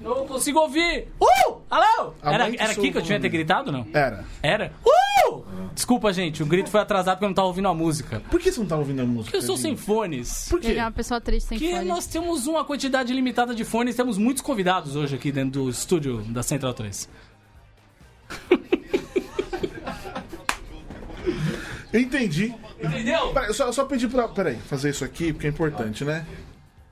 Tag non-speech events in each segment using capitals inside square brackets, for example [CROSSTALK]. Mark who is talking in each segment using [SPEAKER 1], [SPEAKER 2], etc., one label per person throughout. [SPEAKER 1] Não consigo ouvir! Uh! Alô!
[SPEAKER 2] A
[SPEAKER 1] Era,
[SPEAKER 2] mãe que
[SPEAKER 1] era aqui que eu
[SPEAKER 2] sou,
[SPEAKER 1] tinha
[SPEAKER 2] mano.
[SPEAKER 1] ter gritado, não?
[SPEAKER 2] Era.
[SPEAKER 1] Era? Uh! Desculpa, gente, o grito foi atrasado porque eu não tava ouvindo a música.
[SPEAKER 2] Por que você não tá ouvindo a música?
[SPEAKER 1] Porque eu sou sem
[SPEAKER 2] Lino?
[SPEAKER 1] fones.
[SPEAKER 2] Por quê?
[SPEAKER 3] Ele é uma pessoa triste sem
[SPEAKER 1] Porque
[SPEAKER 3] fone.
[SPEAKER 1] nós temos uma quantidade limitada de fones, temos muitos convidados hoje aqui dentro do estúdio da Central 3.
[SPEAKER 2] Eu entendi.
[SPEAKER 1] Entendeu?
[SPEAKER 2] Peraí, eu só, eu só pedi pra. Peraí, fazer isso aqui, porque é importante, né?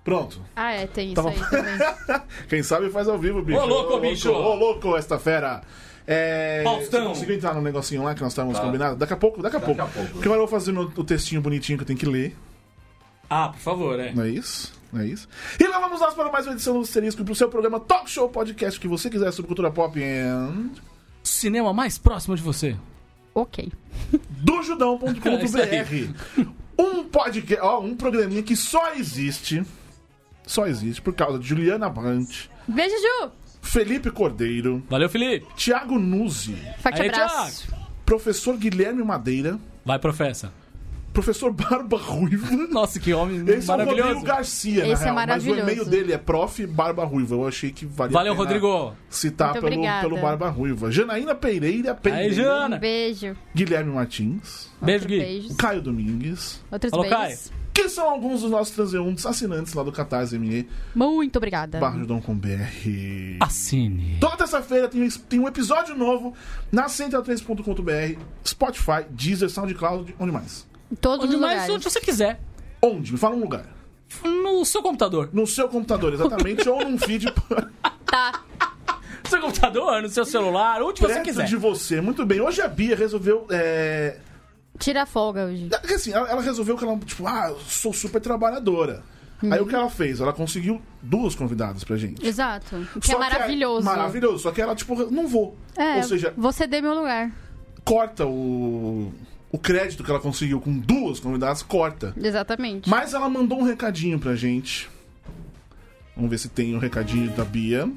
[SPEAKER 2] Pronto. [LAUGHS]
[SPEAKER 3] Ah, é, tem
[SPEAKER 1] Tá
[SPEAKER 3] isso
[SPEAKER 2] Tava-
[SPEAKER 1] [LAUGHS]
[SPEAKER 3] aí também.
[SPEAKER 2] Quem sabe faz ao vivo, bicho.
[SPEAKER 1] Ô, louco, bicho.
[SPEAKER 2] Ô, louco, esta fera. É,
[SPEAKER 1] Faustão.
[SPEAKER 2] Você conseguiu entrar no negocinho lá que nós estávamos
[SPEAKER 4] Tá.
[SPEAKER 2] combinados? Daqui a pouco, daqui a pouco.
[SPEAKER 4] a pouco.
[SPEAKER 2] Porque agora eu vou fazer meu- o textinho bonitinho que eu tenho que ler.
[SPEAKER 1] Ah, por favor, é.
[SPEAKER 2] Não é isso? Não é isso? E lá vamos nós para mais uma edição do Asterisco pro seu programa Talk Show Podcast que você quiser sobre cultura pop and...
[SPEAKER 1] Cinema mais próximo de você. É
[SPEAKER 3] ok.
[SPEAKER 1] isso aí.
[SPEAKER 2] dojudão.com.br Um podcast, ó, um programinha que só existe, só existe por causa de Juliana Brandt,
[SPEAKER 3] Beijo, Ju!
[SPEAKER 2] Felipe Cordeiro,
[SPEAKER 1] Valeu, Felipe.
[SPEAKER 2] Thiago Nuzzi,
[SPEAKER 3] Forte
[SPEAKER 1] Aí,
[SPEAKER 3] abraço.
[SPEAKER 2] professor Guilherme Madeira,
[SPEAKER 1] Vai, professa.
[SPEAKER 2] professor
[SPEAKER 1] [LAUGHS]
[SPEAKER 2] Barba Ruiva.
[SPEAKER 1] Nossa, que homem
[SPEAKER 2] Esse é o Rodrigo
[SPEAKER 1] maravilhoso.
[SPEAKER 2] Garcia, na
[SPEAKER 3] Esse
[SPEAKER 2] real,
[SPEAKER 3] é
[SPEAKER 2] mas o
[SPEAKER 3] maravilhoso.
[SPEAKER 2] e-mail dele é prof Barba Ruiva. Eu achei que valia a
[SPEAKER 1] Valeu,
[SPEAKER 2] pena
[SPEAKER 1] Rodrigo.
[SPEAKER 2] citar
[SPEAKER 3] Muito
[SPEAKER 2] pelo,
[SPEAKER 3] obrigada.
[SPEAKER 2] pelo Barba Ruiva. Janaína Pereira,
[SPEAKER 1] Aí,
[SPEAKER 2] Pereira
[SPEAKER 3] Um
[SPEAKER 1] Jana.
[SPEAKER 3] beijo.
[SPEAKER 2] Guilherme Martins,
[SPEAKER 1] Beijo,
[SPEAKER 3] Outro
[SPEAKER 1] Gui.
[SPEAKER 3] beijos.
[SPEAKER 2] Caio Domingues,
[SPEAKER 3] Outros
[SPEAKER 1] Alô,
[SPEAKER 3] beijos.
[SPEAKER 2] que são alguns dos nossos transeuntes assinantes lá do Catarse ME.
[SPEAKER 3] Muito obrigada.
[SPEAKER 2] Barjudão com BR.
[SPEAKER 3] Ah,
[SPEAKER 1] Assine.
[SPEAKER 2] Toda terça-feira tem, tem um episódio novo na central3.com.br, Spotify, Deezer, SoundCloud, onde mais?
[SPEAKER 3] Em todos
[SPEAKER 1] Onde
[SPEAKER 3] os
[SPEAKER 1] mais,
[SPEAKER 3] lugares.
[SPEAKER 1] onde você quiser.
[SPEAKER 2] Onde? Me fala um lugar.
[SPEAKER 1] No seu computador.
[SPEAKER 2] No seu computador,
[SPEAKER 3] [LAUGHS]
[SPEAKER 2] exatamente, ou num feed
[SPEAKER 3] Tá.
[SPEAKER 1] No seu computador, no seu celular, onde você
[SPEAKER 2] [LAUGHS] perto
[SPEAKER 1] quiser.
[SPEAKER 2] de você. Muito bem, hoje a Bia resolveu. É...
[SPEAKER 3] Tira a folga hoje.
[SPEAKER 2] Assim, ela ela resolveu que ela, tipo, ah, eu sou super trabalhadora.
[SPEAKER 3] Uhum.
[SPEAKER 2] Aí o que ela fez? Ela conseguiu duas convidadas pra gente.
[SPEAKER 3] Exato. Que
[SPEAKER 2] Só
[SPEAKER 3] é maravilhoso.
[SPEAKER 2] maravilhoso. Só que ela, tipo, não vou.
[SPEAKER 3] É,
[SPEAKER 2] Ou seja,
[SPEAKER 3] você dê meu lugar.
[SPEAKER 2] corta o, o crédito que ela conseguiu com duas convidadas, corta.
[SPEAKER 3] Exatamente.
[SPEAKER 2] Mas ela mandou um recadinho pra gente. Vamos ver se tem o recadinho da Bia.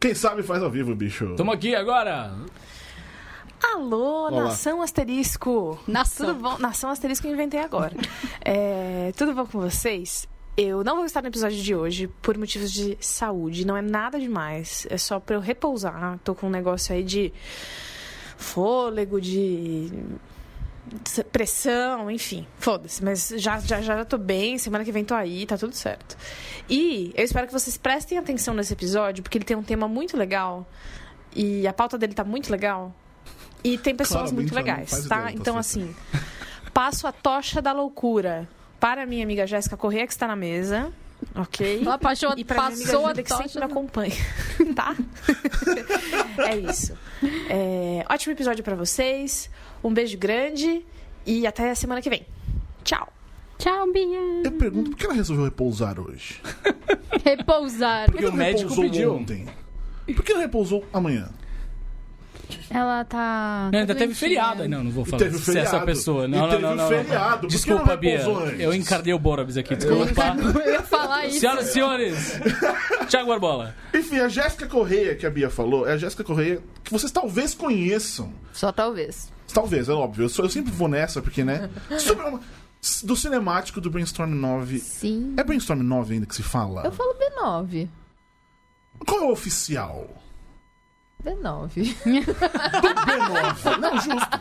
[SPEAKER 2] Quem sabe faz ao vivo, bicho.
[SPEAKER 1] Tamo aqui agora.
[SPEAKER 5] Alô,
[SPEAKER 2] Olá.
[SPEAKER 5] Nação Asterisco!
[SPEAKER 3] Nação.
[SPEAKER 5] Tudo bom? Nação Asterisco eu inventei agora. É, tudo bom com vocês? Eu não vou estar no episódio de hoje por motivos de saúde, não é nada demais. É só pra eu repousar. Tô com um negócio aí de fôlego, de de pressão, enfim. Foda-se, mas já, já, já tô bem, semana que vem tô aí, tá tudo certo. E eu espero que vocês prestem atenção nesse episódio, porque ele tem um tema muito legal e a pauta dele tá muito legal. E tem pessoas
[SPEAKER 2] Claramente
[SPEAKER 5] muito
[SPEAKER 2] ela não
[SPEAKER 5] legais,
[SPEAKER 2] faz
[SPEAKER 5] tá?
[SPEAKER 2] ideia do que tá
[SPEAKER 5] então, assim, passo a tocha da loucura para minha amiga Jéssica Corrêa, que está na mesa, ok?
[SPEAKER 3] Ela passou,
[SPEAKER 5] E pra
[SPEAKER 3] passou
[SPEAKER 5] minha
[SPEAKER 3] a
[SPEAKER 5] amiga Júlia, que sempre
[SPEAKER 3] tocha.
[SPEAKER 5] me [LAUGHS] acompanha, tá? é isso. É, ótimo episódio pra vocês. Um beijo grande e até a semana que vem. Tchau.
[SPEAKER 3] Tchau, Bia.
[SPEAKER 2] [LAUGHS] Eu pergunto por que ela resolveu repousar hoje?
[SPEAKER 3] Repousar.
[SPEAKER 2] Por que
[SPEAKER 1] o
[SPEAKER 2] ela
[SPEAKER 1] médico
[SPEAKER 2] repousou
[SPEAKER 1] pediu.
[SPEAKER 2] ontem? Por que ela repousou amanhã?
[SPEAKER 3] Ela tá.
[SPEAKER 1] Não,
[SPEAKER 3] tá
[SPEAKER 1] ainda teve
[SPEAKER 3] doentinha.
[SPEAKER 1] feriado. Não, não vou falar
[SPEAKER 2] teve o
[SPEAKER 1] se é essa
[SPEAKER 2] feriado.
[SPEAKER 1] pessoa.
[SPEAKER 2] E
[SPEAKER 1] Não, não,
[SPEAKER 2] teve
[SPEAKER 1] não,
[SPEAKER 2] o
[SPEAKER 1] não, não.
[SPEAKER 2] feriado. Por que
[SPEAKER 1] Desculpa,
[SPEAKER 2] não
[SPEAKER 1] Bia.
[SPEAKER 2] repousou antes? É
[SPEAKER 1] Eu encardei o Borobis aqui, desculpa.
[SPEAKER 3] [LAUGHS] Eu ia falar isso.
[SPEAKER 1] Senhoras e senhores, Thiago Barbola.
[SPEAKER 2] Enfim, a Jéssica Correia que a Bia falou é a Jéssica Correia que vocês talvez conheçam.
[SPEAKER 3] Só talvez.
[SPEAKER 2] Talvez, é óbvio. Eu, sou- eu sempre vou nessa,
[SPEAKER 1] [LAUGHS]
[SPEAKER 2] porque, né? Sobre uma- do cinemático do Brainstorm 9.
[SPEAKER 3] Sim.
[SPEAKER 2] É Brainstorm 9 ainda que se fala?
[SPEAKER 6] Eu falo B9.
[SPEAKER 2] Qual é o oficial?
[SPEAKER 6] B9.
[SPEAKER 2] B9. Não, justo.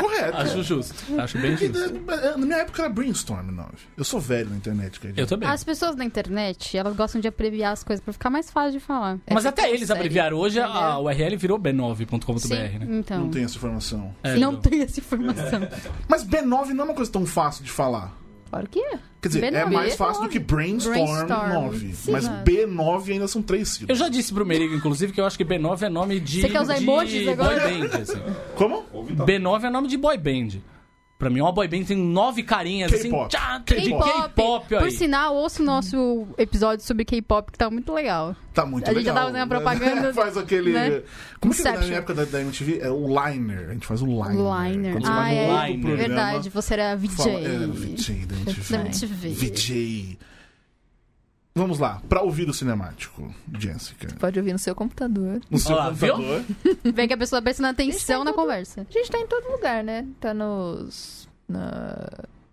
[SPEAKER 2] Correto.
[SPEAKER 1] Acho Ah, justo. Acho bem
[SPEAKER 2] Porque,
[SPEAKER 1] justo.
[SPEAKER 2] eh, Na minha época era Brainstorm 9. Eu sou velho na internet, quer dizer.
[SPEAKER 1] Eu também.
[SPEAKER 3] As pessoas na internet, elas gostam de abreviar as coisas pra ficar mais fácil de falar.
[SPEAKER 1] Mas
[SPEAKER 6] Essa
[SPEAKER 1] até
[SPEAKER 6] aqui é
[SPEAKER 1] eles
[SPEAKER 6] série.
[SPEAKER 1] abreviaram. Hoje a URL virou b9.com.br, né?
[SPEAKER 3] Então.
[SPEAKER 2] Não tenho essa informação.
[SPEAKER 1] É,
[SPEAKER 3] [LAUGHS] Não
[SPEAKER 1] virou.
[SPEAKER 3] tem
[SPEAKER 1] [LAUGHS]
[SPEAKER 3] essa informação.
[SPEAKER 2] Mas B9 não é uma coisa tão fácil de falar.
[SPEAKER 6] Claro que é.
[SPEAKER 2] Quer dizer, é
[SPEAKER 3] B9.
[SPEAKER 2] mais fácil do que Brainstorm,
[SPEAKER 3] Brainstorm.
[SPEAKER 2] 9.
[SPEAKER 3] Sim,
[SPEAKER 2] mas
[SPEAKER 3] claro.
[SPEAKER 2] B9 ainda são três
[SPEAKER 1] Eu
[SPEAKER 2] sílabas.
[SPEAKER 1] já disse pro Merigo, inclusive, que eu acho que B9 é nome de.
[SPEAKER 3] Você quer usar
[SPEAKER 1] de
[SPEAKER 3] emojis agora?
[SPEAKER 1] Boy band, assim.
[SPEAKER 2] Como?
[SPEAKER 1] B9 é nome de boy band. Pra mim, é uma boy band tem nove carinhas assim.
[SPEAKER 2] K-pop.
[SPEAKER 1] tchá, de
[SPEAKER 3] K-pop.
[SPEAKER 1] K-pop
[SPEAKER 3] Por
[SPEAKER 1] aí.
[SPEAKER 3] sinal, ouça o nosso episódio sobre K-pop, que tá muito legal.
[SPEAKER 2] Tá muito
[SPEAKER 3] A gente
[SPEAKER 2] legal.
[SPEAKER 3] já tava fazendo a
[SPEAKER 2] [LAUGHS]
[SPEAKER 3] propaganda,
[SPEAKER 2] faz aquele...
[SPEAKER 3] né?
[SPEAKER 2] Como é que era na
[SPEAKER 3] Inception.
[SPEAKER 2] minha época da, da MTV? É o liner. A gente faz o liner. né?
[SPEAKER 3] Liner.
[SPEAKER 2] Quando
[SPEAKER 3] Ah,
[SPEAKER 2] vai no
[SPEAKER 3] é.
[SPEAKER 2] outro
[SPEAKER 1] Liner.
[SPEAKER 2] programa,
[SPEAKER 3] Verdade, você era VJ.
[SPEAKER 2] Fala, é, era o VJ da
[SPEAKER 3] Da
[SPEAKER 2] MTV.
[SPEAKER 3] MTV.
[SPEAKER 2] VJ. Vamos lá. Pra ouvir o cinemático, Jéssica.
[SPEAKER 6] Pode ouvir no seu computador.
[SPEAKER 2] No seu
[SPEAKER 1] lá, viu?
[SPEAKER 2] computador.
[SPEAKER 3] Vem que a pessoa tá prestando atenção na conversa.
[SPEAKER 6] A gente tá em todo lugar, né? Tá nos. Na...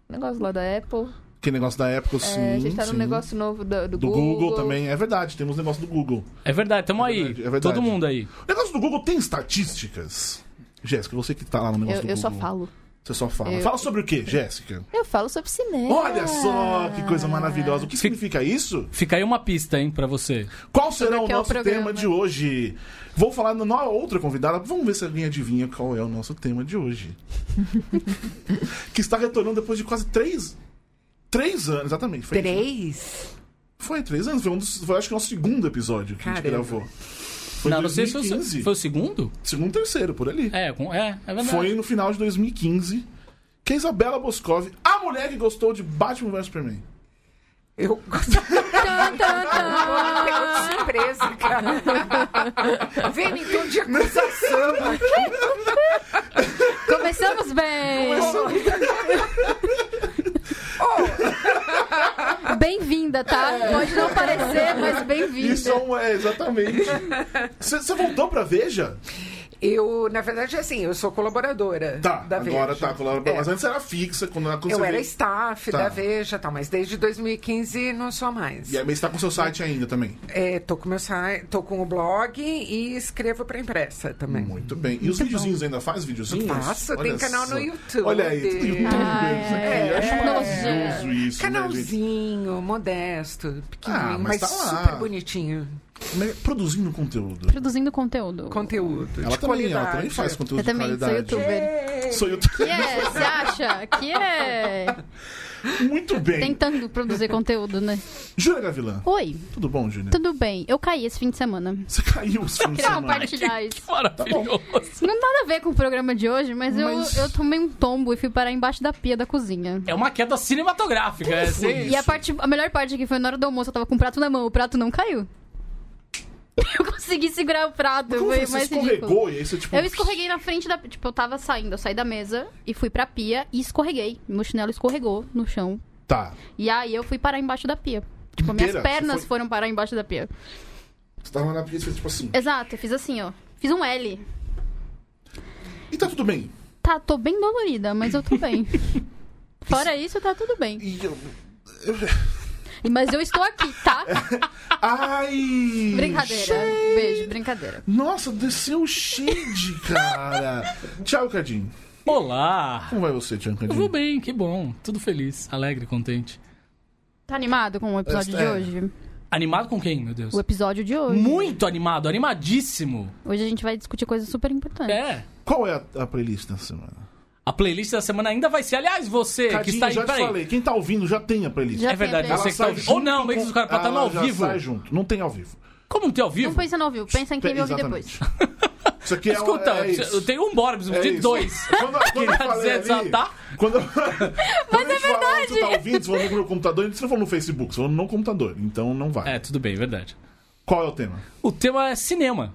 [SPEAKER 6] Negócio lá da Apple.
[SPEAKER 2] Que negócio da época, sim.
[SPEAKER 6] É, a gente tá
[SPEAKER 2] sim.
[SPEAKER 6] num negócio novo do, do
[SPEAKER 2] do Google. também. É verdade, temos negócio do Google.
[SPEAKER 1] É verdade, tamo
[SPEAKER 2] É
[SPEAKER 1] aí.
[SPEAKER 2] verdade, é verdade.
[SPEAKER 1] Todo mundo aí.
[SPEAKER 2] O negócio do Google tem estatísticas. Jéssica, você que tá lá no negócio
[SPEAKER 6] Eu,
[SPEAKER 2] do
[SPEAKER 6] eu
[SPEAKER 2] Google.
[SPEAKER 6] só falo.
[SPEAKER 2] Você só fala.
[SPEAKER 6] Eu- É.
[SPEAKER 2] Fala sobre o que, Jéssica?
[SPEAKER 6] Eu falo sobre cinema.
[SPEAKER 2] Olha só que coisa maravilhosa. O que
[SPEAKER 1] Fica-
[SPEAKER 2] significa isso?
[SPEAKER 1] Fica aí uma pista, hein, pra você.
[SPEAKER 2] Qual será
[SPEAKER 6] Sobre
[SPEAKER 2] o
[SPEAKER 6] que é o
[SPEAKER 2] nosso
[SPEAKER 6] programa.
[SPEAKER 2] tema de hoje? Vou falar na na outra convidada. Vamos ver se alguém adivinha qual é o nosso tema de
[SPEAKER 6] [LAUGHS]
[SPEAKER 2] hoje. que está retornando depois de quase três. Três anos, exatamente. Foi,
[SPEAKER 4] Três?
[SPEAKER 2] foi três anos. Foi, um dos, foi acho que o nosso segundo episódio que a gente
[SPEAKER 4] Caramba.
[SPEAKER 2] gravou. Foi
[SPEAKER 1] Não, não sei se foi,
[SPEAKER 2] 2015.
[SPEAKER 1] o se- foi o segundo?
[SPEAKER 2] Segundo, terceiro, por ali.
[SPEAKER 1] É, com- é, é verdade.
[SPEAKER 2] Foi no final de 2015 que a Isabela Boscov, a mulher que gostou de Batman vs Superman. [LAUGHS]
[SPEAKER 4] Eu Eu tô surpresa, cara. Vem me tom Tá Então, de acusação.
[SPEAKER 3] Começamos bem! Bem-vinda, tá? Pode não parecer, mas
[SPEAKER 2] Isso
[SPEAKER 3] bem-vinda.
[SPEAKER 2] é, um- é
[SPEAKER 6] [LAUGHS]
[SPEAKER 2] exatamente. Você voltou pra Veja?
[SPEAKER 4] Eu, na verdade, assim, eu sou colaboradora
[SPEAKER 2] Tá,
[SPEAKER 4] da Veja.
[SPEAKER 2] agora tá. Quando,
[SPEAKER 4] É.
[SPEAKER 2] Mas antes era fixa. Quando, quando
[SPEAKER 4] Eu
[SPEAKER 2] você
[SPEAKER 4] era
[SPEAKER 2] veio-
[SPEAKER 4] staff
[SPEAKER 2] Tá.
[SPEAKER 4] da Veja, tal, mas desde 2015 não sou mais.
[SPEAKER 2] E aí, mas você tá com seu site ainda também.
[SPEAKER 4] É, tô, com meu site, tô com o blog e escrevo pra imprensa também.
[SPEAKER 2] Muito bem. E os videozinhos ainda faz videozinhos?
[SPEAKER 4] Hum, Faço,
[SPEAKER 2] Olha
[SPEAKER 4] tem canal no
[SPEAKER 2] só.
[SPEAKER 4] YouTube.
[SPEAKER 2] Olha aí, tudo YouTube.
[SPEAKER 3] Ah, é.
[SPEAKER 2] Eu acho
[SPEAKER 3] É.
[SPEAKER 2] maravilhoso isso, né, gente?
[SPEAKER 4] Canalzinho, modesto, pequenininho,
[SPEAKER 2] Ah, mas
[SPEAKER 4] mas,
[SPEAKER 2] tá lá.
[SPEAKER 4] super bonitinho.
[SPEAKER 2] Mas Produzindo conteúdo.
[SPEAKER 3] Produzindo conteúdo.
[SPEAKER 4] Conteúdo
[SPEAKER 2] Ela
[SPEAKER 4] de
[SPEAKER 2] também,
[SPEAKER 4] qualidade.
[SPEAKER 2] ela também faz conteúdo
[SPEAKER 3] Eu também
[SPEAKER 2] de
[SPEAKER 3] sou
[SPEAKER 2] qualidade.
[SPEAKER 3] youtuber.
[SPEAKER 2] Sou youtuber. [LAUGHS]
[SPEAKER 3] Que é? Você acha? Que é?
[SPEAKER 2] Muito bem.
[SPEAKER 3] Tentando produzir conteúdo, né?
[SPEAKER 2] Júlia Gavilã,
[SPEAKER 3] Oi,
[SPEAKER 2] tudo bom, Júlia?
[SPEAKER 3] tudo bem? Eu caí esse fim de semana.
[SPEAKER 2] Você caiu os fins de
[SPEAKER 3] Queria
[SPEAKER 2] semana.
[SPEAKER 3] compartilhar isso.
[SPEAKER 1] [LAUGHS]
[SPEAKER 2] Tá
[SPEAKER 1] Maravilhoso.
[SPEAKER 3] Não tem nada a ver com o programa de hoje, mas,
[SPEAKER 2] Mas-
[SPEAKER 3] Eu, eu tomei um tombo e fui parar embaixo da pia da cozinha.
[SPEAKER 1] É uma queda cinematográfica. É, assim,
[SPEAKER 3] E a, parte, a melhor parte aqui foi na hora do almoço, eu tava com o prato na mão, o prato não caiu. [LAUGHS] Eu consegui segurar o prato,
[SPEAKER 2] Como foi?
[SPEAKER 3] foi
[SPEAKER 2] Você
[SPEAKER 3] mais ridículo.
[SPEAKER 2] escorregou e aí você, tipo...
[SPEAKER 3] Eu escorreguei na frente da. Tipo, eu tava saindo, eu saí da mesa e fui pra pia e escorreguei. Meu chinelo escorregou no chão.
[SPEAKER 2] Tá.
[SPEAKER 3] E aí eu fui parar embaixo da pia. Tipo, minhas
[SPEAKER 2] Inteira? Você
[SPEAKER 3] pernas
[SPEAKER 2] foi-
[SPEAKER 3] foram parar embaixo da pia.
[SPEAKER 2] Você tava na pia e fez tipo assim.
[SPEAKER 3] Exato, eu fiz assim, ó. Fiz um L.
[SPEAKER 2] E tá tudo bem.
[SPEAKER 3] Tá, tô bem dolorida, mas eu
[SPEAKER 2] [LAUGHS]
[SPEAKER 3] tô bem. Fora isso, tá tudo bem.
[SPEAKER 2] E
[SPEAKER 3] [LAUGHS]
[SPEAKER 2] eu...
[SPEAKER 3] Mas eu estou aqui, tá?
[SPEAKER 2] Ai!
[SPEAKER 3] Brincadeira. Beijo, brincadeira.
[SPEAKER 2] Nossa, desceu
[SPEAKER 1] [LAUGHS]
[SPEAKER 2] o shade, cara. Tchau, Cadinho.
[SPEAKER 1] Olá.
[SPEAKER 2] Como vai você, Tchau, Cadinho?
[SPEAKER 1] Eu vou bem, que bom. Tudo feliz, alegre, contente.
[SPEAKER 3] Tá animado com o episódio
[SPEAKER 2] É.
[SPEAKER 3] de hoje?
[SPEAKER 1] Animado com quem, meu Deus?
[SPEAKER 3] O episódio de hoje.
[SPEAKER 1] Muito animado, animadíssimo.
[SPEAKER 3] Hoje a gente vai discutir coisas super importantes.
[SPEAKER 1] É.
[SPEAKER 2] Qual é a, a playlist da semana?
[SPEAKER 1] A playlist da semana ainda vai ser. Aliás, você É, que
[SPEAKER 2] Cadinho,
[SPEAKER 1] está aí.
[SPEAKER 2] já te
[SPEAKER 1] peraí.
[SPEAKER 2] falei. Quem tá ouvindo já tem a playlist.
[SPEAKER 3] Já
[SPEAKER 1] É verdade,
[SPEAKER 3] tem a
[SPEAKER 1] você que
[SPEAKER 3] playlist.
[SPEAKER 1] tá
[SPEAKER 2] sai
[SPEAKER 1] ouvindo.
[SPEAKER 2] junto
[SPEAKER 1] Ou não, mas
[SPEAKER 2] com-
[SPEAKER 1] os caras podem estar no
[SPEAKER 2] ela
[SPEAKER 1] ao
[SPEAKER 2] Ah, já
[SPEAKER 1] vivo.
[SPEAKER 2] sai junto. Não tem ao vivo.
[SPEAKER 1] Como não tem ao vivo?
[SPEAKER 3] Não pensa no ouviu, pensa em quem vai ouvir
[SPEAKER 2] Exatamente.
[SPEAKER 3] depois.
[SPEAKER 2] [LAUGHS] Isso aqui é,
[SPEAKER 1] Escuta,
[SPEAKER 2] é isso.
[SPEAKER 1] eu tenho um bora, preciso
[SPEAKER 2] É
[SPEAKER 1] de
[SPEAKER 2] isso.
[SPEAKER 1] dois.
[SPEAKER 2] [LAUGHS] Quando, quando
[SPEAKER 1] Queria
[SPEAKER 2] eu falei
[SPEAKER 1] dizer,
[SPEAKER 2] ali,
[SPEAKER 1] tá?
[SPEAKER 2] Quando,
[SPEAKER 1] [LAUGHS]
[SPEAKER 2] Mas é verdade. Você tá ouvindo, você falou no meu computador, você não falou no Facebook, você falou no computador. Então não vai.
[SPEAKER 1] É, tudo bem, verdade.
[SPEAKER 2] Qual é o tema?
[SPEAKER 1] O tema é cinema.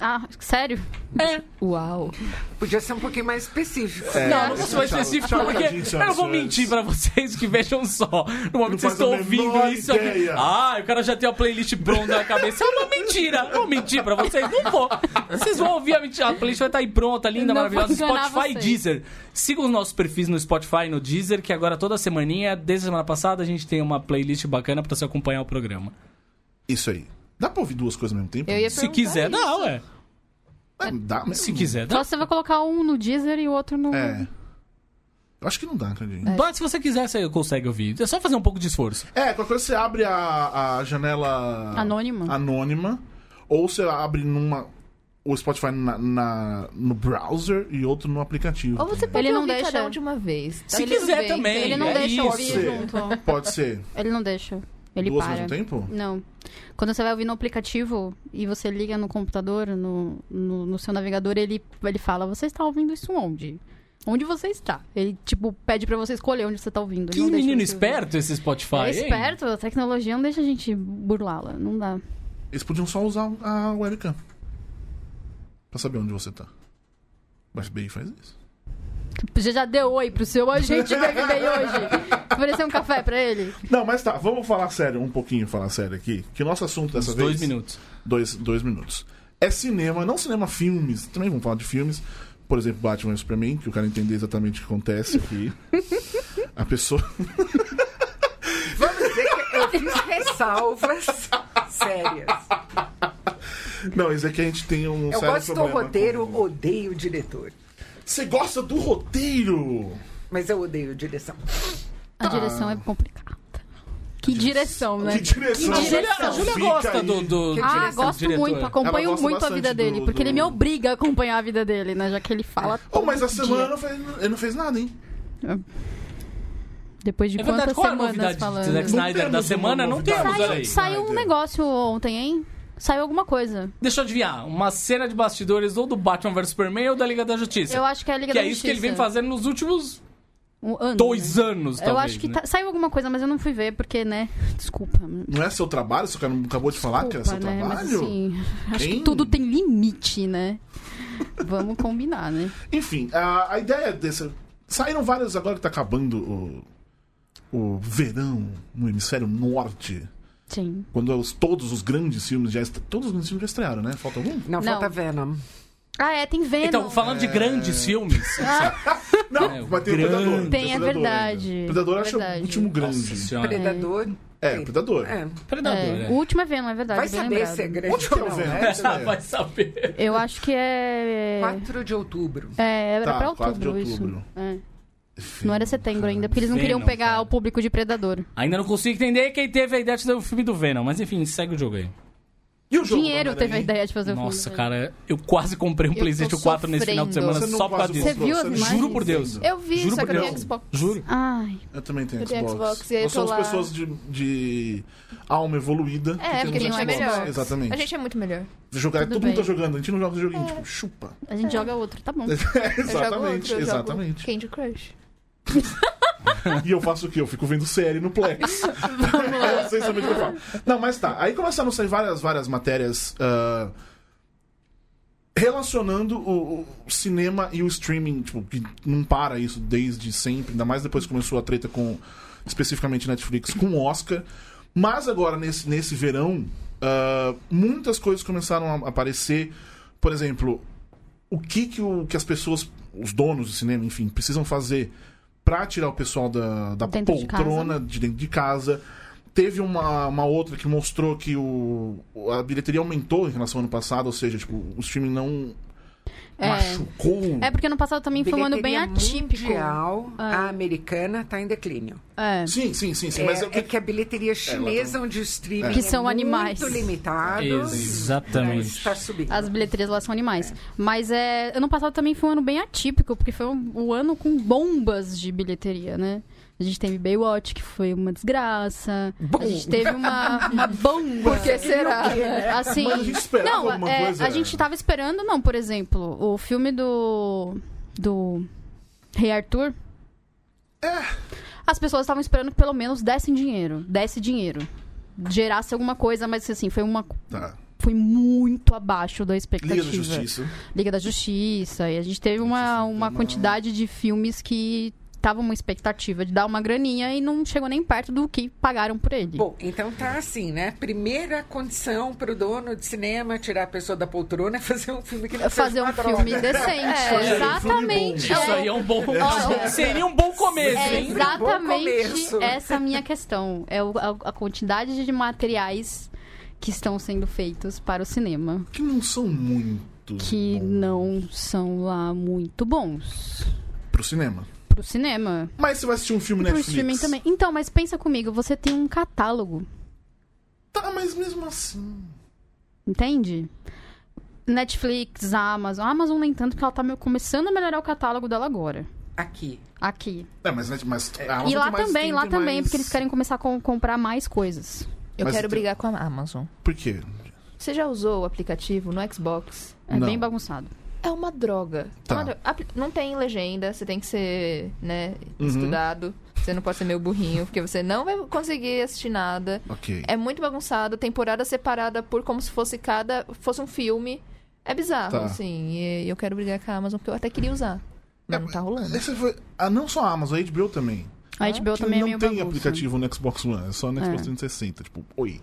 [SPEAKER 3] Ah, sério?
[SPEAKER 1] É.
[SPEAKER 6] Uau.
[SPEAKER 4] Podia ser um pouquinho mais específico.
[SPEAKER 2] É,
[SPEAKER 3] É,
[SPEAKER 1] Não, não vou ser mais
[SPEAKER 2] Tchau,
[SPEAKER 1] específico
[SPEAKER 2] tchau,
[SPEAKER 1] porque
[SPEAKER 2] tadinho,
[SPEAKER 1] eu
[SPEAKER 2] senhoras
[SPEAKER 1] não
[SPEAKER 2] e
[SPEAKER 1] vou
[SPEAKER 2] senhores.
[SPEAKER 1] mentir pra vocês que vejam só. No momento que vocês
[SPEAKER 2] faz a
[SPEAKER 1] estão
[SPEAKER 2] menor
[SPEAKER 1] ouvindo isso aqui.
[SPEAKER 2] ideia.
[SPEAKER 1] Ah, o cara já tem a playlist pronta na cabeça. É uma mentira. Eu vou mentir pra vocês. Não vou. Vocês vão ouvir a mentira. A playlist vai estar aí pronta, linda,
[SPEAKER 3] Não vou
[SPEAKER 1] maravilhosa.
[SPEAKER 3] enganar
[SPEAKER 1] Spotify e
[SPEAKER 3] vocês.
[SPEAKER 1] Deezer. Sigam os nossos perfis no Spotify e no Deezer, que agora toda semaninha, desde a semana passada, a gente tem uma playlist bacana pra você acompanhar o programa.
[SPEAKER 2] Isso aí. Dá pra ouvir duas coisas ao mesmo tempo?
[SPEAKER 6] Eu ia
[SPEAKER 1] Se
[SPEAKER 3] Então tá
[SPEAKER 6] perguntar
[SPEAKER 1] quiser,
[SPEAKER 6] isso.
[SPEAKER 1] dá, ué.
[SPEAKER 2] É, dá mesmo?
[SPEAKER 3] Hum.
[SPEAKER 1] Se quiser, dá.
[SPEAKER 3] Só você vai colocar um no Deezer e o outro no.
[SPEAKER 2] É. Eu acho que não dá, Candinho.
[SPEAKER 3] É.
[SPEAKER 1] Mas se você quiser, você consegue ouvir. É só fazer um pouco de esforço.
[SPEAKER 2] É, qualquer coisa você abre a, a janela...
[SPEAKER 3] Anônima.
[SPEAKER 2] Anônima. Ou você abre numa... O Spotify na, na- no browser e outro no aplicativo.
[SPEAKER 6] Ou você
[SPEAKER 2] também.
[SPEAKER 6] pode
[SPEAKER 3] Ele não
[SPEAKER 6] ouvir
[SPEAKER 3] deixa.
[SPEAKER 6] cada um de uma vez. Tá
[SPEAKER 1] Se
[SPEAKER 6] tudo
[SPEAKER 1] quiser
[SPEAKER 6] bem.
[SPEAKER 1] também.
[SPEAKER 3] Ele não
[SPEAKER 1] é
[SPEAKER 3] deixa
[SPEAKER 1] isso.
[SPEAKER 3] eu ouvir junto. ó.
[SPEAKER 2] Pode ser
[SPEAKER 3] Ele não deixa. [LAUGHS] Ele
[SPEAKER 2] duas ao
[SPEAKER 3] para.
[SPEAKER 2] mesmo tempo?
[SPEAKER 3] Não. Quando você vai ouvir no aplicativo e você liga no computador, no, no, no seu navegador, ele, ele fala, você está ouvindo isso onde? Onde você está? Ele, tipo, pede pra você escolher onde você tá ouvindo.
[SPEAKER 1] Que
[SPEAKER 3] Não deixa
[SPEAKER 1] menino
[SPEAKER 3] você ouvir.
[SPEAKER 1] esperto esse Spotify,
[SPEAKER 3] É
[SPEAKER 1] hein?
[SPEAKER 3] esperto, a tecnologia não deixa a gente burlá-la, não dá.
[SPEAKER 2] Eles podiam só usar a webcam. Pra saber onde você tá. O FBI faz isso.
[SPEAKER 3] Você já deu oi pro seu agente do FBI hoje. Oferecer um café pra ele.
[SPEAKER 2] Não, mas tá, vamos falar sério, um pouquinho falar sério aqui. Que o nosso assunto dessa
[SPEAKER 1] Uns
[SPEAKER 2] vez.
[SPEAKER 1] dois minutos.
[SPEAKER 2] Dois, dois minutos. É cinema, não cinema, filmes. Também vamos falar de filmes. Por exemplo, Batman e Superman, que o cara entender exatamente o que acontece aqui. a pessoa.
[SPEAKER 4] ressalvas sérias.
[SPEAKER 2] [LAUGHS] Não, isso é que a gente tem um
[SPEAKER 4] Eu
[SPEAKER 2] sério
[SPEAKER 4] gosto do
[SPEAKER 2] problema
[SPEAKER 4] roteiro,
[SPEAKER 2] com-
[SPEAKER 4] odeio o diretor.
[SPEAKER 2] Você gosta do roteiro?
[SPEAKER 4] Mas eu odeio direção.
[SPEAKER 3] A direção é complicada. Que direção, né?
[SPEAKER 2] Que direção?
[SPEAKER 3] Que
[SPEAKER 1] Júlia,
[SPEAKER 3] direção?
[SPEAKER 1] a Júlia
[SPEAKER 2] Fica
[SPEAKER 1] gosta
[SPEAKER 2] aí.
[SPEAKER 1] do, do-
[SPEAKER 4] Que
[SPEAKER 3] Ah,
[SPEAKER 4] direção,
[SPEAKER 3] gosto
[SPEAKER 1] diretor.
[SPEAKER 3] muito, acompanho
[SPEAKER 2] Ela gosta
[SPEAKER 3] muito a
[SPEAKER 2] bastante
[SPEAKER 3] vida dele,
[SPEAKER 2] do-
[SPEAKER 3] porque ele
[SPEAKER 2] do-
[SPEAKER 3] me obriga a acompanhar a vida dele, né? Já que ele fala.
[SPEAKER 2] Oh, mas
[SPEAKER 3] todo
[SPEAKER 2] a semana
[SPEAKER 3] dia.
[SPEAKER 2] não fez, ele não fez nada, hein?
[SPEAKER 3] Depois de
[SPEAKER 1] É verdade,
[SPEAKER 3] quantas
[SPEAKER 1] qual é a
[SPEAKER 3] semanas
[SPEAKER 1] novidade de Zack
[SPEAKER 3] falando.
[SPEAKER 1] Snyder da
[SPEAKER 2] temos
[SPEAKER 1] semana?
[SPEAKER 2] uma
[SPEAKER 1] Não
[SPEAKER 2] novidade.
[SPEAKER 1] temos, olha aí.
[SPEAKER 3] Saiu um
[SPEAKER 2] Snyder.
[SPEAKER 3] negócio ontem, hein? Saiu alguma coisa.
[SPEAKER 1] Deixa eu adivinhar, uma cena de bastidores ou do Batman vs Superman ou da Liga da Justiça.
[SPEAKER 3] Eu acho que é a Liga
[SPEAKER 1] que
[SPEAKER 3] da
[SPEAKER 1] é isso que ele
[SPEAKER 3] Justiça.
[SPEAKER 1] vem fazendo nos últimos
[SPEAKER 3] Um ano,
[SPEAKER 1] dois
[SPEAKER 3] né?
[SPEAKER 1] anos,
[SPEAKER 3] Eu
[SPEAKER 1] talvez,
[SPEAKER 3] acho que
[SPEAKER 1] né?
[SPEAKER 3] tá- saiu alguma coisa, mas eu não fui ver, porque, né? Desculpa.
[SPEAKER 2] Não é seu trabalho? Você não acabou de falar que é seu
[SPEAKER 3] Desculpa, né? Mas
[SPEAKER 2] trabalho?
[SPEAKER 3] assim, acho
[SPEAKER 2] Quem?
[SPEAKER 3] que tudo tem limite, né? Vamos combinar, né?
[SPEAKER 2] Enfim, a, a ideia dessa. Saíram vários agora que tá acabando o, o verão no hemisfério norte.
[SPEAKER 3] Sim.
[SPEAKER 2] Quando os- todos os grandes filmes já est- Todos os grandes filmes já estrearam, né?
[SPEAKER 1] [LAUGHS]
[SPEAKER 2] Falta algum?
[SPEAKER 4] Não,
[SPEAKER 3] Não.
[SPEAKER 4] falta Venom.
[SPEAKER 3] Ah, é, tem Venom.
[SPEAKER 1] Então, falando de
[SPEAKER 2] É.
[SPEAKER 1] grandes
[SPEAKER 2] [LAUGHS]
[SPEAKER 1] filmes.
[SPEAKER 2] Não,
[SPEAKER 1] É, o
[SPEAKER 2] mas tem o
[SPEAKER 1] grande.
[SPEAKER 2] Predador.
[SPEAKER 3] Tem, é
[SPEAKER 2] o Predador ainda.
[SPEAKER 3] verdade.
[SPEAKER 2] Predador acho é
[SPEAKER 3] Verdade.
[SPEAKER 2] o último
[SPEAKER 1] Nossa
[SPEAKER 2] grande.
[SPEAKER 1] senhora.
[SPEAKER 4] Predador.
[SPEAKER 2] É, Predador.
[SPEAKER 4] É.
[SPEAKER 1] Predador,
[SPEAKER 3] É,
[SPEAKER 1] é.
[SPEAKER 3] O último é Venom, é verdade.
[SPEAKER 4] Vai
[SPEAKER 3] bem
[SPEAKER 4] saber
[SPEAKER 3] lembrado.
[SPEAKER 4] se é grande
[SPEAKER 2] Onde que é
[SPEAKER 4] ou
[SPEAKER 2] o
[SPEAKER 4] não.
[SPEAKER 1] [LAUGHS]
[SPEAKER 2] Venom?
[SPEAKER 4] né?
[SPEAKER 2] É.
[SPEAKER 1] Vai saber.
[SPEAKER 3] Eu acho que é.
[SPEAKER 4] 4 de outubro.
[SPEAKER 3] É, era
[SPEAKER 2] Tá,
[SPEAKER 3] pra
[SPEAKER 2] 4 de
[SPEAKER 3] outubro,
[SPEAKER 2] outubro.
[SPEAKER 3] isso. É. Não era setembro ainda, porque eles não
[SPEAKER 1] Venom, tá.
[SPEAKER 3] queriam pegar
[SPEAKER 1] cara.
[SPEAKER 3] o público de Predador.
[SPEAKER 1] Ainda não consigo entender quem teve a ideia de fazer o filme do Venom, mas enfim, segue o jogo aí.
[SPEAKER 2] E o jogo né? do
[SPEAKER 3] Dinheiro teve a
[SPEAKER 2] Homem-Aranha?
[SPEAKER 3] ideia de fazer o
[SPEAKER 1] Nossa,
[SPEAKER 3] filme.
[SPEAKER 1] cara, eu quase comprei um
[SPEAKER 6] tô
[SPEAKER 1] PlayStation 4 nesse final de
[SPEAKER 6] sofrendo.
[SPEAKER 1] semana
[SPEAKER 2] Você não
[SPEAKER 1] só por causa
[SPEAKER 2] quase
[SPEAKER 1] disso.
[SPEAKER 3] Você viu as
[SPEAKER 2] comprou,
[SPEAKER 3] imagens?
[SPEAKER 1] Juro por Deus.
[SPEAKER 6] Eu vi,
[SPEAKER 1] Juro
[SPEAKER 6] só que
[SPEAKER 1] por
[SPEAKER 6] eu
[SPEAKER 1] Deus.
[SPEAKER 6] tenho Xbox.
[SPEAKER 1] Juro.
[SPEAKER 3] Ai,
[SPEAKER 2] Eu também tenho
[SPEAKER 6] Eu tenho
[SPEAKER 2] Xbox.
[SPEAKER 6] Xbox, e aí
[SPEAKER 2] Nós
[SPEAKER 6] eu tô
[SPEAKER 2] somos
[SPEAKER 6] lá.
[SPEAKER 2] pessoas de, de alma evoluída. que
[SPEAKER 6] É,
[SPEAKER 2] temos
[SPEAKER 6] porque a gente é
[SPEAKER 2] Xbox.
[SPEAKER 6] melhor.
[SPEAKER 2] Exatamente.
[SPEAKER 6] A gente é muito melhor.
[SPEAKER 2] Jogar,
[SPEAKER 3] Tudo
[SPEAKER 2] todo mundo tá
[SPEAKER 3] bem.
[SPEAKER 2] jogando, a gente não joga esse joguinho, tipo, chupa.
[SPEAKER 3] a gente joga outro, tá
[SPEAKER 2] É,
[SPEAKER 3] bom.
[SPEAKER 6] Eu jogo outro,
[SPEAKER 2] exatamente,
[SPEAKER 6] eu jogo
[SPEAKER 2] exatamente.
[SPEAKER 6] Candy Crush.
[SPEAKER 2] E eu faço o quê? Eu fico vendo série no
[SPEAKER 6] [LAUGHS]
[SPEAKER 2] Plex. É essencialmente o que eu faço. Não, mas tá. Aí começaram a sair várias, várias matérias ah, relacionando o, o cinema e o streaming, tipo, que não para isso desde sempre, ainda mais depois que começou a treta com, especificamente Netflix, com o Oscar. Mas agora, nesse, nesse verão, ah, muitas coisas começaram a aparecer. Por exemplo, o que que, o, que as pessoas, os donos do cinema, enfim, precisam fazer pra tirar o pessoal da, da
[SPEAKER 3] Dentro de casa, né?
[SPEAKER 2] poltrona de dentro de casa. Teve uma, uma outra que mostrou que o, a bilheteria aumentou em relação ao ano passado, ou seja, tipo, o streaming não
[SPEAKER 3] É.
[SPEAKER 2] machucou.
[SPEAKER 3] É porque ano passado também foi um ano bem
[SPEAKER 4] Bilheteria
[SPEAKER 3] atípico.
[SPEAKER 4] mundial, a
[SPEAKER 3] Ah.
[SPEAKER 4] americana está em declínio.
[SPEAKER 3] É.
[SPEAKER 2] Sim, sim, sim, sim.
[SPEAKER 4] é,
[SPEAKER 2] mas é tá- o
[SPEAKER 4] é
[SPEAKER 2] que
[SPEAKER 4] que a bilheteria chinesa, onde o streaming
[SPEAKER 3] Que
[SPEAKER 4] é
[SPEAKER 3] são
[SPEAKER 4] muito
[SPEAKER 3] animais.
[SPEAKER 4] limitado,
[SPEAKER 1] Exatamente.
[SPEAKER 4] está subindo.
[SPEAKER 3] As bilheterias lá são animais. Mas é, ano passado também foi um ano bem atípico, porque foi um, um ano com bombas de bilheteria, né? A gente teve Baywatch, que foi uma desgraça. A gente teve uma, uma bomba.
[SPEAKER 6] Por que será?
[SPEAKER 3] Assim,
[SPEAKER 2] Mas a gente esperava
[SPEAKER 3] não,
[SPEAKER 2] alguma
[SPEAKER 3] é,
[SPEAKER 2] coisa?
[SPEAKER 3] a gente tava esperando, não, por exemplo, o filme do do Rei Arthur.
[SPEAKER 2] É.
[SPEAKER 3] As pessoas estavam esperando que pelo menos dessem dinheiro, desse dinheiro, gerasse alguma coisa, mas assim, foi uma
[SPEAKER 2] tá.
[SPEAKER 3] foi muito abaixo da
[SPEAKER 2] Liga
[SPEAKER 3] expectativa.
[SPEAKER 2] da Justiça.
[SPEAKER 3] Liga da Justiça, e a gente teve uma, uma quantidade de filmes que tava uma expectativa de dar uma graninha e não chegou nem perto do que pagaram por ele.
[SPEAKER 4] Bom, então tá assim, né? Primeira condição para o dono de cinema tirar a pessoa da poltrona é [LAUGHS] fazer um filme que não seja
[SPEAKER 3] fazer um
[SPEAKER 4] uma droga.
[SPEAKER 3] filme decente.
[SPEAKER 1] É,
[SPEAKER 2] filme
[SPEAKER 3] exatamente.
[SPEAKER 2] bom.
[SPEAKER 1] um Isso aí é um bom. Seria um bom começo,
[SPEAKER 3] É
[SPEAKER 1] hein?
[SPEAKER 3] exatamente
[SPEAKER 4] começo.
[SPEAKER 3] essa a minha questão. É o- a, a quantidade de materiais que estão sendo feitos para o cinema.
[SPEAKER 2] Que não são muitos
[SPEAKER 3] Que
[SPEAKER 2] bons
[SPEAKER 3] não são lá muito bons.
[SPEAKER 2] pro cinema.
[SPEAKER 3] Pro cinema.
[SPEAKER 2] Mas você vai assistir um filme
[SPEAKER 3] E pro
[SPEAKER 2] Netflix.
[SPEAKER 3] streaming também. Então, mas pensa comigo, você tem um catálogo,
[SPEAKER 2] Tá, mas mesmo assim.
[SPEAKER 3] entende? Netflix, Amazon. A Amazon nem tanto, porque ela tá meio- começando a melhorar o catálogo dela agora.
[SPEAKER 4] Aqui.
[SPEAKER 3] Aqui.
[SPEAKER 2] É, mas, né, mas a Amazon
[SPEAKER 3] e lá
[SPEAKER 2] tem mais-
[SPEAKER 3] também,
[SPEAKER 2] tem-
[SPEAKER 3] lá
[SPEAKER 2] tem
[SPEAKER 3] também,
[SPEAKER 2] mais-
[SPEAKER 3] porque eles querem começar a com- comprar mais coisas.
[SPEAKER 6] Eu
[SPEAKER 2] Mas
[SPEAKER 6] quero
[SPEAKER 2] tem-
[SPEAKER 6] brigar com a Amazon.
[SPEAKER 2] Por quê?
[SPEAKER 6] Você já usou o aplicativo no Xbox?
[SPEAKER 3] É
[SPEAKER 2] Não.
[SPEAKER 3] bem bagunçado.
[SPEAKER 6] É uma droga. É
[SPEAKER 2] Tá.
[SPEAKER 6] uma droga. Apli- Não tem legenda, você tem que ser, né,
[SPEAKER 2] Uhum.
[SPEAKER 6] estudado. Você não pode ser meio burrinho, porque você não vai conseguir assistir nada.
[SPEAKER 2] Ok.
[SPEAKER 6] É muito bagunçado, temporada separada por como se fosse cada. fosse um filme. É bizarro,
[SPEAKER 2] Tá.
[SPEAKER 6] assim. E eu quero brigar com a Amazon, porque eu até queria usar.
[SPEAKER 2] É,
[SPEAKER 6] Mas não tá rolando.
[SPEAKER 2] Essa foi. Ah, não só a Amazon, a HBO também.
[SPEAKER 3] A HBO
[SPEAKER 2] que
[SPEAKER 3] também é
[SPEAKER 2] não
[SPEAKER 3] meio
[SPEAKER 2] tem
[SPEAKER 3] bagunça. É.
[SPEAKER 2] aplicativo no Xbox One, é só no Xbox 360. Tipo, oi.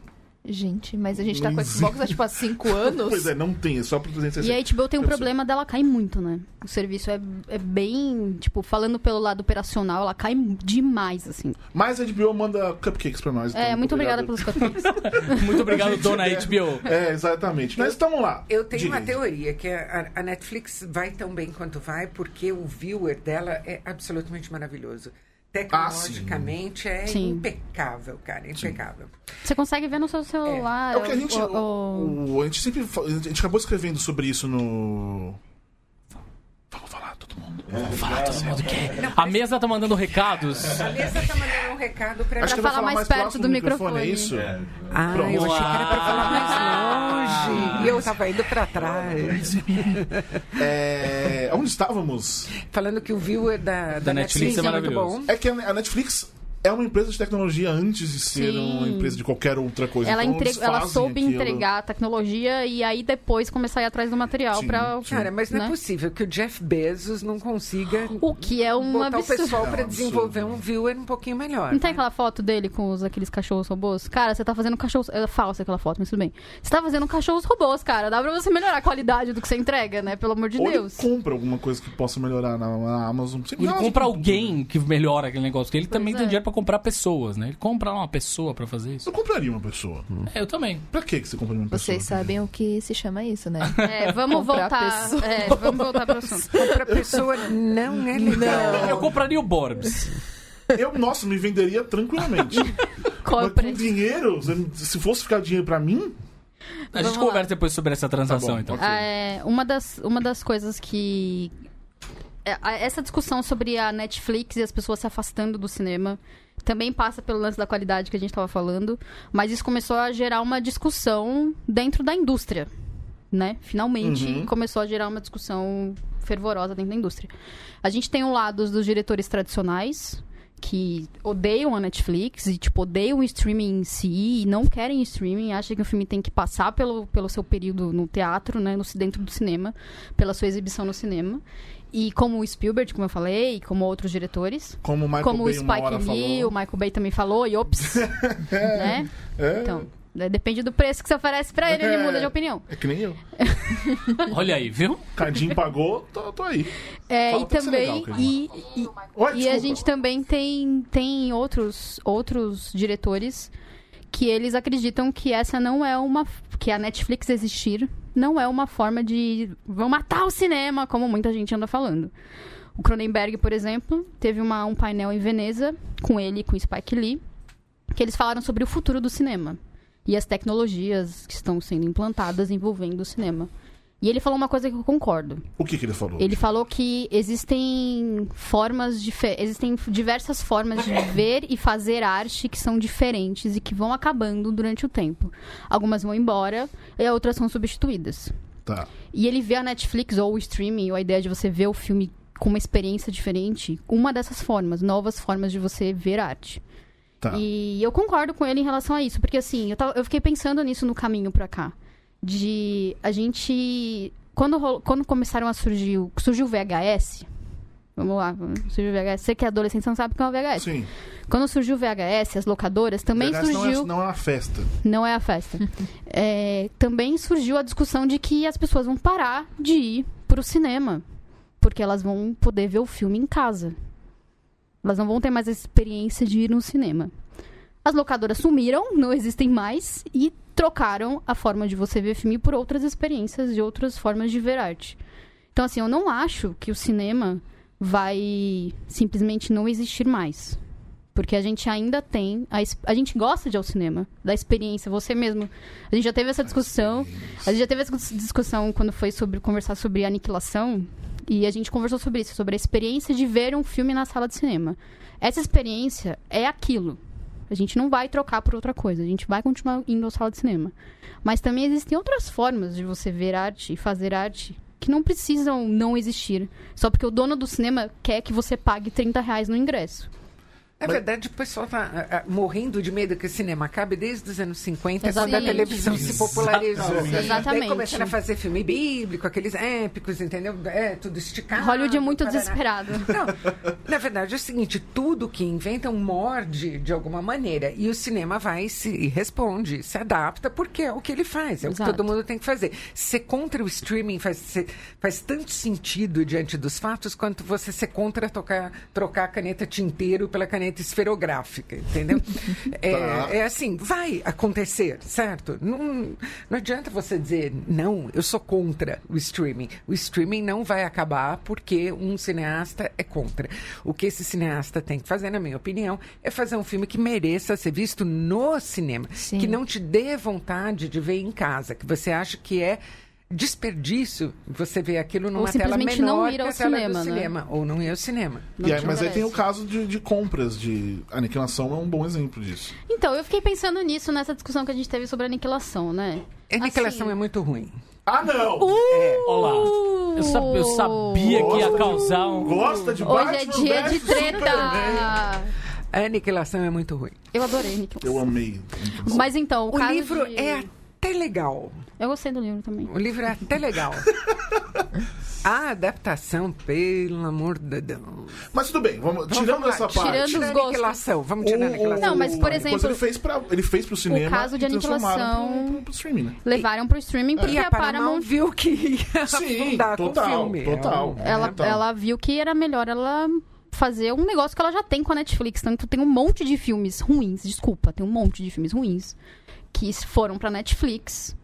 [SPEAKER 6] Gente, mas a gente tá
[SPEAKER 2] Não
[SPEAKER 6] com
[SPEAKER 2] existe.
[SPEAKER 6] Xbox há tipo há 5 anos.
[SPEAKER 2] Pois é, [LAUGHS] não tem, é só pro 360.
[SPEAKER 3] E a HBO tem um
[SPEAKER 2] Eu sei.
[SPEAKER 3] problema dela cair muito, né? O serviço é, é bem, tipo, falando pelo lado operacional, ela cai demais, assim.
[SPEAKER 2] Mas a HBO manda cupcakes pra nós.
[SPEAKER 3] é,
[SPEAKER 2] então,
[SPEAKER 3] muito obrigada pelos cupcakes.
[SPEAKER 2] [LAUGHS]
[SPEAKER 1] Muito obrigado, dona
[SPEAKER 2] é.
[SPEAKER 1] HBO.
[SPEAKER 2] É, exatamente. Nós estamos lá.
[SPEAKER 4] Eu tenho
[SPEAKER 2] Diga
[SPEAKER 4] uma
[SPEAKER 2] aí.
[SPEAKER 4] teoria que a, a Netflix vai tão bem quanto vai porque o viewer dela é absolutamente maravilhoso. Tecnologicamente é
[SPEAKER 3] Sim.
[SPEAKER 4] impecável, cara, impecável.
[SPEAKER 3] Você consegue ver no seu celular.
[SPEAKER 2] É o que a gente.
[SPEAKER 3] o- o-
[SPEAKER 2] o- a gente sempre. fa- A gente acabou escrevendo sobre isso no. Vamos falar, todo mundo.
[SPEAKER 3] É.
[SPEAKER 2] Vamos falar, todo mundo.
[SPEAKER 1] A mesa tá mandando recados.
[SPEAKER 4] A Lisa tá mandando um recado pra
[SPEAKER 2] Acho que
[SPEAKER 4] mim.
[SPEAKER 2] eu vou
[SPEAKER 3] Pra falar mais perto
[SPEAKER 2] próximo
[SPEAKER 3] do
[SPEAKER 2] É
[SPEAKER 3] microfone.
[SPEAKER 2] isso?
[SPEAKER 4] Ah, eu achei que era pra falar mais longe. E eu tava indo pra trás.
[SPEAKER 2] É, Onde estávamos?
[SPEAKER 4] Falando que o viewer da, da,
[SPEAKER 1] Da Netflix
[SPEAKER 4] Netflix,
[SPEAKER 1] é
[SPEAKER 4] é muito
[SPEAKER 1] maravilhoso.
[SPEAKER 4] bom.
[SPEAKER 2] É que a Netflix é uma empresa de tecnologia antes de ser
[SPEAKER 3] Sim.
[SPEAKER 2] uma empresa de qualquer outra coisa.
[SPEAKER 3] Ela,
[SPEAKER 2] Então,
[SPEAKER 3] entre-
[SPEAKER 2] eles
[SPEAKER 3] ela
[SPEAKER 2] fazem
[SPEAKER 3] soube
[SPEAKER 2] aquilo.
[SPEAKER 3] entregar a tecnologia e aí depois começar a ir atrás do material
[SPEAKER 2] Sim,
[SPEAKER 3] pra.
[SPEAKER 2] sim.
[SPEAKER 4] Cara, mas não é
[SPEAKER 3] Né?
[SPEAKER 4] possível que o Jeff Bezos não consiga
[SPEAKER 3] [GASPS] O que é um
[SPEAKER 4] botar o
[SPEAKER 3] absurdo. [LAUGHS]
[SPEAKER 4] pessoal
[SPEAKER 2] É um
[SPEAKER 4] pra
[SPEAKER 2] absurdo.
[SPEAKER 4] desenvolver um viewer um pouquinho melhor.
[SPEAKER 3] Não tem
[SPEAKER 4] né?
[SPEAKER 3] aquela foto dele com os, aqueles cachorros robôs? Cara, você tá fazendo cachorros. É falsa aquela foto, mas tudo bem. Você tá fazendo cachorros robôs, cara. Dá pra você melhorar a qualidade do que você entrega, né? Pelo amor de
[SPEAKER 2] Ou ele
[SPEAKER 3] Deus.
[SPEAKER 2] compra alguma coisa que possa melhorar na, na Amazon. tipo, Sempre
[SPEAKER 1] Ele
[SPEAKER 2] na Amazon.
[SPEAKER 1] compra alguém que melhora aquele negócio. Porque ele também
[SPEAKER 3] é.
[SPEAKER 1] tem dinheiro pra comprar pessoas, né? Ele compra lá uma pessoa pra fazer isso.
[SPEAKER 2] Eu compraria uma pessoa.
[SPEAKER 1] É, eu também.
[SPEAKER 2] Pra que que você compraria uma pessoa?
[SPEAKER 6] Vocês sabem o que se chama isso, né?
[SPEAKER 3] É, vamos
[SPEAKER 6] Comprar
[SPEAKER 3] voltar.
[SPEAKER 6] pessoas.
[SPEAKER 3] É, vamos voltar pro assunto.
[SPEAKER 2] [LAUGHS]
[SPEAKER 4] Pra
[SPEAKER 3] [LAUGHS]
[SPEAKER 4] pessoa não é legal.
[SPEAKER 1] Eu compraria o Borbs.
[SPEAKER 2] Eu, nossa, me venderia
[SPEAKER 3] [LAUGHS]
[SPEAKER 2] tranquilamente. Mas com
[SPEAKER 3] Compre.
[SPEAKER 2] dinheiro, se- se fosse ficar dinheiro pra mim,
[SPEAKER 1] A gente
[SPEAKER 3] Vamos lá.
[SPEAKER 1] conversa depois sobre essa transação,
[SPEAKER 2] Tá bom,
[SPEAKER 1] então.
[SPEAKER 2] ok.
[SPEAKER 3] Ah, é, uma, das, uma das coisas que. é, a- Essa discussão sobre a Netflix e as pessoas se afastando do cinema também passa pelo lance da qualidade que a gente estava falando, mas isso começou a gerar uma discussão dentro da indústria, né? Finalmente
[SPEAKER 2] Uhum.
[SPEAKER 3] começou a gerar uma discussão fervorosa dentro da indústria. A gente tem um lado dos diretores tradicionais que odeiam a Netflix e tipo odeiam o streaming em si e não querem streaming, acham que o filme tem que passar pelo, pelo seu período no teatro, né, no dentro do cinema, pela sua exibição no cinema. E como o Spielberg, como eu falei, e como outros diretores,
[SPEAKER 2] como o Michael
[SPEAKER 3] como
[SPEAKER 2] Bay
[SPEAKER 3] o
[SPEAKER 2] uma hora
[SPEAKER 3] Spike Lee,
[SPEAKER 2] falou.
[SPEAKER 3] o Michael Bay também falou, e
[SPEAKER 2] [LAUGHS]
[SPEAKER 3] ops, né?
[SPEAKER 2] É,
[SPEAKER 3] Então, né, depende do preço que você oferece pra ele, ele muda de opinião.
[SPEAKER 2] é que nem eu.
[SPEAKER 1] então. Olha aí, viu?
[SPEAKER 2] Cardinho pagou, tô, tô aí.
[SPEAKER 3] É,
[SPEAKER 2] Fala,
[SPEAKER 3] e
[SPEAKER 2] tem que ser legal,
[SPEAKER 3] também
[SPEAKER 2] cara.
[SPEAKER 3] e,
[SPEAKER 2] Oi,
[SPEAKER 3] e- e a
[SPEAKER 2] Ah, desculpa.
[SPEAKER 3] gente tá- também tem, tem outros, outros diretores que eles acreditam que essa não é uma. que a Netflix existir não é uma forma de. vão matar o cinema, como muita gente anda falando. O Cronenberg, por exemplo, teve uma- um painel em Veneza com ele e com o Spike Lee, que eles falaram sobre o futuro do cinema e as tecnologias que estão sendo implantadas envolvendo o cinema. E ele falou uma coisa que eu concordo.
[SPEAKER 2] O que que ele falou?
[SPEAKER 3] Ele falou que existem formas dife- existem diversas formas de ver e fazer arte que são diferentes e que vão acabando durante o tempo. Algumas vão embora e outras são substituídas.
[SPEAKER 2] Tá.
[SPEAKER 3] E ele vê a Netflix ou o streaming, ou a ideia de você ver o filme com uma experiência diferente, uma dessas formas, novas formas de você ver arte.
[SPEAKER 2] Tá.
[SPEAKER 3] E eu concordo com ele em relação a isso, porque assim, eu, tava- eu fiquei pensando nisso no caminho pra cá. De a gente. Quando, rolo- quando começaram a surgir. o- Surgiu o VHS. Vamos lá, surgiu o VHS. Você que é adolescente, você não sabe o que é o VHS.
[SPEAKER 2] Sim.
[SPEAKER 3] Quando surgiu o VHS, as locadoras também
[SPEAKER 2] Aliás,
[SPEAKER 3] surgiu.
[SPEAKER 2] Não é, não é uma festa.
[SPEAKER 3] Não é a festa. É, também surgiu a discussão de que as pessoas vão parar de ir pro cinema. Porque elas vão poder ver o filme em casa. Elas não vão ter mais a experiência de ir no cinema. As locadoras sumiram, não existem mais, e trocaram a forma de você ver filme por outras experiências e outras formas de ver arte. Então, assim, eu não acho que o cinema vai simplesmente não existir mais. Porque a gente ainda tem. A, es- a gente gosta de ir ao cinema, da experiência, você mesmo. A gente já teve essa discussão. A gente já teve essa dis- discussão quando foi sobre conversar sobre aniquilação. E a gente conversou sobre isso, sobre a experiência de ver um filme na sala de cinema. Essa experiência é aquilo. A gente não vai trocar por outra coisa. A gente vai continuar indo à sala de cinema. Mas também existem outras formas de você ver arte e fazer arte que não precisam não existir. Só porque o dono do cinema quer que você pague 30 reais no ingresso.
[SPEAKER 4] Na É verdade, o pessoal tá ah, ah, morrendo de medo que o cinema acabe desde os anos 50, quando a
[SPEAKER 3] Exatamente.
[SPEAKER 4] televisão se popularizou.
[SPEAKER 2] Exatamente.
[SPEAKER 4] Daí
[SPEAKER 3] Exatamente.
[SPEAKER 4] começaram a fazer filme bíblico, aqueles épicos, entendeu? É, tudo esticado.
[SPEAKER 3] Hollywood é muito
[SPEAKER 4] parará.
[SPEAKER 3] desesperado.
[SPEAKER 4] [LAUGHS] Não, na verdade é o seguinte, tudo que inventam morde de alguma maneira e o cinema vai e se e responde, se adapta porque é o que ele faz, é o
[SPEAKER 3] Exato.
[SPEAKER 4] que todo mundo tem que fazer. Ser contra o streaming faz, ser- faz tanto sentido diante dos fatos quanto você ser contra tocar, trocar a caneta tinteiro pela caneta esferográfica, entendeu? é,
[SPEAKER 2] Tá.
[SPEAKER 4] é assim, vai acontecer, certo? Não, não adianta você dizer, não, eu sou contra o streaming. O streaming não vai acabar porque um cineasta é contra. O que esse cineasta tem que fazer, na minha opinião, é fazer um filme que mereça ser visto no cinema.
[SPEAKER 6] Sim.
[SPEAKER 4] Que não te dê vontade de ver em casa, que você acha que é desperdício você ver aquilo numa tela
[SPEAKER 3] simplesmente
[SPEAKER 4] menor
[SPEAKER 3] não ir
[SPEAKER 4] que a
[SPEAKER 3] ao
[SPEAKER 4] tela
[SPEAKER 3] cinema,
[SPEAKER 4] do
[SPEAKER 3] né?
[SPEAKER 4] cinema. Ou não ir ao cinema.
[SPEAKER 3] Não
[SPEAKER 2] E aí-
[SPEAKER 3] te
[SPEAKER 2] mas aí tem o
[SPEAKER 3] merece.
[SPEAKER 2] caso de, de compras de aniquilação, é um bom exemplo disso.
[SPEAKER 3] Então, eu fiquei pensando nisso nessa discussão que a gente teve sobre aniquilação, né?
[SPEAKER 4] A aniquilação
[SPEAKER 3] Assim,
[SPEAKER 4] é muito ruim.
[SPEAKER 2] Ah, não!
[SPEAKER 3] Uh!
[SPEAKER 1] Olá. Eu, sab- eu sabia que ia causar um.
[SPEAKER 2] Gosta de
[SPEAKER 3] Hoje
[SPEAKER 2] Batman
[SPEAKER 3] é dia de
[SPEAKER 2] versus Superman.
[SPEAKER 3] treta!
[SPEAKER 4] A aniquilação é muito ruim.
[SPEAKER 3] Eu adorei aniquilação.
[SPEAKER 2] Eu amei.
[SPEAKER 3] Mas então, o,
[SPEAKER 4] O
[SPEAKER 3] caso
[SPEAKER 4] livro
[SPEAKER 3] de-
[SPEAKER 4] é até legal.
[SPEAKER 3] Eu gostei do livro também.
[SPEAKER 4] O livro é
[SPEAKER 3] [LAUGHS]
[SPEAKER 4] até legal. A adaptação, pelo amor de Deus.
[SPEAKER 2] Mas tudo bem, vamos,
[SPEAKER 4] Vamos
[SPEAKER 2] tirando
[SPEAKER 4] lá,
[SPEAKER 2] essa parte.
[SPEAKER 3] tirando
[SPEAKER 4] Tira
[SPEAKER 3] os
[SPEAKER 4] a
[SPEAKER 3] gostos.
[SPEAKER 4] aniquilação. Vamos tirar a aniquilação.
[SPEAKER 3] Não, mas, por
[SPEAKER 2] depois
[SPEAKER 3] exemplo,
[SPEAKER 2] Ele fez, pra, ele fez pro cinema.
[SPEAKER 3] caso de
[SPEAKER 2] e transformaram
[SPEAKER 3] aniquilação-
[SPEAKER 2] Pro, pro, pro streaming, né?
[SPEAKER 3] Levaram pro streaming porque
[SPEAKER 4] E a Paramount viu que ia
[SPEAKER 2] Sim,
[SPEAKER 4] afundar com o
[SPEAKER 2] total,
[SPEAKER 4] filme.
[SPEAKER 2] total.
[SPEAKER 3] ela,
[SPEAKER 2] Então.
[SPEAKER 3] ela viu que era melhor ela fazer um negócio que ela já tem com a Netflix. Tanto tem um monte de filmes ruins, desculpa, tem um monte de filmes ruins que foram pra Netflix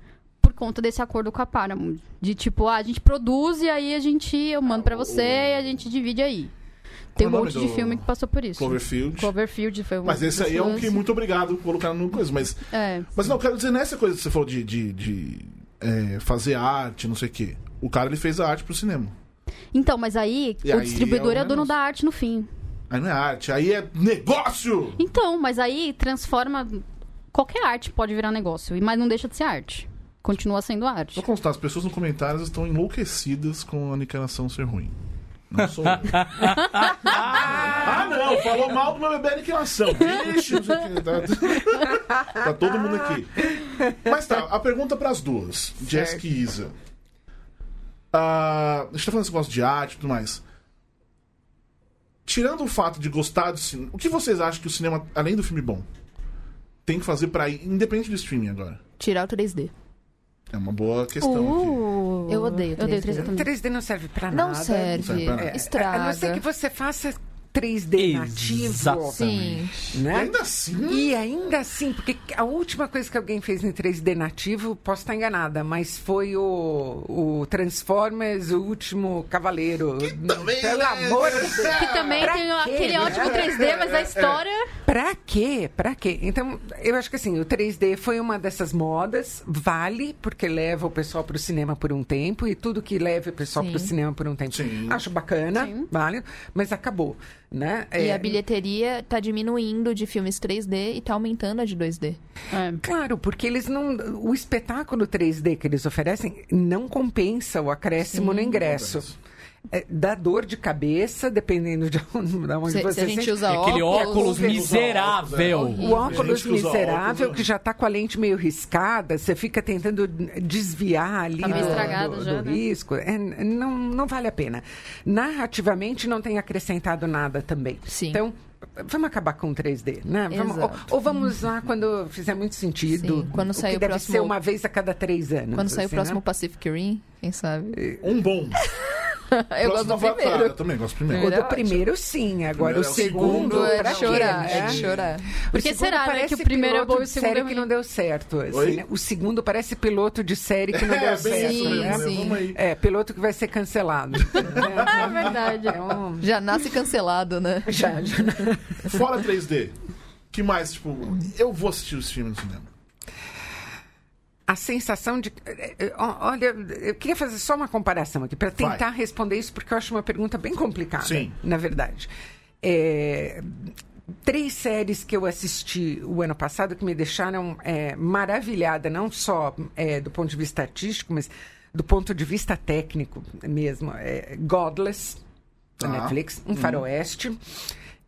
[SPEAKER 3] por conta desse acordo com a Paramount. De tipo, ah, a gente produz e aí a gente, eu mando pra você e a gente divide aí.
[SPEAKER 2] é Ah,
[SPEAKER 3] Tem
[SPEAKER 2] o
[SPEAKER 3] um
[SPEAKER 2] nome
[SPEAKER 3] monte de
[SPEAKER 2] do-
[SPEAKER 3] filme que passou por isso.
[SPEAKER 2] Cloverfield.
[SPEAKER 3] Cloverfield foi um
[SPEAKER 2] Mas esse aí é um
[SPEAKER 3] dos
[SPEAKER 2] que
[SPEAKER 3] lances.
[SPEAKER 2] muito obrigado por colocar no coisa. Mas,
[SPEAKER 3] É.
[SPEAKER 2] mas não, eu quero dizer nessa coisa que você falou de, de, de, é, fazer arte, não sei o quê. O cara ele fez a arte pro cinema.
[SPEAKER 3] Então, mas aí
[SPEAKER 2] E
[SPEAKER 3] o
[SPEAKER 2] aí
[SPEAKER 3] distribuidor
[SPEAKER 2] é
[SPEAKER 3] é
[SPEAKER 2] o
[SPEAKER 3] o dono
[SPEAKER 2] negócio.
[SPEAKER 3] da arte no fim.
[SPEAKER 2] Aí não é arte, aí é negócio!
[SPEAKER 3] Então, mas aí transforma. Qualquer arte pode virar negócio, mas não deixa de ser arte. Continua sendo arte.
[SPEAKER 2] Vou constar, as pessoas nos comentários estão enlouquecidas com a aniquilação ser ruim. Não sou eu. ah, não, falou mal do meu bebê aniquilação. Ixi, não sei o que, tá, tá todo mundo aqui. Mas tá, a pergunta pras duas, Jessica e Isa. Ah, a gente tá falando desse negócio de arte e tudo mais. Tirando o fato de gostar do cinema, o que vocês acham que o cinema, além do filme bom, tem que fazer pra ir, independente do streaming agora?
[SPEAKER 6] Tirar o 3D.
[SPEAKER 2] É uma boa questão aqui.
[SPEAKER 6] Eu odeio
[SPEAKER 3] Eu odeio
[SPEAKER 6] 3D.
[SPEAKER 3] 3D
[SPEAKER 4] O
[SPEAKER 3] também.
[SPEAKER 4] 3D não serve pra nada. É,
[SPEAKER 6] Não
[SPEAKER 2] serve
[SPEAKER 6] serve.
[SPEAKER 2] pra nada.
[SPEAKER 4] A não
[SPEAKER 6] Estraga.
[SPEAKER 4] ser que você faça 3D nativo.
[SPEAKER 6] Sim.
[SPEAKER 2] E
[SPEAKER 4] Né?
[SPEAKER 2] Ainda assim.
[SPEAKER 4] E ainda assim, porque a última coisa que alguém fez em 3D nativo, posso estar enganada, mas foi o, o Transformers, o último Cavaleiro.
[SPEAKER 2] também,
[SPEAKER 4] Pelo
[SPEAKER 2] né?
[SPEAKER 4] amor de Deus.
[SPEAKER 3] Que também
[SPEAKER 4] Ah, Pra
[SPEAKER 3] tem
[SPEAKER 4] quê,
[SPEAKER 3] aquele
[SPEAKER 4] né? é.
[SPEAKER 3] ótimo
[SPEAKER 4] [LAUGHS]
[SPEAKER 3] 3D, mas a história.
[SPEAKER 4] Pra quê? Pra quê? Então, eu acho que assim, o 3D foi uma dessas modas, vale, porque leva o pessoal pro cinema por um tempo, e tudo que leva o pessoal
[SPEAKER 6] Sim.
[SPEAKER 4] pro cinema por um tempo.
[SPEAKER 2] Sim.
[SPEAKER 4] Acho bacana, vale, mas acabou, né?
[SPEAKER 6] E
[SPEAKER 4] É,
[SPEAKER 6] a bilheteria tá diminuindo de filmes 3D e tá aumentando a de 2D. Né?
[SPEAKER 3] É.
[SPEAKER 4] Claro, porque eles não. O espetáculo 3D que eles oferecem não compensa o acréscimo no ingresso. É, dá dor de cabeça, dependendo de [LAUGHS] onde, de onde
[SPEAKER 6] Se,
[SPEAKER 4] você
[SPEAKER 6] se a gente
[SPEAKER 4] sente.
[SPEAKER 6] usa
[SPEAKER 1] Aquele óculos
[SPEAKER 4] óculos
[SPEAKER 1] miserável.
[SPEAKER 4] O óculos
[SPEAKER 2] Gente que usa
[SPEAKER 4] miserável,
[SPEAKER 2] óculos,
[SPEAKER 4] que já tá com a lente meio riscada, você fica tentando desviar ali
[SPEAKER 3] Tá
[SPEAKER 4] do,
[SPEAKER 3] meio estragado
[SPEAKER 4] do-
[SPEAKER 3] já,
[SPEAKER 4] do
[SPEAKER 3] né?
[SPEAKER 4] risco. É, não, não vale a pena. Narrativamente, não tem acrescentado nada também.
[SPEAKER 6] Sim.
[SPEAKER 4] Então, vamos acabar com o 3D, né? Vamos- ou,
[SPEAKER 6] Exato.
[SPEAKER 4] ou vamos usar quando fizer muito sentido.
[SPEAKER 6] Sim, quando
[SPEAKER 4] o
[SPEAKER 6] sair
[SPEAKER 4] que
[SPEAKER 6] o
[SPEAKER 4] deve
[SPEAKER 6] próximo-
[SPEAKER 4] ser uma vez a cada três anos.
[SPEAKER 6] Quando sair o
[SPEAKER 4] assim,
[SPEAKER 6] próximo
[SPEAKER 4] né?
[SPEAKER 6] Pacific Rim, quem sabe?
[SPEAKER 2] Um bom.
[SPEAKER 6] [LAUGHS] Eu gosto do
[SPEAKER 2] Avatar,
[SPEAKER 6] primeiro.
[SPEAKER 2] Ah, Eu também gosto do primeiro.
[SPEAKER 4] O do
[SPEAKER 6] Era ótimo.
[SPEAKER 4] primeiro, sim. Agora
[SPEAKER 2] Primeiro é
[SPEAKER 4] o
[SPEAKER 2] o
[SPEAKER 4] segundo,
[SPEAKER 2] segundo,
[SPEAKER 6] é
[SPEAKER 4] pra
[SPEAKER 6] de
[SPEAKER 4] quê,
[SPEAKER 6] chorar, é
[SPEAKER 4] né?
[SPEAKER 6] de chorar.
[SPEAKER 3] Porque
[SPEAKER 4] segundo
[SPEAKER 3] será, né, que o
[SPEAKER 4] parece
[SPEAKER 3] primeiro é
[SPEAKER 4] piloto
[SPEAKER 3] bom e o
[SPEAKER 4] de
[SPEAKER 3] segundo
[SPEAKER 4] série
[SPEAKER 3] é
[SPEAKER 4] que
[SPEAKER 3] ruim.
[SPEAKER 4] não deu certo. assim,
[SPEAKER 2] Oi?
[SPEAKER 4] né? O segundo parece piloto de série que não
[SPEAKER 2] [LAUGHS] É,
[SPEAKER 4] deu
[SPEAKER 2] bem
[SPEAKER 4] certo.
[SPEAKER 2] isso mesmo. né?
[SPEAKER 6] sim.
[SPEAKER 2] Vamos aí.
[SPEAKER 4] É, piloto que vai ser
[SPEAKER 3] [LAUGHS]
[SPEAKER 4] cancelado.
[SPEAKER 3] É verdade.
[SPEAKER 4] É um-
[SPEAKER 6] Já nasce cancelado, né?
[SPEAKER 4] [LAUGHS] Já, já.
[SPEAKER 2] Fora 3D. Que mais, tipo, eu vou assistir os filmes no cinema.
[SPEAKER 4] A sensação de. eh, eh, ó, Olha, eu queria fazer só uma comparação aqui, para
[SPEAKER 2] Vai.
[SPEAKER 4] tentar responder isso, porque eu acho uma pergunta bem complicada,
[SPEAKER 2] Sim.
[SPEAKER 4] na verdade. É, Três séries que eu assisti o ano passado que me deixaram eh, maravilhada, não só eh, do ponto de vista artístico, mas do ponto de vista técnico mesmo. É, Godless, da
[SPEAKER 2] Tá.
[SPEAKER 4] Netflix, um faroeste.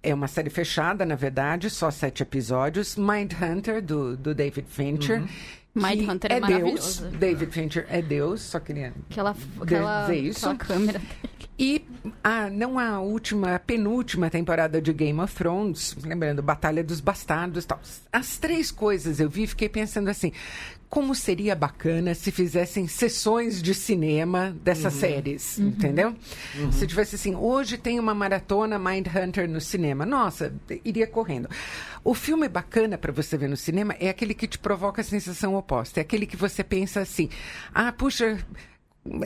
[SPEAKER 4] É uma série fechada, na verdade, só sete episódios. Mindhunter, do, do David Fincher.
[SPEAKER 2] Uhum.
[SPEAKER 3] Mindhunter é
[SPEAKER 4] que
[SPEAKER 3] maravilhoso.
[SPEAKER 4] Deus. David Fincher é Deus, só queria
[SPEAKER 3] Aquela, aquela,
[SPEAKER 4] dizer isso.
[SPEAKER 3] aquela câmera.
[SPEAKER 4] E a, não a última, a penúltima temporada de Game of Thrones, lembrando, Batalha dos Bastardos e tal. As três coisas eu vi e fiquei pensando assim: como seria bacana se fizessem sessões de cinema dessas séries, entendeu? Se tivesse assim, hoje tem uma maratona Mindhunter no cinema. Nossa, iria correndo. O filme bacana para você ver no cinema é aquele que te provoca a sensação oposta. É aquele que você pensa assim: ah, puxa,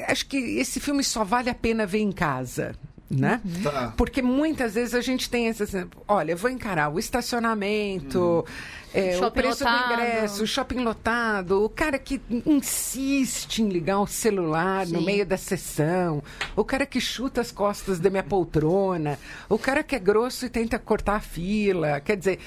[SPEAKER 4] acho que esse filme só vale a pena ver em casa. Né?
[SPEAKER 2] Tá.
[SPEAKER 4] Porque muitas vezes a gente tem essa. assim, Olha, eu vou encarar o estacionamento, é, o
[SPEAKER 3] Shopping
[SPEAKER 4] preço
[SPEAKER 3] lotado.
[SPEAKER 4] do ingresso, o shopping lotado, o cara que insiste em ligar o celular no
[SPEAKER 3] Sim.
[SPEAKER 4] meio da sessão, o cara que chuta as costas da minha poltrona, o cara que é grosso e tenta cortar a fila. Quer dizer,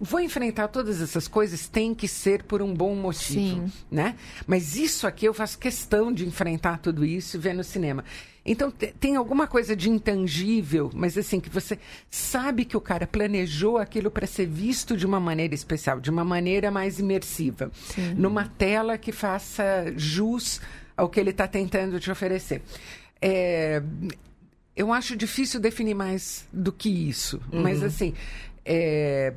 [SPEAKER 4] vou enfrentar todas essas coisas, tem que ser por um bom motivo
[SPEAKER 6] Sim.
[SPEAKER 4] né? Mas isso aqui eu faço questão de enfrentar tudo isso e ver no cinema. Então te- tem alguma coisa de intangível, mas assim que você sabe que o cara planejou aquilo para ser visto de uma maneira especial, de uma maneira mais imersiva, numa tela que faça jus ao que ele está tentando te oferecer. É, eu acho difícil definir mais do que isso, mas
[SPEAKER 2] Uhum.
[SPEAKER 4] assim. é,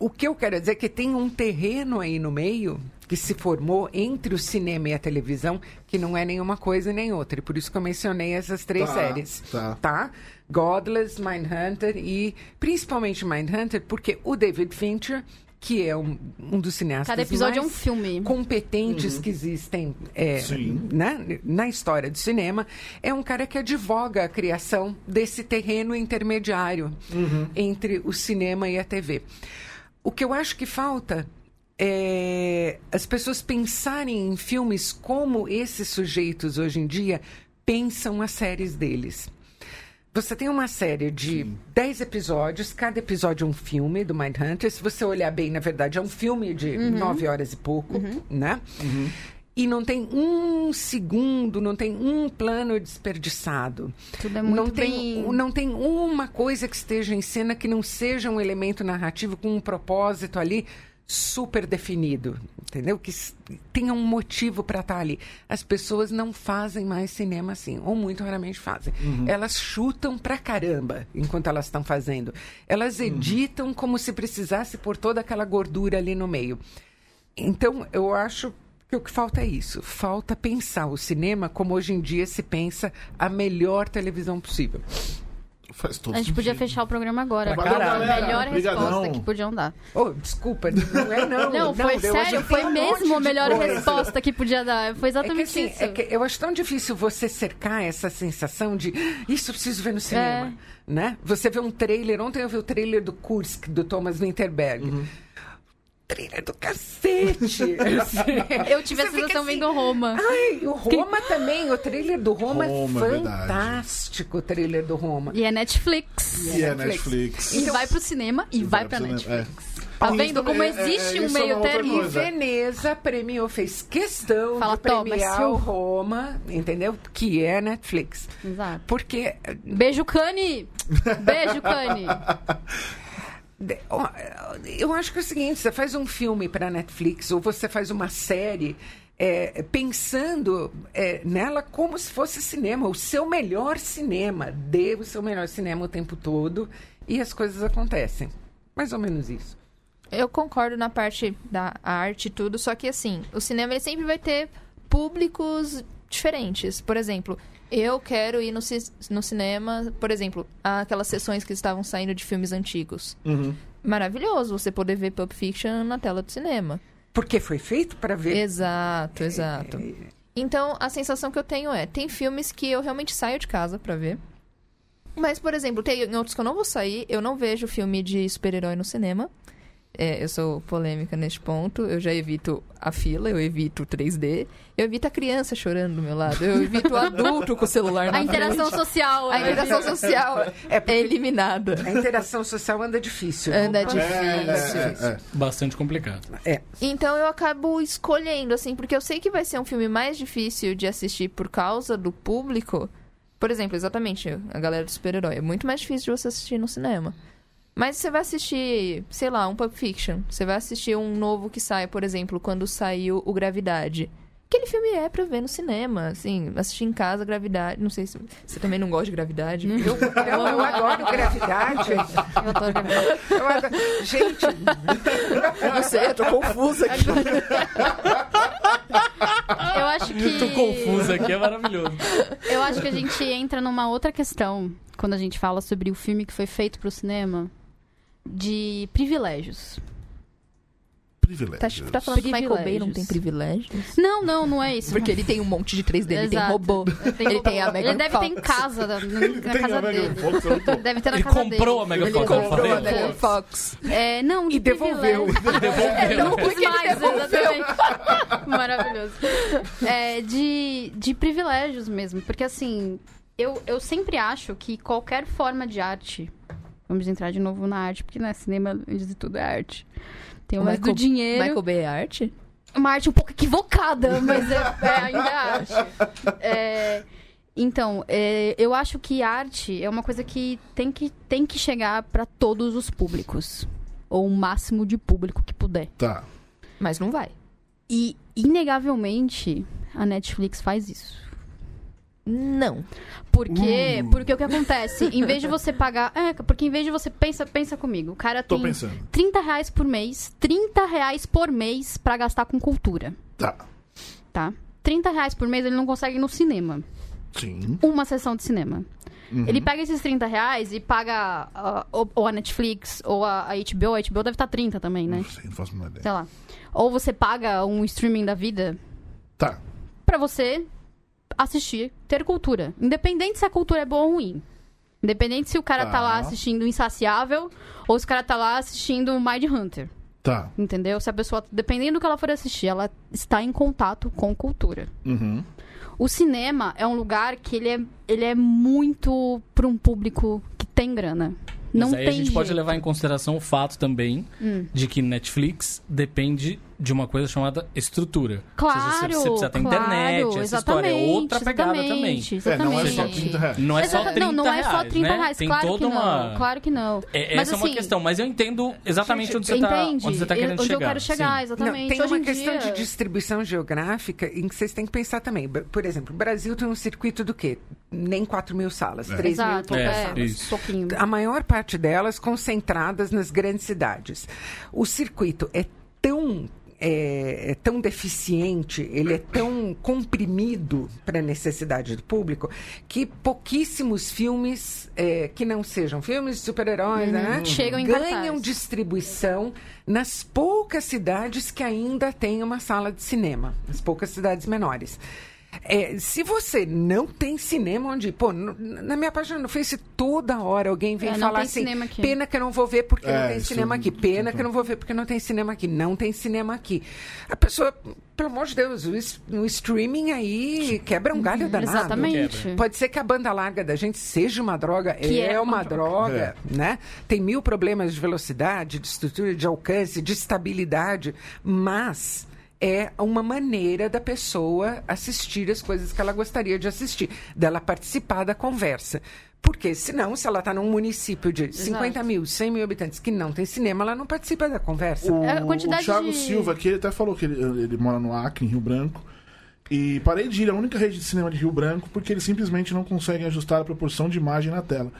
[SPEAKER 4] o que eu quero dizer é que tem um terreno aí no meio que se formou entre o cinema e a televisão que não é nenhuma coisa nem outra. E por isso que eu mencionei essas três
[SPEAKER 2] Tá,
[SPEAKER 4] séries.
[SPEAKER 2] tá.
[SPEAKER 4] Godless, Mindhunter e principalmente Mindhunter, porque o David Fincher, que é um, um dos cineastas
[SPEAKER 3] Cada episódio é um
[SPEAKER 4] mais
[SPEAKER 3] filme.
[SPEAKER 4] competentes que existem é,
[SPEAKER 2] Sim.
[SPEAKER 4] né, na história do cinema, é um cara que advoga a criação desse terreno intermediário entre o cinema e a TV. O que eu acho que falta é as pessoas pensarem em filmes como esses sujeitos hoje em dia pensam as séries deles. Você tem uma série de 10 episódios, cada episódio é um filme do Mindhunter. Se você olhar bem, na verdade, é um filme de
[SPEAKER 3] Uhum.
[SPEAKER 4] 9 horas e pouco, né? E não tem um segundo, não tem um plano desperdiçado.
[SPEAKER 3] Tudo é muito
[SPEAKER 4] não tem,
[SPEAKER 3] bem-
[SPEAKER 4] Não tem uma coisa que esteja em cena que não seja um elemento narrativo com um propósito ali super definido, entendeu? Que s- tenha um motivo para estar ali. As pessoas não fazem mais cinema assim, ou muito raramente fazem. Elas chutam pra caramba enquanto elas estão fazendo. Elas editam como se precisasse por toda aquela gordura ali no meio. Então, eu acho que o que falta é isso. Falta pensar o cinema como hoje em dia se pensa a melhor televisão possível.
[SPEAKER 2] Faz todo
[SPEAKER 3] A gente podia
[SPEAKER 2] sentido.
[SPEAKER 3] fechar o programa agora.
[SPEAKER 2] Valeu,
[SPEAKER 3] Foi a
[SPEAKER 2] galera.
[SPEAKER 3] melhor resposta
[SPEAKER 2] Obrigadão.
[SPEAKER 3] que podiam dar.
[SPEAKER 4] Oh, desculpa, não é não.
[SPEAKER 3] Não, foi
[SPEAKER 4] eu
[SPEAKER 3] sério,
[SPEAKER 4] acho que
[SPEAKER 3] foi
[SPEAKER 4] tem um
[SPEAKER 3] mesmo
[SPEAKER 4] monte
[SPEAKER 3] a
[SPEAKER 4] de
[SPEAKER 3] melhor
[SPEAKER 4] coisa.
[SPEAKER 3] resposta que podia dar. Foi
[SPEAKER 4] É que,
[SPEAKER 3] exatamente
[SPEAKER 4] assim,
[SPEAKER 3] isso.
[SPEAKER 4] é que eu acho tão difícil você cercar essa sensação de "Ah, isso eu preciso
[SPEAKER 3] É.
[SPEAKER 4] ver no cinema, né? Você vê um trailer, ontem eu vi o trailer do Kursk, do Thomas Winterberg.
[SPEAKER 2] Uhum.
[SPEAKER 4] Trailer do
[SPEAKER 3] [LAUGHS]
[SPEAKER 4] cacete!
[SPEAKER 3] Eu tive
[SPEAKER 4] Você
[SPEAKER 3] a
[SPEAKER 4] fica
[SPEAKER 3] sensação
[SPEAKER 4] assim,
[SPEAKER 3] vendo Roma.
[SPEAKER 4] Ai, o Roma também, o trailer do Roma,
[SPEAKER 2] Roma, é
[SPEAKER 4] é
[SPEAKER 2] verdade.
[SPEAKER 4] fantástico, o trailer do Roma.
[SPEAKER 3] E é Netflix.
[SPEAKER 2] E é
[SPEAKER 4] Netflix.
[SPEAKER 2] Netflix.
[SPEAKER 4] Então-
[SPEAKER 2] né?
[SPEAKER 3] E vai pro cinema e vai pra
[SPEAKER 2] pro
[SPEAKER 3] Netflix.
[SPEAKER 2] cinema,
[SPEAKER 3] Tá
[SPEAKER 2] Isso
[SPEAKER 3] vendo como
[SPEAKER 2] também é-
[SPEAKER 3] existe
[SPEAKER 2] é-
[SPEAKER 3] um
[SPEAKER 2] isso é uma
[SPEAKER 3] meio
[SPEAKER 2] outra
[SPEAKER 4] E
[SPEAKER 2] coisa.
[SPEAKER 3] termo?
[SPEAKER 2] Pois é.
[SPEAKER 4] Veneza premiou, fez questão
[SPEAKER 3] Fala,
[SPEAKER 4] de
[SPEAKER 3] toma,
[SPEAKER 4] premiar
[SPEAKER 3] seu-
[SPEAKER 4] o Roma, entendeu? Que é Netflix.
[SPEAKER 3] Exato.
[SPEAKER 4] Porque
[SPEAKER 3] Beijo, Cani! Beijo,
[SPEAKER 4] [LAUGHS]
[SPEAKER 3] Cani!
[SPEAKER 4] De- ó, Eu acho que é o seguinte: você faz um filme para Netflix ou você faz uma série é, pensando é, nela como se fosse cinema, o seu melhor cinema. Dê o seu melhor cinema o tempo todo e as coisas acontecem. Mais ou menos isso.
[SPEAKER 6] Eu concordo na parte da arte e tudo, só que assim, o cinema ele sempre vai ter públicos diferentes. Por exemplo, eu quero ir no, ci- no cinema, por exemplo, aquelas sessões que estavam saindo de filmes antigos. Maravilhoso você poder ver Pulp Fiction na tela do cinema.
[SPEAKER 4] Porque foi feito para ver.
[SPEAKER 6] Exato, exato. Então, a sensação que eu tenho é, tem filmes que eu realmente saio de casa pra ver. Mas, por exemplo, tem outros que eu não vou sair, eu não vejo filme de super-herói no cinema. É, eu sou polêmica neste ponto, eu já evito a fila, eu evito o 3D, eu evito a criança chorando do meu lado, eu evito o adulto com o celular na
[SPEAKER 3] A interação
[SPEAKER 6] frente.
[SPEAKER 3] social.
[SPEAKER 6] A
[SPEAKER 3] né?
[SPEAKER 6] interação social
[SPEAKER 4] É porque-
[SPEAKER 6] é eliminada.
[SPEAKER 4] A interação social anda difícil.
[SPEAKER 6] Anda
[SPEAKER 4] Opa.
[SPEAKER 6] difícil.
[SPEAKER 2] É, é, é, é.
[SPEAKER 1] Bastante complicado.
[SPEAKER 4] É.
[SPEAKER 6] Então eu acabo escolhendo, assim, porque eu sei que vai ser um filme mais difícil de assistir por causa do público. Por exemplo, exatamente, a galera do super-herói. É muito mais difícil de você assistir no cinema. Mas você vai assistir, sei lá, um Pulp Fiction. Você vai assistir um novo que sai, por exemplo, quando saiu o Gravidade. Aquele filme é pra ver no cinema, assim, assistir em casa, Gravidade. Não sei se você também não gosta de Gravidade. Eu,
[SPEAKER 4] Eu, eu
[SPEAKER 6] [LAUGHS]
[SPEAKER 4] adoro gravidade.
[SPEAKER 3] Eu tô
[SPEAKER 4] Eu adoro- Gente,
[SPEAKER 6] não sei, eu tô confusa aqui.
[SPEAKER 3] Eu acho
[SPEAKER 1] [LAUGHS]
[SPEAKER 3] que.
[SPEAKER 1] Tô confuso aqui, é maravilhoso.
[SPEAKER 3] Eu acho que a gente entra numa outra questão quando a gente fala sobre o filme que foi feito pro cinema de privilégios.
[SPEAKER 2] Privilégio.
[SPEAKER 6] Tá, tá falando que Michael Bay não tem
[SPEAKER 3] Privilégios.
[SPEAKER 6] privilégios?
[SPEAKER 3] Não, não, não é isso.
[SPEAKER 6] Porque ele tem um monte de 3D, ele tem
[SPEAKER 3] Exato.
[SPEAKER 6] robô. Ele tem a Megan
[SPEAKER 3] Ele deve ter em
[SPEAKER 6] Fox.
[SPEAKER 3] casa, na, na casa dele.
[SPEAKER 2] então.
[SPEAKER 3] Deve ter na
[SPEAKER 1] Ele
[SPEAKER 3] casa
[SPEAKER 1] comprou a
[SPEAKER 3] dele.
[SPEAKER 1] Mega
[SPEAKER 6] Ele é
[SPEAKER 1] Fox,
[SPEAKER 6] comprou
[SPEAKER 1] eu falei?
[SPEAKER 6] a Megan Fox.
[SPEAKER 3] É, não, de
[SPEAKER 4] E devolveu.
[SPEAKER 3] privilégio.
[SPEAKER 4] [LAUGHS]
[SPEAKER 3] É,
[SPEAKER 6] Então,
[SPEAKER 3] Não
[SPEAKER 6] por
[SPEAKER 3] quis
[SPEAKER 6] que ele
[SPEAKER 3] mais,
[SPEAKER 6] devolveu?
[SPEAKER 3] exatamente. [LAUGHS] Maravilhoso. É, de, de privilégios mesmo. Porque, assim, eu, eu sempre acho que qualquer forma de arte... Vamos entrar de novo na arte, porque, né, cinema, antes de tudo, é arte. Tem o lance do
[SPEAKER 6] Michael-
[SPEAKER 3] dinheiro.
[SPEAKER 6] Michael Bay é arte?
[SPEAKER 3] Uma arte um pouco equivocada, [LAUGHS] mas é, é ainda arte. É, então, é, eu acho que arte é uma coisa que tem que, tem que chegar para todos os públicos. Ou o máximo de público que puder.
[SPEAKER 2] Tá.
[SPEAKER 6] Mas não vai.
[SPEAKER 3] E, inegavelmente, a Netflix faz isso.
[SPEAKER 6] Não.
[SPEAKER 3] Porque,
[SPEAKER 2] Uh.
[SPEAKER 3] porque o que acontece? Em vez de você pagar. É, porque em vez de você. Pensa, pensa comigo. O cara
[SPEAKER 2] Tô
[SPEAKER 3] tem
[SPEAKER 2] pensando.
[SPEAKER 3] 30 reais por mês. 30 reais por mês pra gastar com cultura,
[SPEAKER 2] Tá.
[SPEAKER 3] tá? 30 reais por mês ele não consegue ir no cinema.
[SPEAKER 2] Sim.
[SPEAKER 3] Uma sessão de cinema. Ele pega esses 30 reais e paga ah, ou, ou a Netflix ou a, a HBO. A HBO deve estar 30 também, né?
[SPEAKER 2] Não sei, não faço a menor ideia.
[SPEAKER 3] Sei lá. Ou você paga um streaming da vida
[SPEAKER 2] Tá.
[SPEAKER 3] Pra você assistir, ter cultura. Independente se a cultura é boa ou ruim. Independente se o cara tá,
[SPEAKER 2] Tá.
[SPEAKER 3] lá assistindo Insaciável ou se o cara tá lá assistindo Mind Hunter,
[SPEAKER 2] Tá.
[SPEAKER 3] entendeu? Se a pessoa, dependendo do que ela for assistir, ela está em contato com cultura.
[SPEAKER 2] Uhum.
[SPEAKER 3] O cinema é um lugar que ele é, ele é muito pra um público que tem grana. Não
[SPEAKER 1] Mas aí
[SPEAKER 3] tem
[SPEAKER 1] a gente pode
[SPEAKER 3] jeito. Hum.
[SPEAKER 1] levar em consideração o fato também de que Netflix depende de uma coisa chamada estrutura.
[SPEAKER 3] Claro,
[SPEAKER 1] Ou seja, você precisa ter
[SPEAKER 3] claro,
[SPEAKER 1] internet, essa história é outra pegada também.
[SPEAKER 3] exatamente,
[SPEAKER 2] É, não é
[SPEAKER 3] exatamente.
[SPEAKER 2] só 30 reais.
[SPEAKER 1] Não é só
[SPEAKER 3] Exata-
[SPEAKER 1] 30
[SPEAKER 3] não, não é só 30
[SPEAKER 1] né?
[SPEAKER 3] reais,
[SPEAKER 1] Tem
[SPEAKER 3] claro
[SPEAKER 1] toda
[SPEAKER 3] que não.
[SPEAKER 1] uma...
[SPEAKER 3] Claro que não.
[SPEAKER 1] É,
[SPEAKER 3] Mas
[SPEAKER 1] essa é
[SPEAKER 3] assim,
[SPEAKER 1] uma questão, mas eu entendo exatamente onde você tá,
[SPEAKER 3] entende?
[SPEAKER 1] onde você tá
[SPEAKER 3] Eu-
[SPEAKER 1] querendo
[SPEAKER 3] onde
[SPEAKER 1] chegar.
[SPEAKER 3] eu quero chegar,
[SPEAKER 1] sim.
[SPEAKER 4] Não,
[SPEAKER 3] exatamente.
[SPEAKER 4] tem
[SPEAKER 3] Hoje
[SPEAKER 4] uma
[SPEAKER 3] em
[SPEAKER 4] questão
[SPEAKER 3] dia,
[SPEAKER 4] de distribuição geográfica em que vocês têm que pensar também. Br- Por exemplo, o Brasil tem um circuito do quê? Nem 4 mil salas,
[SPEAKER 2] É.
[SPEAKER 4] 3 mil e
[SPEAKER 3] Exato, um
[SPEAKER 4] poucas
[SPEAKER 1] É,
[SPEAKER 4] salas.
[SPEAKER 1] isso.
[SPEAKER 3] pouquinho.
[SPEAKER 4] A maior parte delas concentradas nas grandes cidades. O circuito é tão. É, é tão deficiente, ele é tão comprimido para a necessidade do público que pouquíssimos filmes é, que não sejam filmes de super-heróis né,
[SPEAKER 3] Uhum. Chegam em
[SPEAKER 4] ganham
[SPEAKER 3] cartaz.
[SPEAKER 4] distribuição nas poucas cidades que ainda tem uma sala de cinema, nas poucas cidades menores. É, se você não tem cinema onde, ir, pô, n- na minha página no Face toda hora alguém vem
[SPEAKER 3] É, não
[SPEAKER 4] falar
[SPEAKER 3] tem
[SPEAKER 4] assim,
[SPEAKER 3] cinema aqui.
[SPEAKER 4] pena que eu não vou ver porque
[SPEAKER 2] É,
[SPEAKER 4] não tem
[SPEAKER 2] isso
[SPEAKER 4] cinema
[SPEAKER 2] eu-
[SPEAKER 4] aqui, pena que eu não vou ver porque não tem cinema aqui, não tem cinema aqui. A pessoa, pelo amor de Deus, o, es- o streaming aí quebra um galho danado.
[SPEAKER 3] Uhum. Exatamente.
[SPEAKER 4] Pode ser que a banda larga da gente seja uma droga,
[SPEAKER 3] Que
[SPEAKER 4] é,
[SPEAKER 3] é
[SPEAKER 4] uma
[SPEAKER 3] uma
[SPEAKER 4] droga,
[SPEAKER 1] É.
[SPEAKER 4] né? Tem mil problemas de velocidade, de estrutura, de alcance, de estabilidade, mas é uma maneira da pessoa assistir as coisas que ela gostaria de assistir, dela participar da conversa. Porque senão, se ela está num município de 50 mil, 100 mil habitantes que não tem cinema, ela não participa da conversa.
[SPEAKER 2] O,
[SPEAKER 3] É a quantidade
[SPEAKER 2] o Thiago
[SPEAKER 3] de-
[SPEAKER 2] Silva aqui, ele até falou que ele, ele mora no Acre, em Rio Branco. E parei de ir à única rede de cinema de Rio Branco porque eles simplesmente não conseguem ajustar a proporção de imagem na tela.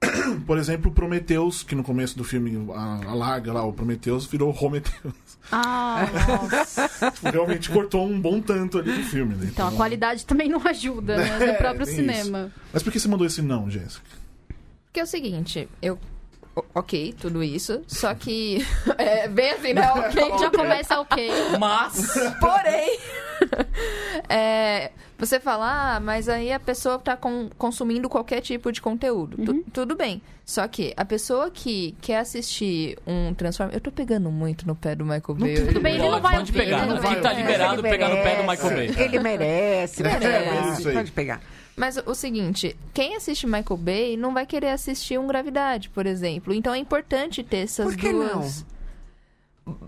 [SPEAKER 2] [COUGHS] Por exemplo, Prometheus, que no começo do filme a, a larga lá, o Prometheus virou Rometeus.
[SPEAKER 3] Ah, nossa.
[SPEAKER 2] [LAUGHS] Realmente cortou um bom tanto ali do filme. né?
[SPEAKER 3] Então, a qualidade também não ajuda, né?
[SPEAKER 2] É,
[SPEAKER 3] Do próprio
[SPEAKER 2] tem
[SPEAKER 3] cinema.
[SPEAKER 2] Mas por que você mandou esse não, Jéssica?
[SPEAKER 6] Porque é o seguinte, eu. o- Ok, tudo isso. Só que. [LAUGHS] É, bem assim,
[SPEAKER 3] [LAUGHS]
[SPEAKER 6] né? Ok,
[SPEAKER 3] Já começa ok.
[SPEAKER 1] Mas...
[SPEAKER 6] [LAUGHS] Porém, [LAUGHS] é, você fala, ah, mas aí a pessoa tá com- consumindo qualquer tipo de conteúdo. Tu-
[SPEAKER 3] Uhum.
[SPEAKER 6] tudo bem. Só que a pessoa que quer assistir um Transformers. Eu tô pegando muito no pé do Michael Bay. hoje.
[SPEAKER 3] Tudo bem, ele não
[SPEAKER 1] Pode,
[SPEAKER 3] vai
[SPEAKER 1] pode
[SPEAKER 3] ouvir,
[SPEAKER 1] pegar,
[SPEAKER 3] ele
[SPEAKER 1] não
[SPEAKER 3] não
[SPEAKER 1] vai,
[SPEAKER 2] vai
[SPEAKER 1] tá
[SPEAKER 2] ouvir.
[SPEAKER 1] liberado
[SPEAKER 4] É, Ele
[SPEAKER 1] pegar no pé do
[SPEAKER 4] merece,
[SPEAKER 3] É.
[SPEAKER 1] Michael Bay. É
[SPEAKER 4] Ele merece, pode
[SPEAKER 2] Merece.
[SPEAKER 4] pegar, pode pegar.
[SPEAKER 6] Mas o seguinte, quem assiste Michael Bay não vai querer assistir um Gravidade, por exemplo. Então é importante ter essas
[SPEAKER 4] Por que
[SPEAKER 6] duas.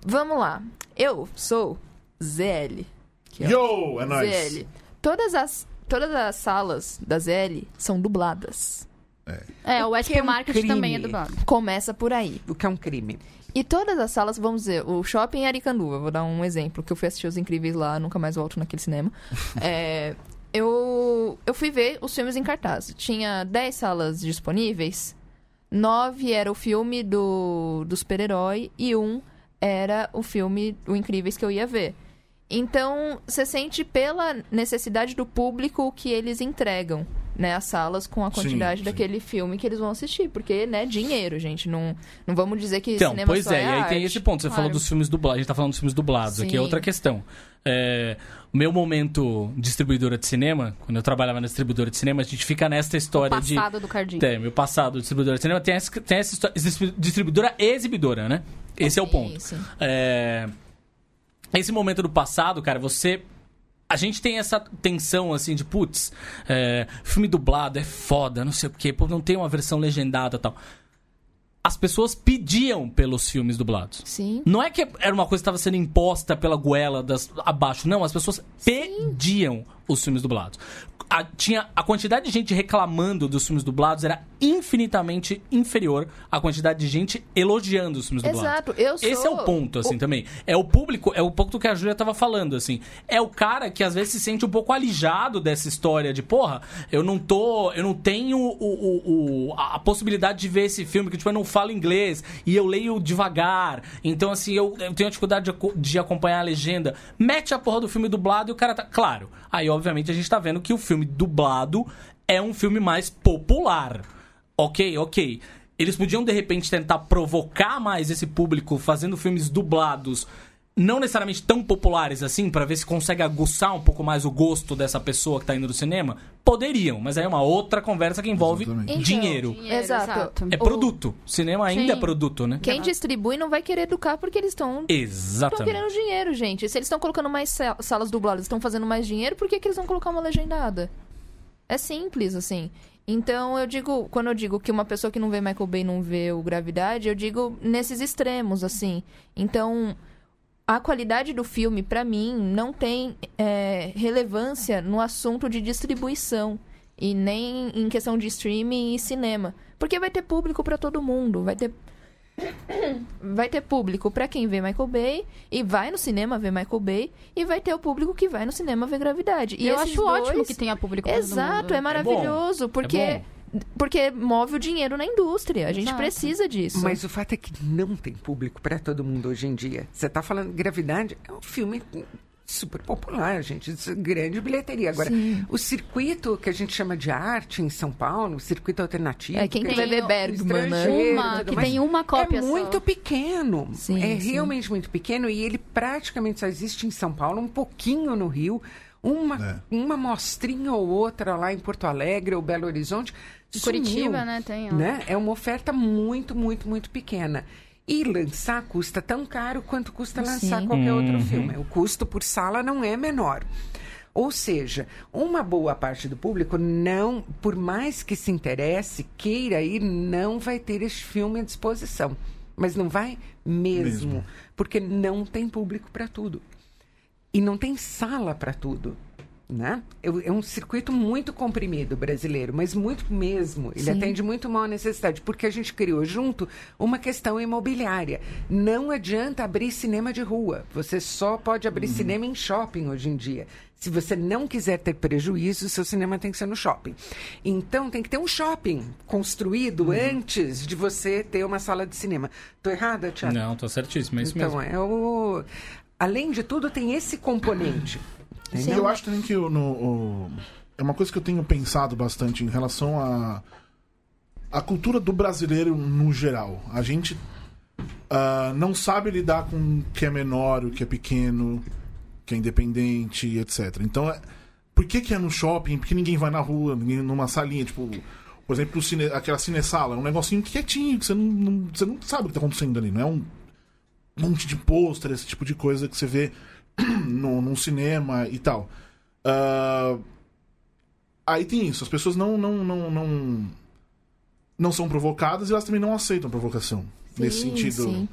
[SPEAKER 6] Vamos lá. Eu sou ZL. Que é
[SPEAKER 2] Yo, é nóis.
[SPEAKER 6] ZL. Todas as todas as salas da ZL são dubladas.
[SPEAKER 3] É, o
[SPEAKER 4] O que é
[SPEAKER 3] SP
[SPEAKER 4] um
[SPEAKER 3] Market também é
[SPEAKER 4] crime?
[SPEAKER 3] dublado.
[SPEAKER 6] Começa por aí.
[SPEAKER 4] O que é um crime.
[SPEAKER 6] E todas as salas, vamos dizer, o shopping em Aricanduva, vou dar um exemplo, que eu fui assistir Os Incríveis lá, nunca mais volto
[SPEAKER 2] [LAUGHS]
[SPEAKER 6] naquele cinema. É, eu, eu fui ver os filmes em cartaz. Tinha 10 salas disponíveis, 9 era o filme do, do super-herói e um era o filme O Incríveis que eu ia ver. Então, você sente pela necessidade do público o que eles entregam, né? As salas com a
[SPEAKER 2] Sim,
[SPEAKER 6] quantidade
[SPEAKER 2] sim.
[SPEAKER 6] daquele filme que eles vão assistir. Porque, né, dinheiro, gente. Não, não vamos dizer que
[SPEAKER 1] Então,
[SPEAKER 6] cinema
[SPEAKER 1] pois
[SPEAKER 6] só
[SPEAKER 1] é,
[SPEAKER 6] é
[SPEAKER 1] e aí tem
[SPEAKER 6] arte.
[SPEAKER 1] esse ponto. Você
[SPEAKER 6] Claro.
[SPEAKER 1] falou dos filmes dublados, a gente tá falando dos filmes dublados, aqui é
[SPEAKER 6] Sim.
[SPEAKER 1] outra questão. É, meu momento distribuidora de cinema, quando eu trabalhava na distribuidora de cinema, a gente fica nesta história de.
[SPEAKER 3] Passado do Cardinho.
[SPEAKER 1] Tem, meu passado de distribuidora de cinema tem essa, tem essa histó- distribu- distribuidora e exibidora, né? Esse é o ponto.
[SPEAKER 6] Isso.
[SPEAKER 1] É, Esse momento do passado, cara, você. A gente tem essa tensão assim de, putz, é, filme dublado é foda, não sei o quê, pô, não tem uma versão legendada e tal. As pessoas pediam pelos filmes dublados.
[SPEAKER 6] Sim.
[SPEAKER 1] Não é que era uma coisa que estava sendo imposta pela goela das, abaixo, não. As pessoas pediam os filmes dublados. A, tinha, a quantidade de gente reclamando dos filmes dublados era infinitamente inferior à quantidade de gente elogiando os filmes dublados.
[SPEAKER 6] Exato. Eu sou...
[SPEAKER 1] Esse é o ponto, assim, também. É o público, é o pouco do que a Júlia tava falando, assim. É o cara que às vezes se sente um pouco alijado dessa história de, porra, eu não tô. Eu não tenho o, o- o- a, a possibilidade de ver esse filme, que tipo, eu não falo inglês e eu leio devagar. Então, assim, eu, eu tenho dificuldade de, aco- de acompanhar a legenda. Mete a porra do filme dublado e o cara tá. Claro. Aí, obviamente, a gente tá vendo que o filme dublado é um filme mais popular. Ok, ok. Eles podiam, de repente, tentar provocar mais esse público fazendo filmes dublados, não necessariamente tão populares assim, pra ver se consegue aguçar um pouco mais o gosto dessa pessoa que tá indo no cinema? Poderiam, mas aí é uma outra conversa que envolve
[SPEAKER 2] Exatamente.
[SPEAKER 6] Então,
[SPEAKER 1] dinheiro.
[SPEAKER 6] Exato.
[SPEAKER 1] É produto. Cinema ainda é produto, né?
[SPEAKER 6] Quem distribui não vai querer educar porque eles estão... Estão
[SPEAKER 1] Exatamente.
[SPEAKER 6] querendo dinheiro, gente. Se eles estão colocando mais sa- salas dubladas, estão fazendo mais dinheiro, por que, que eles vão colocar uma legendada? É simples, assim. Então, eu digo, quando eu digo que uma pessoa que não vê Michael Bay não vê o Gravidade, eu digo nesses extremos, assim. Então, a qualidade do filme, pra mim, não tem é, relevância no assunto de distribuição. E nem em questão de streaming e cinema. Porque vai ter público pra todo mundo. Vai ter [COUGHS] vai ter público pra quem vê Michael Bay e vai no cinema ver Michael Bay e vai ter o público que vai no cinema ver Gravidade. E
[SPEAKER 3] eu
[SPEAKER 6] esses
[SPEAKER 3] acho ótimo
[SPEAKER 6] dois-
[SPEAKER 3] que tenha público pra todo
[SPEAKER 6] Exato,
[SPEAKER 3] mundo.
[SPEAKER 6] é maravilhoso, porque
[SPEAKER 1] É
[SPEAKER 6] porque move o dinheiro na indústria. A gente
[SPEAKER 3] Exato.
[SPEAKER 6] precisa disso.
[SPEAKER 4] Mas o fato é que não tem público para todo mundo hoje em dia. Você está falando Gravidade é um filme super popular, gente, isso é grande bilheteria. Agora, o circuito que a gente chama de arte em São Paulo, o circuito alternativo,
[SPEAKER 6] É quem
[SPEAKER 4] que
[SPEAKER 6] que
[SPEAKER 3] Tem
[SPEAKER 6] vai ver
[SPEAKER 3] o
[SPEAKER 6] Bergman, né?
[SPEAKER 4] estrangeiro,
[SPEAKER 3] Uma,
[SPEAKER 4] tudo
[SPEAKER 3] que
[SPEAKER 4] mais.
[SPEAKER 3] tem uma cópia
[SPEAKER 4] é
[SPEAKER 3] só.
[SPEAKER 4] muito pequeno.
[SPEAKER 6] Sim,
[SPEAKER 4] é
[SPEAKER 6] sim.
[SPEAKER 4] realmente muito pequeno e ele praticamente só existe em São Paulo, um pouquinho no Rio, uma, uma mostrinha ou outra lá em Porto Alegre ou Belo Horizonte.
[SPEAKER 3] Em
[SPEAKER 4] Sumiu,
[SPEAKER 3] Curitiba, né, tem, ó.
[SPEAKER 4] né? É uma oferta muito, muito, muito pequena. E lançar custa tão caro quanto custa lançar
[SPEAKER 6] Sim.
[SPEAKER 4] qualquer outro filme. O custo por sala não é menor. Ou seja, uma boa parte do público não, por mais que se interesse, queira ir, não vai ter este filme à disposição. Mas não vai mesmo,
[SPEAKER 2] Mesmo.
[SPEAKER 4] porque não tem público para tudo. E não tem sala para tudo. Né? Eu- É um circuito muito comprimido brasileiro, mas muito mesmo. Ele
[SPEAKER 6] Sim.
[SPEAKER 4] atende muito mal a necessidade, porque a gente criou junto uma questão imobiliária. Não adianta abrir cinema de rua. Você só pode abrir cinema em shopping hoje em dia. Se você não quiser ter prejuízo, seu cinema tem que ser no shopping. Então tem que ter um shopping construído antes de você ter uma sala de cinema. Tô errada, Tiago?
[SPEAKER 1] Não, tô certíssimo, é isso
[SPEAKER 4] então,
[SPEAKER 1] mesmo.
[SPEAKER 4] é o. Além de tudo, tem esse componente.
[SPEAKER 6] Sim.
[SPEAKER 2] Eu acho também que eu no, o- é uma coisa que eu tenho pensado bastante em relação à a cultura do brasileiro no geral. A gente ah, não sabe lidar com o que é menor, o que é pequeno, o que é independente, etc. Então, é- por que, que é no shopping? Por que ninguém vai na rua, ninguém numa salinha, tipo. Por exemplo, o cine, aquela cinesala, é um negocinho quietinho, que você não, não- você não sabe o que tá acontecendo ali, não é um monte de pôster, esse tipo de coisa que você vê [CLEARS THROAT] no, num cinema e tal. Ah, aí tem isso, as pessoas não, não, não, não, não são provocadas e elas também não aceitam provocação. nesse
[SPEAKER 6] Sim,
[SPEAKER 2] sentido.
[SPEAKER 6] sim.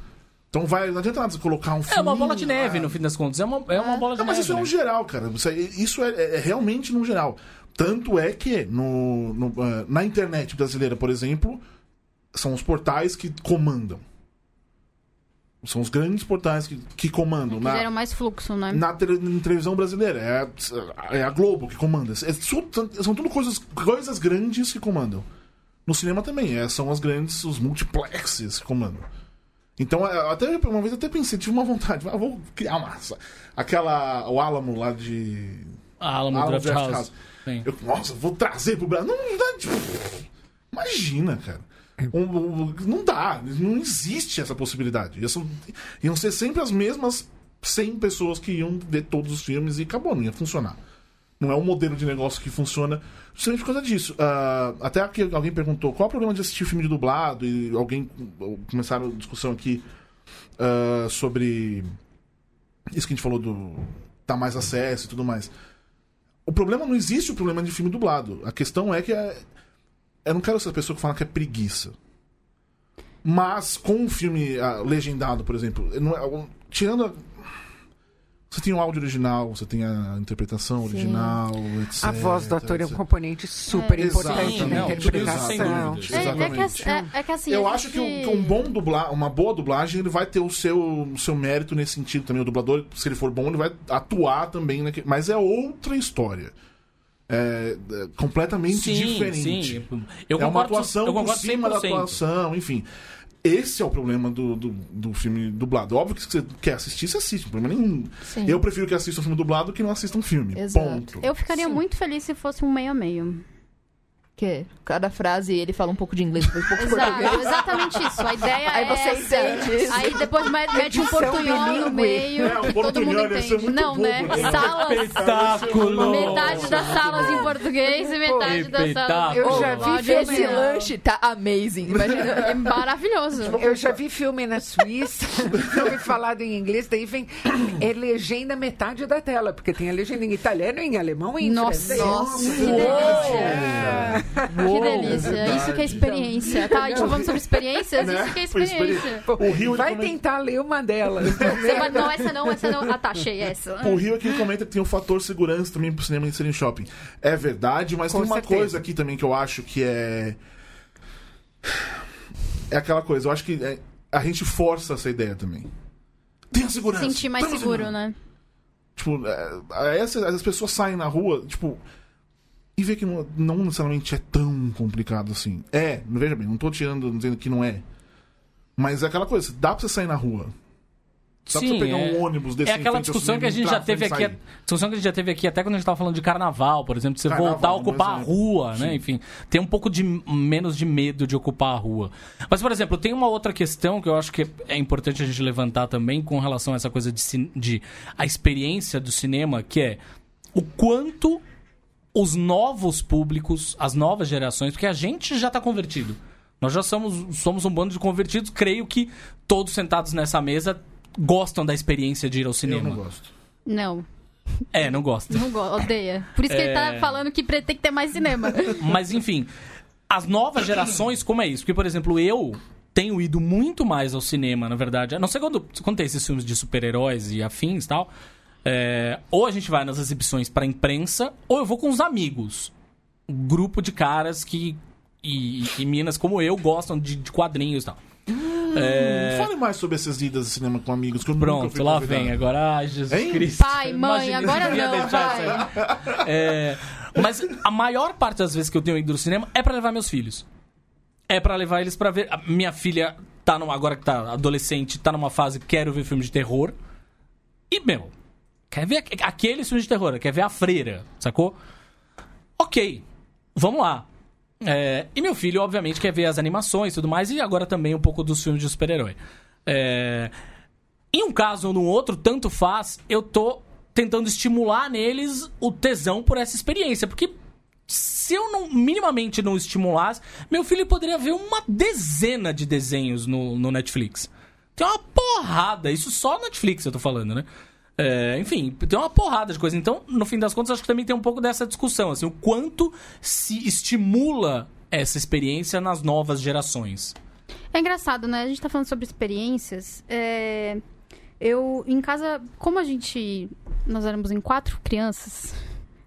[SPEAKER 2] Então Então vai, não adianta nada você colocar um
[SPEAKER 1] É
[SPEAKER 2] filme.
[SPEAKER 1] uma bola de neve, no fim das contas. É uma, é
[SPEAKER 6] Ah.
[SPEAKER 1] uma bola de
[SPEAKER 2] Não, mas
[SPEAKER 1] neve.
[SPEAKER 2] isso é um
[SPEAKER 1] né?
[SPEAKER 2] geral, cara. Isso é, isso é- é realmente num geral. Tanto é que no, no, ah, na internet brasileira, por exemplo, são os portais que comandam. São os grandes portais que, que comandam.
[SPEAKER 3] É Que
[SPEAKER 2] na-
[SPEAKER 3] geram mais fluxo, né?
[SPEAKER 2] na, tele- na televisão brasileira. É a, é a Globo que comanda. É su- são tudo coisas, coisas grandes que comandam. No cinema também, é, são as grandes, os multiplexes que comandam. Então, é, até uma vez eu até pensei, tive uma vontade, mas eu vou criar massa. Aquela, o Alamo lá de.
[SPEAKER 1] Ah, Alamo
[SPEAKER 2] Alamo
[SPEAKER 1] Draft,
[SPEAKER 2] Draft
[SPEAKER 1] House.
[SPEAKER 2] House.
[SPEAKER 1] Sim.
[SPEAKER 2] Eu, nossa, vou trazer pro Brasil. Não dá, tipo, imagina, cara. Um- um- não dá, não existe essa possibilidade. Ia são- iam ser sempre as mesmas 100 pessoas que iam ver todos os filmes e acabou, não ia funcionar. Não é um modelo de negócio que funciona justamente por causa disso. Ah, até aqui alguém perguntou qual é o problema de assistir filme de dublado e alguém começaram a discussão aqui ah, sobre isso que a gente falou do tá mais acesso e tudo mais. O problema não existe o problema de filme dublado. A questão é que é- eu não quero ser a pessoa que fala que é preguiça. Mas com o filme ah, legendado, por exemplo, eu não- eu- tirando a- você tem o áudio original, você tem a interpretação original, etc.
[SPEAKER 4] A voz do ator é um
[SPEAKER 2] etc.
[SPEAKER 4] componente super
[SPEAKER 2] É,
[SPEAKER 4] importante
[SPEAKER 2] exatamente.
[SPEAKER 4] na
[SPEAKER 1] Não, tudo isso sem
[SPEAKER 4] interpretação.
[SPEAKER 1] dúvida.
[SPEAKER 3] É, é, que,
[SPEAKER 2] Exatamente.
[SPEAKER 3] as- é, é que assim.
[SPEAKER 2] Eu
[SPEAKER 3] a
[SPEAKER 2] acho que um,
[SPEAKER 3] gente-
[SPEAKER 2] que um bom dublar, uma boa dublagem, ele vai ter o seu, o seu mérito nesse sentido também. O dublador, se ele for bom, ele vai atuar também. naque- Mas é outra história. É, é, completamente diferente.
[SPEAKER 1] Sim. Eu
[SPEAKER 2] é uma
[SPEAKER 1] concordo,
[SPEAKER 2] atuação
[SPEAKER 1] eu
[SPEAKER 2] por
[SPEAKER 1] concordo
[SPEAKER 2] cima da
[SPEAKER 1] 100%.
[SPEAKER 2] atuação, enfim. Esse é o problema do, do, do filme dublado. Óbvio que se você quer assistir, você assiste, não tem problema nenhum.
[SPEAKER 6] Sim.
[SPEAKER 2] Eu prefiro que assista um filme dublado que não assista um filme.
[SPEAKER 6] Exato.
[SPEAKER 2] Ponto.
[SPEAKER 3] Eu ficaria muito feliz se fosse um meio a meio.
[SPEAKER 6] Que cada frase ele fala um pouco de inglês, depois um pouco de português.
[SPEAKER 3] Exato, [LAUGHS] exatamente isso. A ideia
[SPEAKER 6] Aí
[SPEAKER 3] é
[SPEAKER 6] você
[SPEAKER 3] essa.
[SPEAKER 6] entende isso.
[SPEAKER 3] Aí depois me- mete um
[SPEAKER 4] Edição
[SPEAKER 3] portunhol
[SPEAKER 4] bilíngue.
[SPEAKER 3] no
[SPEAKER 2] É,
[SPEAKER 3] meio.
[SPEAKER 2] o
[SPEAKER 3] que todo
[SPEAKER 2] portunhol
[SPEAKER 3] mundo
[SPEAKER 2] ia ser
[SPEAKER 3] entende.
[SPEAKER 2] muito
[SPEAKER 3] Não,
[SPEAKER 2] bom,
[SPEAKER 3] né?
[SPEAKER 2] né?
[SPEAKER 3] Salas.
[SPEAKER 1] Tá Espetáculo!
[SPEAKER 3] Metade das salas em português e metade das salas.
[SPEAKER 1] Eu
[SPEAKER 6] já
[SPEAKER 3] com áudio
[SPEAKER 6] vi esse
[SPEAKER 3] original.
[SPEAKER 6] lanche, tá amazing. Imagina.
[SPEAKER 3] É
[SPEAKER 6] [LAUGHS]
[SPEAKER 3] maravilhoso.
[SPEAKER 4] Eu já vi filme na Suíça, [LAUGHS] filme falado em inglês, daí vem é legenda metade da tela, porque tem a legenda em italiano, em alemão e em
[SPEAKER 3] Nossa,
[SPEAKER 4] francês.
[SPEAKER 3] nossa, que
[SPEAKER 2] Uou!
[SPEAKER 3] Que delícia. Isso que é experiência. Tá, a gente falando sobre experiências,
[SPEAKER 2] Né?
[SPEAKER 3] isso que é
[SPEAKER 2] Foi experi-
[SPEAKER 3] experiência.
[SPEAKER 4] Pô,
[SPEAKER 2] O Rio, ele
[SPEAKER 4] vai
[SPEAKER 2] também-
[SPEAKER 4] tentar ler uma delas. é?
[SPEAKER 3] Você vai- não, essa não, essa não. Ah, tá, achei essa.
[SPEAKER 2] O Rio aqui comenta que tem um fator segurança também pro cinema e serem shopping. É verdade, mas
[SPEAKER 4] Com
[SPEAKER 2] tem uma
[SPEAKER 4] certeza.
[SPEAKER 2] coisa aqui também que eu acho que é. É aquela coisa, eu acho que é- a gente força essa ideia também. Tenha segurança.
[SPEAKER 3] Sentir mais
[SPEAKER 2] tá no
[SPEAKER 3] seguro,
[SPEAKER 2] cinema.
[SPEAKER 3] né?
[SPEAKER 2] Tipo, é, essas, as pessoas saem na rua, tipo. E vê que não, não necessariamente é tão complicado assim. É, veja bem, não tô tirando, dizendo que não é. Mas é aquela coisa, dá pra você sair na rua. Dá pra
[SPEAKER 1] Sim,
[SPEAKER 2] você pegar
[SPEAKER 1] é-
[SPEAKER 2] um ônibus desse
[SPEAKER 1] É aquela discussão que a gente já teve aqui, discussão que a gente já teve aqui até quando a gente tava falando de carnaval, por exemplo, de você
[SPEAKER 2] Carnaval,
[SPEAKER 1] voltar a
[SPEAKER 2] um
[SPEAKER 1] ocupar a
[SPEAKER 2] exemplo.
[SPEAKER 1] rua, né?
[SPEAKER 2] Sim.
[SPEAKER 1] Enfim, tem um pouco de menos de medo de ocupar a rua. Mas por exemplo, tem uma outra questão que eu acho que é importante a gente levantar também com relação a essa coisa de, cin- de a experiência do cinema, que é o quanto os novos públicos, as novas gerações, porque a gente já está convertido. Nós já somos, somos um bando de convertidos. Creio que todos sentados nessa mesa gostam da experiência de ir ao
[SPEAKER 2] Eu
[SPEAKER 1] cinema.
[SPEAKER 2] não gosto.
[SPEAKER 3] Não,
[SPEAKER 1] É, não gosta.
[SPEAKER 3] não gosto, odeia. Por isso que ele
[SPEAKER 2] É.
[SPEAKER 3] tá falando que pre- tem que ter mais cinema.
[SPEAKER 1] Mas enfim, as novas gerações, como é isso? Porque, por exemplo, eu tenho ido muito mais ao cinema, na verdade. A não ser quando, quando tem esses filmes de super-heróis e afins e tal. É, ou a gente vai nas exibições pra imprensa, ou eu vou com os amigos. Um grupo de caras que. E, e minas como eu gostam de, de quadrinhos e tal.
[SPEAKER 3] É.
[SPEAKER 2] Fale mais sobre essas idas de cinema com amigos que eu nunca
[SPEAKER 1] Pronto,
[SPEAKER 2] fui
[SPEAKER 1] lá
[SPEAKER 2] convidado.
[SPEAKER 1] vem agora. Ai, Jesus
[SPEAKER 2] Hein?
[SPEAKER 1] Cristo.
[SPEAKER 3] Pai, mãe,
[SPEAKER 1] Imagina,
[SPEAKER 3] agora
[SPEAKER 1] eu ia
[SPEAKER 3] não,
[SPEAKER 1] deixar
[SPEAKER 3] vai.
[SPEAKER 1] isso aí. É, mas a maior parte das vezes que eu tenho ido no cinema é pra levar meus filhos. É pra levar eles pra ver. A minha filha tá numa, agora que tá adolescente, tá numa fase quero ver filme de terror. E, meu, quer ver aque- aquele filme de terror, quer ver a freira, sacou? Ok, vamos lá. É, e meu filho, obviamente, quer ver as animações e tudo mais, e agora também um pouco dos filmes de super-herói. É, em um caso ou no outro, tanto faz, eu tô tentando estimular neles o tesão por essa experiência, porque se eu não minimamente não estimulasse, meu filho poderia ver uma dezena de desenhos no, no Netflix. Tem uma porrada, isso só Netflix eu tô falando, né? É, enfim, tem uma porrada de coisa. Então, no fim das contas, acho que também tem um pouco dessa discussão, assim, o quanto se estimula essa experiência nas novas gerações.
[SPEAKER 3] É engraçado, né? A gente tá falando sobre experiências. É, Eu, em casa, como a gente. Nós éramos em quatro crianças,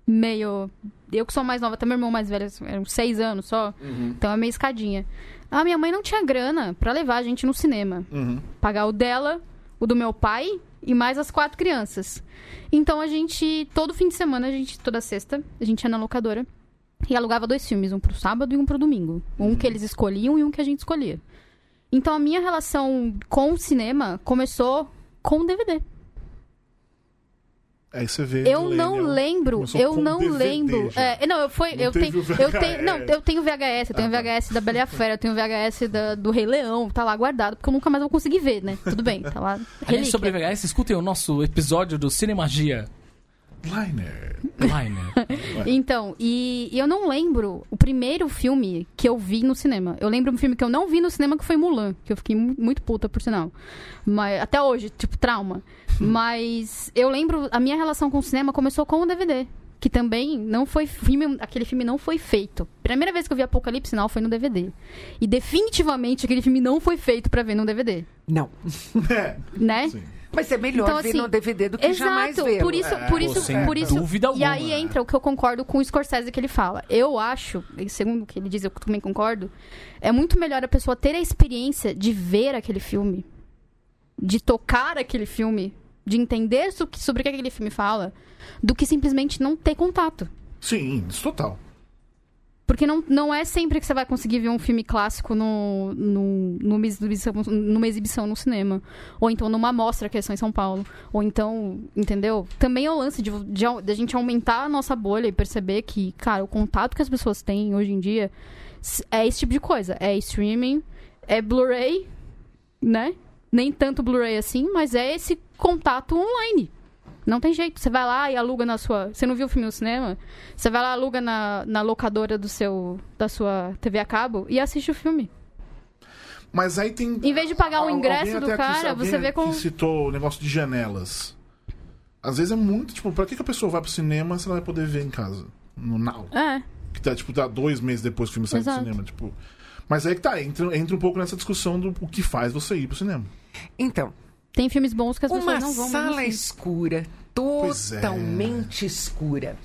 [SPEAKER 3] meio. Eu que sou mais nova, até meu irmão mais velho, eram seis anos só. Então é meio escadinha. A minha mãe não tinha grana pra levar a gente no cinema.
[SPEAKER 2] Uhum.
[SPEAKER 3] Pagar o dela, o do meu pai e mais as quatro crianças. Então a gente, todo fim de semana, a gente, toda sexta, a gente ia na locadora e alugava dois filmes, um pro sábado e um pro domingo. Um que eles escolhiam e um que a gente escolhia. Então a minha relação com o cinema começou com o DVD.
[SPEAKER 2] Aí você vê.
[SPEAKER 3] Eu
[SPEAKER 2] millennial.
[SPEAKER 3] não lembro,
[SPEAKER 2] Começou
[SPEAKER 3] eu
[SPEAKER 2] com
[SPEAKER 3] não
[SPEAKER 2] DVD
[SPEAKER 3] lembro.
[SPEAKER 2] já.
[SPEAKER 3] É, não, eu foi,
[SPEAKER 2] Não
[SPEAKER 3] eu
[SPEAKER 2] teve
[SPEAKER 3] tenho,
[SPEAKER 2] o
[SPEAKER 3] eu tenho, não,
[SPEAKER 2] VHS.
[SPEAKER 3] eu tenho VHS, eu
[SPEAKER 2] Ah,
[SPEAKER 3] tenho
[SPEAKER 2] tá.
[SPEAKER 3] VHS da Bela e a Fera, eu tenho VHS da- do Rei Leão, tá lá guardado, porque eu nunca mais vou conseguir ver, né? Tudo bem, tá lá.
[SPEAKER 1] Aliás,
[SPEAKER 3] relíquia.
[SPEAKER 1] sobre VHS, escutem o nosso episódio do Cinemagia.
[SPEAKER 2] Liner.
[SPEAKER 1] Liner.
[SPEAKER 3] Então, e, e eu não lembro o primeiro filme que eu vi no cinema. Eu lembro um filme que eu não vi no cinema que foi Mulan, que eu fiquei mu- muito puta, por sinal. Mas, até hoje, tipo, trauma. Mas eu lembro, a minha relação com o cinema começou com o DVD. Que também não foi filme, aquele filme não foi feito. Primeira vez que eu vi Apocalipse Now foi no DVD. E definitivamente aquele filme não foi feito pra ver no DVD,
[SPEAKER 4] Não.
[SPEAKER 2] É.
[SPEAKER 3] né?
[SPEAKER 2] Sim.
[SPEAKER 4] Mas é melhor
[SPEAKER 3] Então,
[SPEAKER 4] ver
[SPEAKER 3] assim,
[SPEAKER 4] no DVD do que
[SPEAKER 3] Exato,
[SPEAKER 4] jamais ver.
[SPEAKER 3] por isso,
[SPEAKER 2] É, pô,
[SPEAKER 3] por isso,
[SPEAKER 1] sem
[SPEAKER 3] por isso.
[SPEAKER 1] dúvida
[SPEAKER 3] e
[SPEAKER 1] alguma,
[SPEAKER 3] aí
[SPEAKER 1] né?
[SPEAKER 3] entra o que eu concordo com o Scorsese que ele fala. Eu acho, e segundo o que ele diz, eu também concordo, é muito melhor a pessoa ter a experiência de ver aquele filme, de tocar aquele filme, de entender so- sobre o que aquele filme fala, do que simplesmente não ter contato.
[SPEAKER 2] Sim, isso total.
[SPEAKER 3] Porque não, não é sempre que você vai conseguir ver um filme clássico no, no, numa, exibição, numa exibição no cinema. Ou então numa amostra que é só em São Paulo. Ou então, entendeu? Também é o lance de, de, au- da gente aumentar a nossa bolha e perceber que, cara, o contato que as pessoas têm hoje em dia s- é esse tipo de coisa. É streaming, é Blu-ray, né? Nem tanto Blu-ray assim, mas é esse contato online. Não tem jeito. Você vai lá e aluga na sua. Você não viu o filme no cinema? Você vai lá, aluga na, na locadora do seu, da sua TV a cabo e assiste o filme.
[SPEAKER 2] Mas aí tem.
[SPEAKER 3] Em vez de pagar o
[SPEAKER 2] Al-
[SPEAKER 3] ingresso
[SPEAKER 2] alguém
[SPEAKER 3] do
[SPEAKER 2] até aqui-
[SPEAKER 3] cara,
[SPEAKER 2] alguém
[SPEAKER 3] você vê com-
[SPEAKER 2] que citou o negócio de janelas. Às vezes é muito, tipo, pra que, que a pessoa vai pro cinema se ela vai poder ver em casa? No Now.
[SPEAKER 3] É.
[SPEAKER 2] Que tá, tipo, dá dois meses depois que o filme sai
[SPEAKER 3] Exato.
[SPEAKER 2] do cinema, tipo. Mas aí que tá, entra, entra um pouco nessa discussão do o que faz você ir pro cinema.
[SPEAKER 4] Então,
[SPEAKER 3] Tem filmes bons que as
[SPEAKER 4] uma
[SPEAKER 3] pessoas não vão mesmo
[SPEAKER 4] sala
[SPEAKER 3] assim.
[SPEAKER 4] escura,
[SPEAKER 2] Pois é.
[SPEAKER 4] totalmente escura.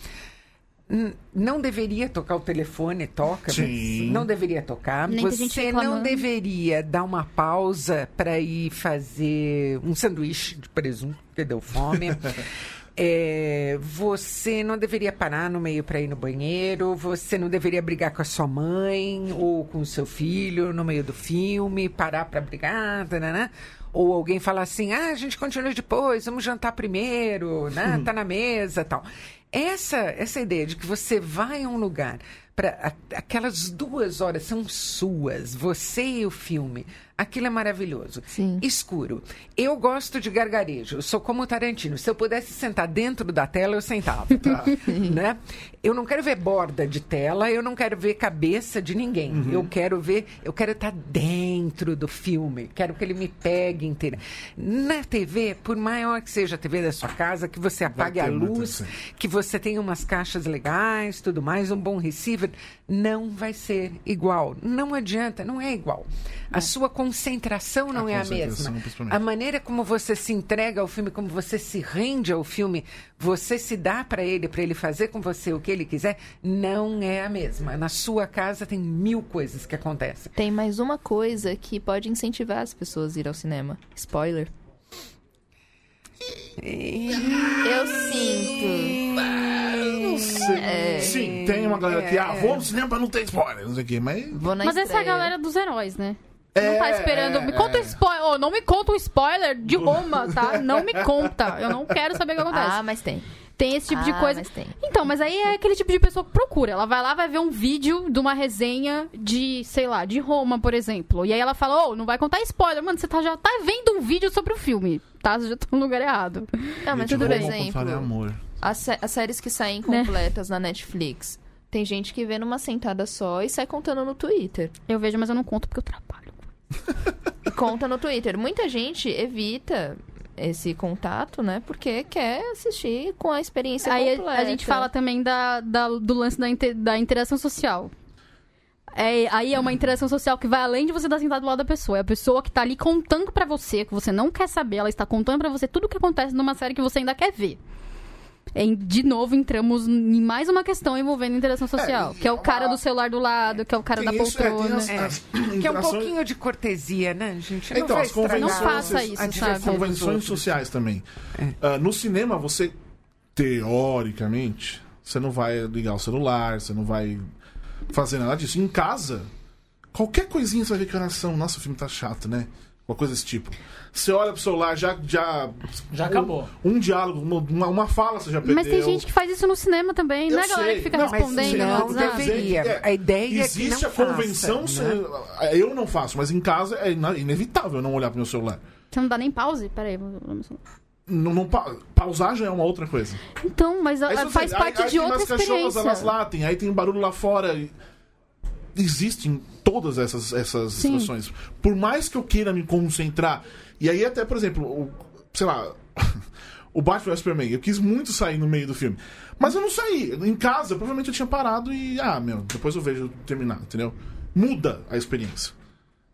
[SPEAKER 4] N- Não deveria tocar o telefone, toca, mas
[SPEAKER 2] Sim.
[SPEAKER 4] não deveria tocar.
[SPEAKER 3] Nem tem
[SPEAKER 4] Você
[SPEAKER 3] gente
[SPEAKER 4] não
[SPEAKER 3] reclamando.
[SPEAKER 4] deveria dar uma pausa para ir fazer um sanduíche de presunto, porque deu
[SPEAKER 3] [LAUGHS]
[SPEAKER 4] fome. É, você não deveria parar no meio para ir no banheiro, você não deveria brigar com a sua mãe ou com o seu filho no meio do filme, parar para brigar, né? Ou alguém falar assim: "Ah, a gente continua depois, vamos jantar primeiro",
[SPEAKER 3] Hum.
[SPEAKER 4] né? Tá na mesa, tal. Essa essa ideia de que você vai a um lugar para aquelas duas horas são suas, você e o filme. Aquilo é maravilhoso.
[SPEAKER 6] Sim.
[SPEAKER 4] Escuro. Eu gosto de gargarejo. Eu sou como o Tarantino. Se eu pudesse sentar dentro da tela, eu sentava. né? Eu não quero ver borda de tela, eu não quero ver cabeça de ninguém.
[SPEAKER 2] Uhum.
[SPEAKER 4] Eu quero ver, eu quero estar dentro do filme. Quero que ele me pegue inteira. Na TV, por maior que seja a TV da sua casa, que você apague a
[SPEAKER 2] ter muita
[SPEAKER 4] luz,
[SPEAKER 2] cena.
[SPEAKER 4] que você tenha umas caixas legais, tudo mais, um bom receiver, não vai ser igual. Não adianta, não é igual. A sua concentração não
[SPEAKER 2] A
[SPEAKER 4] é a
[SPEAKER 2] Ah, concentração,
[SPEAKER 4] mesma.
[SPEAKER 2] principalmente.
[SPEAKER 4] A maneira como você se entrega ao filme, como você se rende ao filme, você se dá para ele, para ele fazer com você o que ele quiser, não é a mesma. Na sua casa tem mil coisas que acontecem.
[SPEAKER 6] Tem mais uma coisa que pode incentivar as pessoas a ir ao cinema. Spoiler. Eu sinto.
[SPEAKER 2] Sim, tem uma galera que, ah, vou no cinema pra não ter spoiler, não sei o quê, mas.
[SPEAKER 6] Vou na
[SPEAKER 3] Mas essa é a
[SPEAKER 6] estreia.
[SPEAKER 3] galera dos heróis, né?
[SPEAKER 2] É,
[SPEAKER 3] não tá esperando. Me conta um spoiler. Oh, não me conta um spoiler de Roma, tá? Não me conta. Eu não quero saber o que acontece.
[SPEAKER 6] Ah, mas tem.
[SPEAKER 3] Tem esse tipo de
[SPEAKER 6] Ah,
[SPEAKER 3] coisa.
[SPEAKER 6] mas tem.
[SPEAKER 3] Então, mas aí é aquele tipo de pessoa que procura. Ela vai lá, vai ver um vídeo de uma resenha de, sei lá, de Roma, por exemplo. E aí ela fala, ô, não vai contar spoiler. Mano, você tá, já tá vendo um vídeo sobre o filme, tá? Você já tá no lugar errado.
[SPEAKER 6] Não, mas
[SPEAKER 2] Gente,
[SPEAKER 6] por
[SPEAKER 2] Roma, ao contrário, é
[SPEAKER 6] exemplo,
[SPEAKER 2] amor.
[SPEAKER 6] as, sé- as séries que saem completas na Netflix. Tem gente que vê numa sentada só e sai contando no Twitter.
[SPEAKER 3] Eu vejo, mas eu não conto porque eu trabalho.
[SPEAKER 6] E conta no Twitter. Muita gente evita esse contato, né? Porque quer assistir com a experiência
[SPEAKER 3] aí a-
[SPEAKER 6] completa.
[SPEAKER 3] a gente fala também da, da- do lance da, inte- da interação social. É, aí é uma interação social que vai além de você estar sentado do lado da pessoa. É a pessoa que tá ali contando pra você, que você não quer saber, ela está contando pra você tudo o que acontece numa série que você ainda quer ver. É, de novo, entramos em mais uma questão envolvendo interação social.
[SPEAKER 4] e
[SPEAKER 3] que é o
[SPEAKER 4] é
[SPEAKER 3] cara
[SPEAKER 4] uma-
[SPEAKER 3] do celular do lado, que é o cara da
[SPEAKER 2] Tem isso, é, tem
[SPEAKER 3] poltrona.
[SPEAKER 2] as- as
[SPEAKER 4] Que é um
[SPEAKER 2] interações-
[SPEAKER 4] pouquinho de cortesia, né, gente? Não
[SPEAKER 2] Então,
[SPEAKER 4] vai
[SPEAKER 2] as convenções-
[SPEAKER 4] estragar
[SPEAKER 3] Não faça isso,
[SPEAKER 4] a
[SPEAKER 3] sabe? É.
[SPEAKER 4] diversão dos
[SPEAKER 2] convenções
[SPEAKER 4] outros.
[SPEAKER 2] sociais também. Ah, no cinema, você, teoricamente, você não vai ligar o celular, você não vai fazer nada disso. Em casa, qualquer coisinha você vai ver que oração. Nossa, o filme tá chato, né? Uma coisa desse tipo. Você olha pro celular, já. Já,
[SPEAKER 1] Já acabou.
[SPEAKER 2] Um, um diálogo, uma, uma fala você já perdeu.
[SPEAKER 3] Mas tem gente que faz isso no cinema também,
[SPEAKER 2] Eu
[SPEAKER 3] né? A galera
[SPEAKER 2] sei.
[SPEAKER 3] que fica
[SPEAKER 2] Não, mas é
[SPEAKER 3] respondendo né?
[SPEAKER 2] sim,
[SPEAKER 3] no
[SPEAKER 4] não
[SPEAKER 3] WhatsApp.
[SPEAKER 4] deveria. A ideia é que
[SPEAKER 2] existe
[SPEAKER 4] não
[SPEAKER 2] a convenção.
[SPEAKER 4] faça, né?
[SPEAKER 2] você- Eu não faço, mas em casa é ina- inevitável eu não olhar pro meu celular.
[SPEAKER 3] Você não dá nem pause? Peraí. vou- vou-
[SPEAKER 2] Não, não pa- pausar já é uma outra coisa.
[SPEAKER 3] Então, mas
[SPEAKER 2] Aí,
[SPEAKER 3] ela
[SPEAKER 2] se
[SPEAKER 3] faz
[SPEAKER 2] você-
[SPEAKER 3] parte
[SPEAKER 2] aí- aí
[SPEAKER 3] de
[SPEAKER 2] tem
[SPEAKER 3] outra
[SPEAKER 2] umas cachorras,
[SPEAKER 3] experiência.
[SPEAKER 2] elas latem, aí tem um barulho lá fora. e- Existem todas essas, essas
[SPEAKER 3] Sim.
[SPEAKER 2] situações. Por mais que eu queira me concentrar. E aí, até, por exemplo, o, sei lá. [LAUGHS] O Batman vs Superman, eu quis muito sair no meio do filme. Mas eu não saí. Em casa, provavelmente eu tinha parado e. Ah, meu, depois eu vejo terminar, entendeu? Muda a experiência.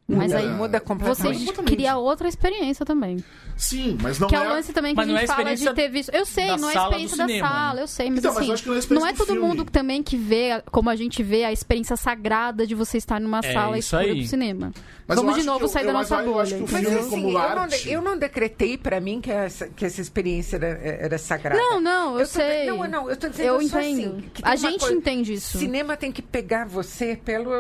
[SPEAKER 3] Mas
[SPEAKER 4] Muda-
[SPEAKER 3] aí
[SPEAKER 4] muda
[SPEAKER 3] você
[SPEAKER 4] completamente.
[SPEAKER 2] Completamente.
[SPEAKER 3] cria outra experiência também.
[SPEAKER 2] Sim, mas não
[SPEAKER 3] Que é
[SPEAKER 2] é.
[SPEAKER 3] o lance também que
[SPEAKER 1] Mas
[SPEAKER 3] a
[SPEAKER 1] não
[SPEAKER 3] gente
[SPEAKER 1] é a
[SPEAKER 3] fala de
[SPEAKER 1] experiência
[SPEAKER 3] ter visto. Eu sei,
[SPEAKER 1] da
[SPEAKER 3] não é
[SPEAKER 1] sala
[SPEAKER 3] a
[SPEAKER 1] do
[SPEAKER 3] experiência da
[SPEAKER 1] cinema,
[SPEAKER 3] sala,
[SPEAKER 1] né?
[SPEAKER 3] eu sei, mas
[SPEAKER 2] Então, mas
[SPEAKER 3] assim,
[SPEAKER 2] eu acho que não é a experiência
[SPEAKER 3] não é
[SPEAKER 2] do
[SPEAKER 3] todo
[SPEAKER 2] filme.
[SPEAKER 3] mundo também que vê, a- como a gente vê, a experiência sagrada de você estar numa
[SPEAKER 1] É
[SPEAKER 3] sala
[SPEAKER 1] isso
[SPEAKER 3] escura
[SPEAKER 1] aí.
[SPEAKER 3] do cinema.
[SPEAKER 2] Mas eu
[SPEAKER 3] Vamos de
[SPEAKER 2] acho que
[SPEAKER 3] novo
[SPEAKER 2] eu-
[SPEAKER 3] sair
[SPEAKER 2] eu
[SPEAKER 3] da
[SPEAKER 2] acho-
[SPEAKER 3] nossa
[SPEAKER 2] eu acho
[SPEAKER 3] bolha.
[SPEAKER 2] que o
[SPEAKER 4] Mas
[SPEAKER 2] filme
[SPEAKER 3] entendeu?
[SPEAKER 4] assim,
[SPEAKER 2] como
[SPEAKER 4] eu não,
[SPEAKER 2] arte.
[SPEAKER 4] eu não decretei pra mim que essa, que essa experiência era, era
[SPEAKER 2] é
[SPEAKER 4] sagrada.
[SPEAKER 3] Não, não, eu,
[SPEAKER 4] tô-
[SPEAKER 3] sei.
[SPEAKER 4] Não, não, eu tô dizendo
[SPEAKER 3] Eu
[SPEAKER 4] só
[SPEAKER 3] entendo.
[SPEAKER 4] assim, que
[SPEAKER 3] A
[SPEAKER 4] tem uma
[SPEAKER 3] gente
[SPEAKER 4] coisa-
[SPEAKER 3] entende isso.
[SPEAKER 4] Cinema tem que pegar você pelo,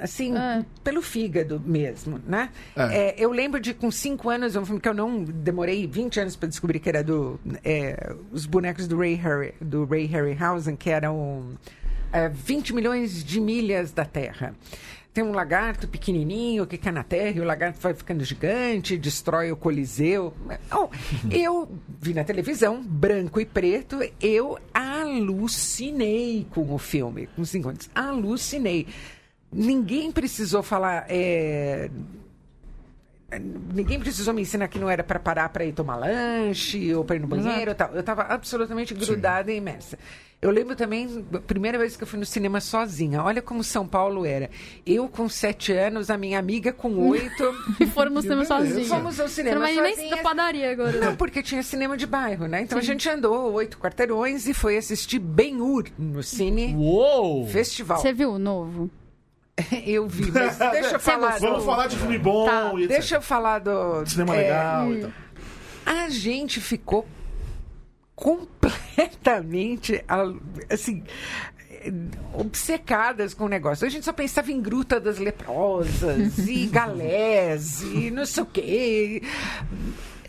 [SPEAKER 4] assim,
[SPEAKER 3] É.
[SPEAKER 4] pelo fígado mesmo, né?
[SPEAKER 2] É.
[SPEAKER 4] É, eu lembro de, com cinco anos, um filme que eu não demorei 20 anos para descobrir que era do... é, os bonecos do Ray, Harry, do Ray Harryhausen, que eram é, 20 milhões de milhas da Terra. Tem um lagarto pequenininho que cai na terra e o lagarto vai ficando gigante, destrói o Coliseu. Oh, eu vi na televisão, branco e preto, eu alucinei com o filme, com cinco anos. Alucinei. Ninguém precisou falar. é, Ninguém precisou me ensinar que não era para parar para ir tomar lanche ou para ir no banheiro. e Tal. Eu estava absolutamente grudada e imersa. Eu lembro também, a primeira vez que eu fui no cinema sozinha. Olha como São Paulo era. Eu com sete anos, a minha amiga com
[SPEAKER 2] [LAUGHS]
[SPEAKER 4] oito.
[SPEAKER 3] E foram no cinema
[SPEAKER 2] é
[SPEAKER 3] sozinhos.
[SPEAKER 4] Fomos ao
[SPEAKER 3] Você não
[SPEAKER 4] cinema
[SPEAKER 3] vai nem da
[SPEAKER 4] sozinhas.
[SPEAKER 3] padaria agora.
[SPEAKER 4] Não, porque tinha cinema de bairro, né? Então a gente andou oito quarteirões e foi assistir Ben-Hur no Cine
[SPEAKER 1] Uou!
[SPEAKER 4] Festival.
[SPEAKER 3] Você viu o novo?
[SPEAKER 4] [LAUGHS] Eu
[SPEAKER 2] [LAUGHS]
[SPEAKER 4] vi, mas deixa eu falar.
[SPEAKER 2] Vamos
[SPEAKER 4] do-
[SPEAKER 2] falar de filme bom
[SPEAKER 3] Tá,
[SPEAKER 2] e etc.
[SPEAKER 4] Deixa eu falar do.
[SPEAKER 2] Cinema
[SPEAKER 4] é,
[SPEAKER 2] legal e tal.
[SPEAKER 4] A gente ficou completamente al- assim eh, obcecadas com o negócio. A gente só pensava em Gruta das Leprosas e galés e não sei o quê.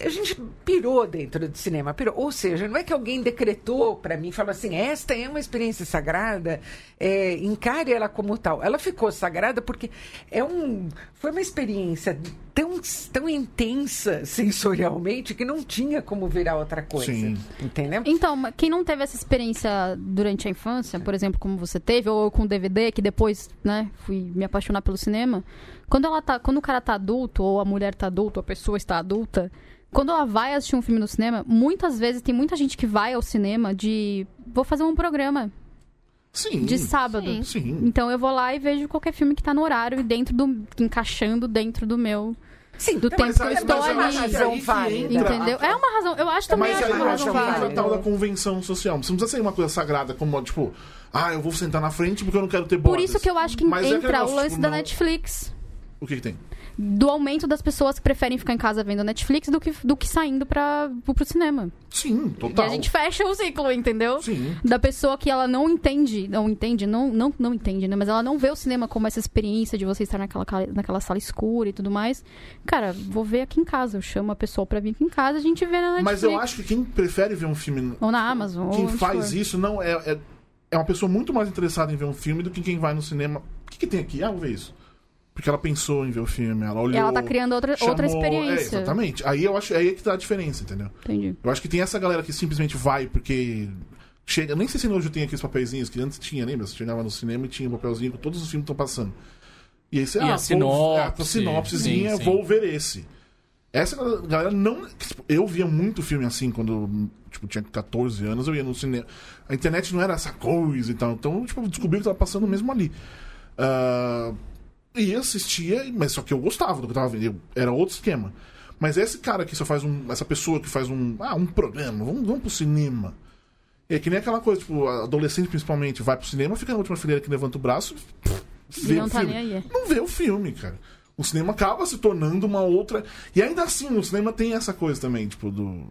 [SPEAKER 4] A gente pirou dentro do cinema, pirou. Ou seja, não é que alguém decretou pra mim, falou assim, esta é uma experiência sagrada, é, encare ela como tal. Ela ficou sagrada porque é um, foi uma experiência tão, tão intensa sensorialmente que não tinha como virar outra coisa.
[SPEAKER 2] Sim.
[SPEAKER 4] Entendeu?
[SPEAKER 3] Então, mas quem não teve essa experiência durante a infância, por exemplo, como você teve, ou eu com DVD, que depois, né, fui me apaixonar pelo cinema, quando ela tá, quando o cara tá adulto, ou a mulher tá adulta, ou a pessoa está adulta, quando ela vai assistir um filme no cinema, muitas vezes tem muita gente que vai ao cinema de vou fazer um programa
[SPEAKER 2] Sim.
[SPEAKER 3] de sábado.
[SPEAKER 6] Sim.
[SPEAKER 2] Sim.
[SPEAKER 3] Então eu vou lá e vejo qualquer filme que tá no horário e dentro do encaixando dentro do meu,
[SPEAKER 4] Sim,
[SPEAKER 3] do tempo que eu
[SPEAKER 2] aí-
[SPEAKER 3] estou
[SPEAKER 2] mas eu
[SPEAKER 4] é, uma
[SPEAKER 2] acho que
[SPEAKER 3] ali.
[SPEAKER 2] aí
[SPEAKER 4] razão
[SPEAKER 2] que
[SPEAKER 4] válida.
[SPEAKER 2] entra-
[SPEAKER 3] Entendeu? É uma razão. Eu acho também
[SPEAKER 2] Mas
[SPEAKER 3] acho
[SPEAKER 2] aí
[SPEAKER 3] uma
[SPEAKER 2] eu acho
[SPEAKER 3] razão
[SPEAKER 2] que entra a
[SPEAKER 3] válida.
[SPEAKER 2] tal da convenção social. Não precisa ser uma coisa sagrada, como tipo, ah, eu vou sentar na frente porque eu não quero ter
[SPEAKER 3] Por
[SPEAKER 2] bordas.
[SPEAKER 3] isso que eu acho que
[SPEAKER 2] Mas é aquele
[SPEAKER 3] entra o
[SPEAKER 2] negócio,
[SPEAKER 3] lance
[SPEAKER 2] tipo,
[SPEAKER 3] da
[SPEAKER 2] não-
[SPEAKER 3] Netflix.
[SPEAKER 2] O que, que tem?
[SPEAKER 3] do aumento das pessoas que preferem ficar em casa vendo Netflix do que, do que saindo para pro cinema.
[SPEAKER 2] Sim,
[SPEAKER 3] E
[SPEAKER 2] total.
[SPEAKER 3] a gente fecha o ciclo, entendeu?
[SPEAKER 2] Sim.
[SPEAKER 3] Da pessoa que ela não entende, não entende, não, não, não entende, né? Mas ela não vê o cinema como essa experiência de você estar naquela, ca- naquela sala escura e tudo mais. Cara, vou ver aqui em casa. Eu chamo a pessoa pra vir aqui em casa, a gente vê na Netflix.
[SPEAKER 2] Mas eu acho que quem prefere ver um filme.
[SPEAKER 3] Ou na Amazon.
[SPEAKER 2] Quem
[SPEAKER 3] ou onde
[SPEAKER 2] faz
[SPEAKER 3] for.
[SPEAKER 2] isso não é, é. é uma pessoa muito mais interessada em ver um filme do que quem vai no cinema. O que, que tem aqui? Ah, vou ver isso. Porque ela pensou em ver o filme, ela olhou.
[SPEAKER 3] Ela tá criando outra, outra
[SPEAKER 2] chamou- é,
[SPEAKER 3] experiência.
[SPEAKER 2] exatamente. Aí eu acho. Aí é que tá a diferença, entendeu?
[SPEAKER 3] Entendi.
[SPEAKER 2] Eu acho que tem essa galera que simplesmente vai porque. Chega, eu nem sei se hoje tem aqueles papeizinhos que antes tinha, lembra? Você chegava no cinema e tinha um papelzinho que todos os filmes estão passando. E aí você,
[SPEAKER 1] E
[SPEAKER 2] ah,
[SPEAKER 1] a
[SPEAKER 2] vou-
[SPEAKER 1] sinopse.
[SPEAKER 2] ah, a sinopsezinha,
[SPEAKER 1] Sim, sim.
[SPEAKER 2] vou ver esse. Essa gal- galera não. tipo, eu via muito filme assim quando tipo, tinha 14 anos, eu ia no cinema. A internet não era essa coisa e tal. Então, tipo, eu descobri que tava passando mesmo ali. Ah, e assistia, mas só que eu gostava do que eu tava vendo. eu- Era outro esquema. Mas esse cara que só faz um. Essa pessoa que faz um. Ah, um programa, vamos, vamos pro cinema. É que nem aquela coisa, tipo, a- adolescente principalmente vai pro cinema, fica na última fileira que levanta o braço pff,
[SPEAKER 3] E
[SPEAKER 2] vê
[SPEAKER 3] não
[SPEAKER 2] o
[SPEAKER 3] tá
[SPEAKER 2] filme.
[SPEAKER 3] nem aí. é.
[SPEAKER 2] Não vê o filme, cara. O cinema acaba se tornando uma outra. E ainda assim, o cinema tem essa coisa também, tipo, do.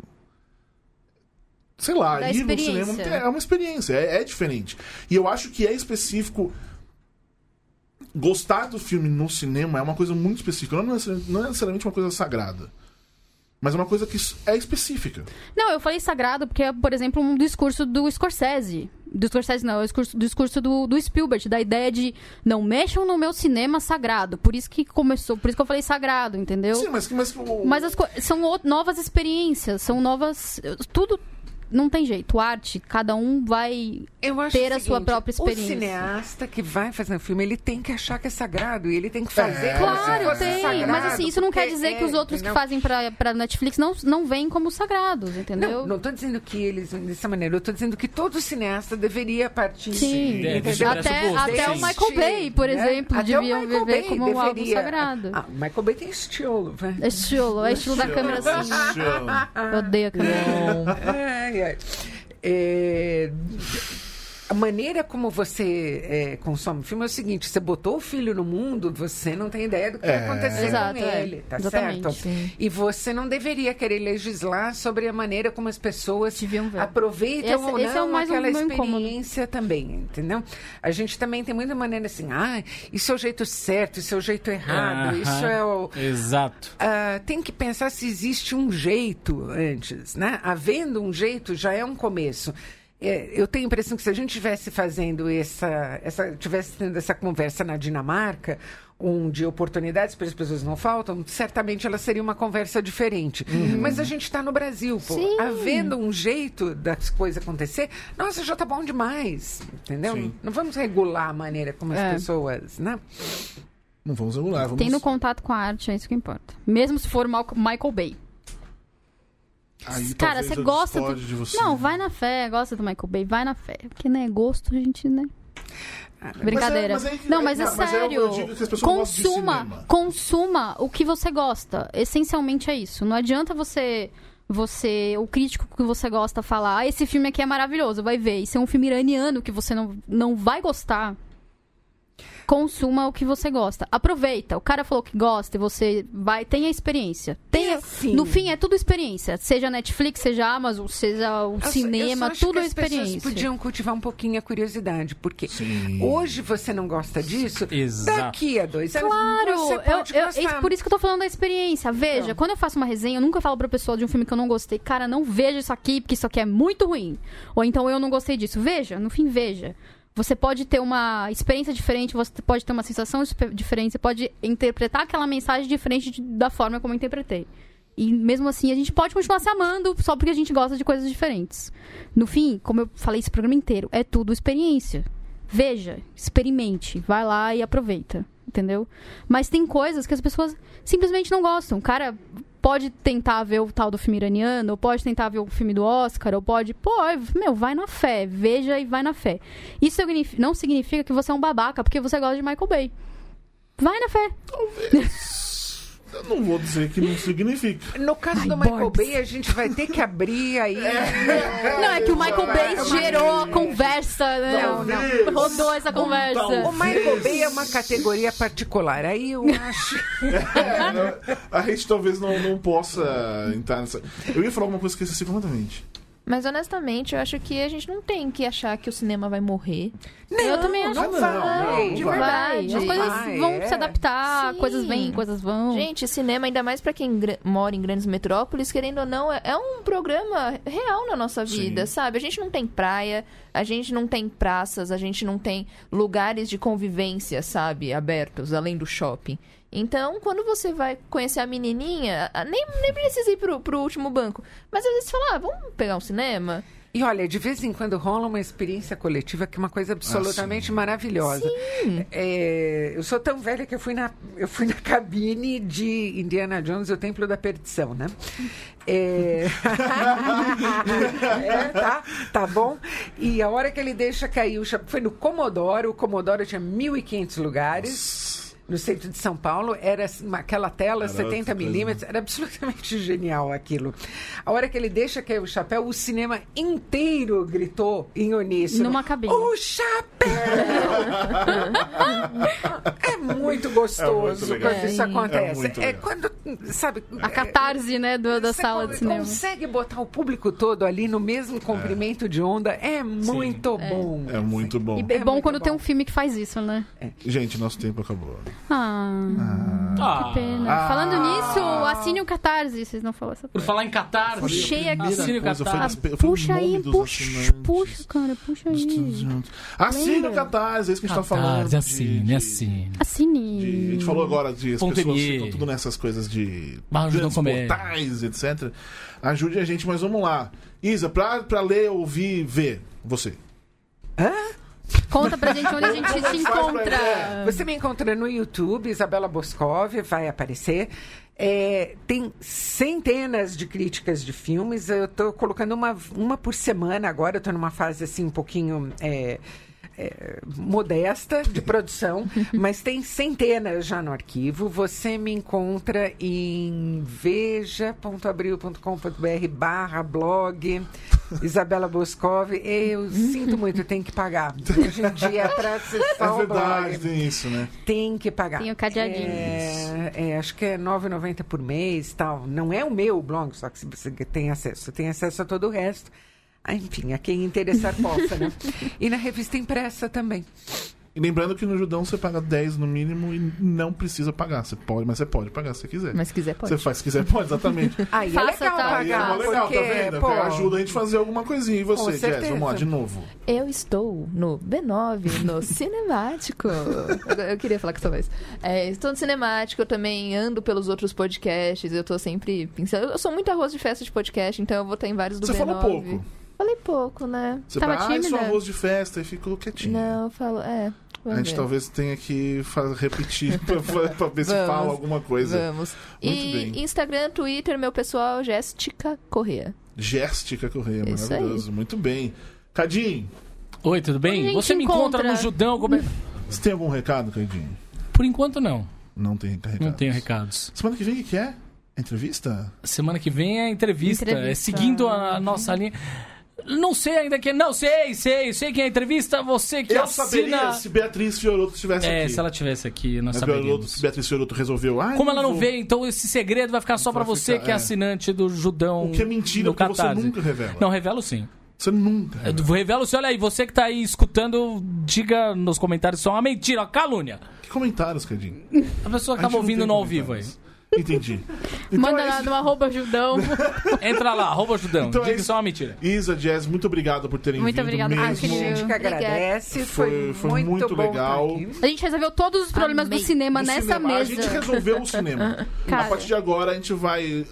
[SPEAKER 2] Sei lá,
[SPEAKER 6] Da
[SPEAKER 2] ir no
[SPEAKER 6] experiência.
[SPEAKER 2] cinema é uma experiência, é, é diferente. E eu acho que é específico. Gostar do filme no cinema é uma coisa muito específica. Não é necessari- não é necessariamente uma coisa sagrada. Mas é uma coisa que é específica.
[SPEAKER 3] Não, eu falei sagrado porque é, por exemplo, um discurso do Scorsese. Do Scorsese não, é o discurso, discurso do, do Spielberg, da ideia de não mexam no meu cinema sagrado. Por isso que começou, por isso que eu falei sagrado, entendeu?
[SPEAKER 2] Sim, mas, mas, o-
[SPEAKER 3] Mas as co- são o- novas experiências, são novas. Tudo não tem jeito. Arte, cada um vai.
[SPEAKER 4] Eu acho
[SPEAKER 3] Ter
[SPEAKER 4] o
[SPEAKER 3] a sua
[SPEAKER 4] seguinte,
[SPEAKER 3] própria experiência.
[SPEAKER 4] O cineasta que vai fazer um filme, ele tem que achar que é sagrado e ele tem que fazer.
[SPEAKER 2] É,
[SPEAKER 4] como se
[SPEAKER 3] claro,
[SPEAKER 4] fosse
[SPEAKER 3] tem.
[SPEAKER 4] sagrado,
[SPEAKER 3] mas assim, isso não quer
[SPEAKER 4] porque
[SPEAKER 3] dizer que
[SPEAKER 4] é,
[SPEAKER 3] os outros que
[SPEAKER 4] entendeu?
[SPEAKER 3] fazem pra, pra Netflix não, não veem como sagrados, entendeu?
[SPEAKER 4] Não, não tô dizendo que eles dessa maneira, eu tô dizendo que todo cineasta deveria partir.
[SPEAKER 3] Sim,
[SPEAKER 1] É, desse
[SPEAKER 4] entendeu?
[SPEAKER 3] até,
[SPEAKER 1] pressuposto,
[SPEAKER 3] até o
[SPEAKER 1] sim.
[SPEAKER 3] Michael Bay, por
[SPEAKER 4] Né?
[SPEAKER 3] exemplo,
[SPEAKER 4] Até o
[SPEAKER 3] deviam
[SPEAKER 4] Michael
[SPEAKER 3] viver
[SPEAKER 4] Bay
[SPEAKER 3] como algo
[SPEAKER 4] deveria.
[SPEAKER 3] sagrado.
[SPEAKER 4] Ah, Michael Bay tem estilo, né? vai.
[SPEAKER 3] É estilo, é estilo da câmera assim. Eu odeio a câmera.
[SPEAKER 4] Ai, ai. É, a maneira como você é, consome filme é o seguinte: você botou o filho no mundo, você não tem ideia do que
[SPEAKER 2] É.
[SPEAKER 4] vai acontecer
[SPEAKER 3] Exato,
[SPEAKER 4] com
[SPEAKER 3] é.
[SPEAKER 4] ele, tá
[SPEAKER 3] Exatamente.
[SPEAKER 4] certo? E você não deveria querer legislar sobre a maneira como as pessoas
[SPEAKER 3] Deviam ver.
[SPEAKER 4] aproveitam
[SPEAKER 3] Esse-
[SPEAKER 4] ou não
[SPEAKER 3] esse é o mais um-
[SPEAKER 4] aquela
[SPEAKER 3] meu incômodo.
[SPEAKER 4] experiência também, entendeu? A gente também tem muita maneira assim: ah, isso é o jeito certo, isso é o jeito errado, isso é o.
[SPEAKER 1] Exato.
[SPEAKER 4] Ah, tem que pensar se existe um jeito antes, né? Havendo um jeito já é um começo. É, eu tenho a impressão que se a gente tivesse fazendo essa, essa, tivesse tendo essa conversa na Dinamarca, onde oportunidades para as pessoas não faltam, certamente ela seria uma conversa diferente. Mas a gente está no Brasil, pô.
[SPEAKER 3] Sim.
[SPEAKER 4] Havendo um jeito das coisas acontecer, nossa, já tá bom demais, entendeu?
[SPEAKER 2] Sim.
[SPEAKER 4] Não vamos regular a maneira como as
[SPEAKER 3] É.
[SPEAKER 4] pessoas, né?
[SPEAKER 2] Não vamos angular, vamos.
[SPEAKER 3] Tendo contato com a arte, é isso que importa. Mesmo se for Mal- Michael Bay.
[SPEAKER 2] Aí,
[SPEAKER 3] Cara,
[SPEAKER 2] talvez
[SPEAKER 3] você
[SPEAKER 2] eu
[SPEAKER 3] gosta
[SPEAKER 2] discorde
[SPEAKER 3] do.
[SPEAKER 2] de você.
[SPEAKER 3] Não, vai na fé, gosta do Michael Bay, vai na fé. Porque, né, gosto, a gente, né? Brincadeira.
[SPEAKER 2] Mas é- mas é-
[SPEAKER 3] não, mas é
[SPEAKER 2] não, mas é o que
[SPEAKER 3] sério.
[SPEAKER 2] eu digo que as pessoas gostam de
[SPEAKER 3] consuma,
[SPEAKER 2] cinema.
[SPEAKER 3] consuma o que você gosta. Essencialmente é isso. Não adianta você você, o crítico que você gosta falar, ah, esse filme aqui é maravilhoso, vai ver. Isso é um filme iraniano que você não, não vai gostar. Consuma o que você gosta. Aproveita. O cara falou que gosta e você vai, tem a experiência. Tem
[SPEAKER 4] assim-
[SPEAKER 3] no fim é tudo experiência, seja Netflix, seja Amazon, seja o
[SPEAKER 4] Eu só-
[SPEAKER 3] cinema,
[SPEAKER 4] eu só acho
[SPEAKER 3] tudo
[SPEAKER 4] que
[SPEAKER 3] é
[SPEAKER 4] as pessoas
[SPEAKER 3] experiência.
[SPEAKER 4] podiam cultivar um pouquinho a curiosidade, porque
[SPEAKER 2] Sim.
[SPEAKER 4] hoje você não gosta disso,
[SPEAKER 1] Exato.
[SPEAKER 4] daqui a dois anos
[SPEAKER 3] Claro,
[SPEAKER 4] você
[SPEAKER 3] eu-
[SPEAKER 4] pode
[SPEAKER 3] eu-
[SPEAKER 4] gostar.
[SPEAKER 3] isso- por isso que eu tô falando da experiência. Veja, quando eu faço uma resenha, eu nunca falo pra pessoa de um filme que eu não gostei. Cara, não veja isso aqui, porque isso aqui é muito ruim. Ou então eu não gostei disso. Veja, no fim, veja. Você pode ter uma experiência diferente, você pode ter uma sensação espe- diferente, você pode interpretar aquela mensagem diferente de- da forma como eu interpretei. E mesmo assim, a gente pode continuar se amando só porque a gente gosta de coisas diferentes. No fim, como eu falei esse programa inteiro, é tudo experiência. Veja, experimente, vai lá e aproveita, entendeu? Mas tem coisas que as pessoas simplesmente não gostam. O cara pode tentar ver o tal do filme iraniano, ou pode tentar ver o filme do Oscar, ou pode, pô, meu, vai na fé, veja e vai na fé. Isso signifi- não significa que você é um babaca porque você gosta de Michael Bay. Vai na fé.
[SPEAKER 2] Eu não vou dizer que não significa.
[SPEAKER 4] No caso do Michael Bay, a gente vai ter que abrir aí.
[SPEAKER 3] Não, [LAUGHS] é que o Michael Bay gerou a conversa, né?
[SPEAKER 4] Não, não.
[SPEAKER 3] Rodou essa
[SPEAKER 4] O
[SPEAKER 3] conversa.
[SPEAKER 4] Michael Bay é uma categoria particular.
[SPEAKER 3] [LAUGHS]
[SPEAKER 4] Aí eu acho.
[SPEAKER 2] É, A gente talvez não, não possa entrar nessa. Eu ia falar alguma coisa que eu esqueci completamente.
[SPEAKER 6] Mas honestamente, eu acho que a gente não tem que achar que o cinema vai morrer.
[SPEAKER 3] Eu também acho
[SPEAKER 4] não
[SPEAKER 2] que
[SPEAKER 4] vai.
[SPEAKER 2] não, não
[SPEAKER 4] de
[SPEAKER 2] vai.
[SPEAKER 3] Vai,
[SPEAKER 6] verdade.
[SPEAKER 3] as coisas
[SPEAKER 4] Vai,
[SPEAKER 3] vão
[SPEAKER 4] é.
[SPEAKER 3] se adaptar,
[SPEAKER 6] Sim.
[SPEAKER 3] coisas vêm, coisas vão.
[SPEAKER 6] Gente, cinema, ainda mais pra quem gra- mora em grandes metrópoles, querendo ou não, é, é um programa real na nossa vida, sabe? A gente não tem praia, a gente não tem praças, a gente não tem lugares de convivência, sabe? Abertos, além do shopping. Então, quando você vai conhecer a menininha, a- nem, nem precisa ir pro, pro último banco. Mas às vezes você fala, ah, vamos pegar um cinema?
[SPEAKER 4] E olha, de vez em quando rola uma experiência coletiva que é uma coisa absolutamente maravilhosa. É, eu sou tão velha que eu fui, na, eu fui na [LAUGHS] cabine de Indiana Jones e o Templo da Perdição, né? É... [LAUGHS] É, tá, tá bom. E a hora que ele deixa cair o chapéu. Foi no Comodoro, o Comodoro tinha 1.500 lugares no centro de São Paulo, era assim, uma- aquela tela
[SPEAKER 2] Era
[SPEAKER 4] 70
[SPEAKER 2] outra coisa, né?
[SPEAKER 4] milímetros, era absolutamente [LAUGHS] genial aquilo. A hora que ele deixa cair o chapéu, o cinema inteiro gritou em uníssono.
[SPEAKER 3] Numa cabine.
[SPEAKER 4] O chapéu! [LAUGHS] é muito
[SPEAKER 2] É muito
[SPEAKER 4] gostoso
[SPEAKER 2] legal.
[SPEAKER 4] quando isso
[SPEAKER 6] É.
[SPEAKER 4] acontece.
[SPEAKER 2] É muito
[SPEAKER 4] É
[SPEAKER 2] legal.
[SPEAKER 4] quando, sabe...
[SPEAKER 3] A
[SPEAKER 4] é-
[SPEAKER 3] catarse, né, do- da
[SPEAKER 2] é
[SPEAKER 4] você
[SPEAKER 3] sala
[SPEAKER 4] come-
[SPEAKER 3] de cinema.
[SPEAKER 4] consegue botar o público todo ali no mesmo comprimento de onda, é muito bom.
[SPEAKER 2] É muito bom.
[SPEAKER 3] E é,
[SPEAKER 4] É
[SPEAKER 3] bom
[SPEAKER 4] muito
[SPEAKER 3] quando
[SPEAKER 4] bom.
[SPEAKER 3] tem um filme que faz isso, né?
[SPEAKER 2] Gente, nosso tempo acabou.
[SPEAKER 3] Ah,
[SPEAKER 1] Ah,
[SPEAKER 3] que pena.
[SPEAKER 2] Ah.
[SPEAKER 3] Falando nisso, assine o Catarse. Vocês não falam essa
[SPEAKER 1] Por falar em Catarse.
[SPEAKER 3] Puxei aqui.
[SPEAKER 1] Assine o
[SPEAKER 2] Coisa, foi
[SPEAKER 1] Catarse.
[SPEAKER 2] nas pe- foi o
[SPEAKER 3] Puxa aí,
[SPEAKER 2] nome dos
[SPEAKER 3] puxa,
[SPEAKER 2] assinantes.
[SPEAKER 3] puxa, cara, puxa aí.
[SPEAKER 2] Assine
[SPEAKER 3] Lembra?
[SPEAKER 2] o Catarse, é isso que a gente tá falando.
[SPEAKER 1] Catarse, assim, é
[SPEAKER 2] de- de-
[SPEAKER 1] assine, assine.
[SPEAKER 3] Assine.
[SPEAKER 2] de- a gente falou agora de as
[SPEAKER 1] Ponto
[SPEAKER 2] pessoas
[SPEAKER 1] ME.
[SPEAKER 2] ficam tudo nessas coisas de
[SPEAKER 1] Barra de não
[SPEAKER 2] grandes
[SPEAKER 1] comer.
[SPEAKER 2] portais, etc. Ajude a gente, mas vamos lá. Isa, pra, pra ler, ouvir, ver, você.
[SPEAKER 3] Conta pra gente onde
[SPEAKER 2] [LAUGHS]
[SPEAKER 3] a gente se encontra.
[SPEAKER 4] Você me encontra no YouTube, Isabela Boscov, vai aparecer. É, tem centenas de críticas de filmes. Eu estou colocando uma, uma por semana agora. Eu estou numa fase assim um pouquinho. é, é, modesta de produção, mas tem centenas já no arquivo. Você me encontra em veja.abril.com.br barra blog Isabela Boscov. Eu sinto muito, tem que pagar. Hoje em dia, para acessar
[SPEAKER 2] é
[SPEAKER 4] o blog,
[SPEAKER 2] verdade, tem isso, né?
[SPEAKER 4] tem que pagar.
[SPEAKER 3] Tem o cadeadinho.
[SPEAKER 4] É, é, acho que é R$ 9,90 por mês tal. Não é o meu blog, só que se você tem acesso. Você tem acesso a todo o resto. Ah, enfim, a quem interessar
[SPEAKER 2] [LAUGHS]
[SPEAKER 4] possa, né? E na revista impressa também.
[SPEAKER 2] E lembrando que no Judão você paga 10 no mínimo e não precisa pagar. Você pode, mas você pode pagar se quiser.
[SPEAKER 6] Mas se quiser, pode.
[SPEAKER 2] Você faz se quiser, pode, exatamente.
[SPEAKER 4] Aí
[SPEAKER 3] Faça,
[SPEAKER 4] é legal
[SPEAKER 3] tá?
[SPEAKER 2] Aí é
[SPEAKER 4] pagar,
[SPEAKER 2] mó legal,
[SPEAKER 4] porque,
[SPEAKER 2] tá vendo?
[SPEAKER 4] pô,
[SPEAKER 2] Ajuda a gente a fazer alguma coisinha. E
[SPEAKER 4] Com
[SPEAKER 2] você, Jess,
[SPEAKER 4] certeza.
[SPEAKER 2] vamos lá, de novo.
[SPEAKER 6] Eu estou no
[SPEAKER 2] [LAUGHS]
[SPEAKER 6] B9, no Cinemático. Eu- Eu queria falar com essa voz. É, estou no Cinemático, eu também ando pelos outros podcasts, eu tô sempre pensando. Eu sou muito arroz de festa de podcast, então eu vou estar em vários do
[SPEAKER 2] Você
[SPEAKER 6] B9.
[SPEAKER 2] falou pouco.
[SPEAKER 6] Falei pouco, né?
[SPEAKER 2] Você
[SPEAKER 3] Tava
[SPEAKER 2] fala, ah, isso é
[SPEAKER 3] tímida?
[SPEAKER 2] arroz de festa e ficou quietinho.
[SPEAKER 6] Não, eu falo. É.
[SPEAKER 2] A
[SPEAKER 6] vamos
[SPEAKER 2] gente tá
[SPEAKER 6] ver.
[SPEAKER 2] talvez tenha que fa- repetir [LAUGHS] pra, pra- pra ver se
[SPEAKER 6] Vamos.
[SPEAKER 2] fala alguma coisa.
[SPEAKER 6] Vamos.
[SPEAKER 2] Muito
[SPEAKER 6] e
[SPEAKER 2] bem.
[SPEAKER 6] Instagram, Twitter, meu pessoal, Jéssica Corrêa.
[SPEAKER 2] Géstica Correia,
[SPEAKER 6] Isso aí.
[SPEAKER 2] é maravilhoso. Muito bem. Cadim,
[SPEAKER 1] Oi, tudo
[SPEAKER 3] Onde a
[SPEAKER 1] bem?
[SPEAKER 3] gente
[SPEAKER 1] Você me encontra,
[SPEAKER 3] encontra?
[SPEAKER 1] no Judão. Gober-
[SPEAKER 2] você tem algum recado, Cadim?
[SPEAKER 1] Por enquanto, não.
[SPEAKER 2] Não tem recado.
[SPEAKER 1] Não tenho recados.
[SPEAKER 2] Semana que vem, o que que é? Entrevista?
[SPEAKER 1] Semana que vem é a entrevista.
[SPEAKER 3] Entrevista.
[SPEAKER 1] É seguindo a nossa linha. Não sei ainda quem. Não sei, sei, sei quem é a entrevista. Você que
[SPEAKER 2] Eu saberia
[SPEAKER 1] assina.
[SPEAKER 2] se Beatriz Fioroto estivesse
[SPEAKER 1] É,
[SPEAKER 2] aqui.
[SPEAKER 1] se ela tivesse aqui, nós
[SPEAKER 2] Mas É, Fiorotto-
[SPEAKER 1] saberíamos.
[SPEAKER 2] se Beatriz Fioroto resolveu. "Ah,
[SPEAKER 1] Como ela não
[SPEAKER 2] vou".
[SPEAKER 1] veio, então esse segredo vai ficar só pra
[SPEAKER 2] Vai
[SPEAKER 1] você
[SPEAKER 2] ficar,
[SPEAKER 1] que é
[SPEAKER 2] é.
[SPEAKER 1] assinante do Judão.
[SPEAKER 2] O que é mentira,
[SPEAKER 1] do
[SPEAKER 2] porque você
[SPEAKER 1] Catarse.
[SPEAKER 2] nunca revela.
[SPEAKER 1] Não, revelo sim.
[SPEAKER 2] Você nunca.
[SPEAKER 1] Eu revelo sim. Olha aí, você que tá aí escutando, diga nos comentários só uma mentira, uma calúnia.
[SPEAKER 2] Que comentários, Cadinho?
[SPEAKER 1] A pessoa acaba ouvindo no ao vivo aí.
[SPEAKER 6] [LAUGHS]
[SPEAKER 2] Entendi. Então
[SPEAKER 3] Manda
[SPEAKER 2] é
[SPEAKER 3] lá
[SPEAKER 2] isso.
[SPEAKER 3] no arroba Judão.
[SPEAKER 1] Entra lá, arroba Judão.
[SPEAKER 2] Então é
[SPEAKER 1] diga
[SPEAKER 2] isso.
[SPEAKER 1] só uma mentira.
[SPEAKER 2] Isa, Jess, muito obrigado por terem
[SPEAKER 3] Muito
[SPEAKER 2] vindo.
[SPEAKER 3] obrigada.
[SPEAKER 2] mesmo.
[SPEAKER 6] Ah,
[SPEAKER 4] A gente que agradece.
[SPEAKER 2] Foi-
[SPEAKER 4] Foi,
[SPEAKER 2] foi
[SPEAKER 4] muito,
[SPEAKER 2] muito
[SPEAKER 4] bom
[SPEAKER 2] legal.
[SPEAKER 4] Tá aqui.
[SPEAKER 3] A gente resolveu todos os problemas
[SPEAKER 6] Amei.
[SPEAKER 3] do cinema
[SPEAKER 2] Do
[SPEAKER 3] nessa
[SPEAKER 2] cinema. A
[SPEAKER 3] mesa. Tá
[SPEAKER 2] gente resolveu o
[SPEAKER 4] [LAUGHS]
[SPEAKER 2] cinema.
[SPEAKER 3] Cara.
[SPEAKER 2] A partir de agora, a gente vai...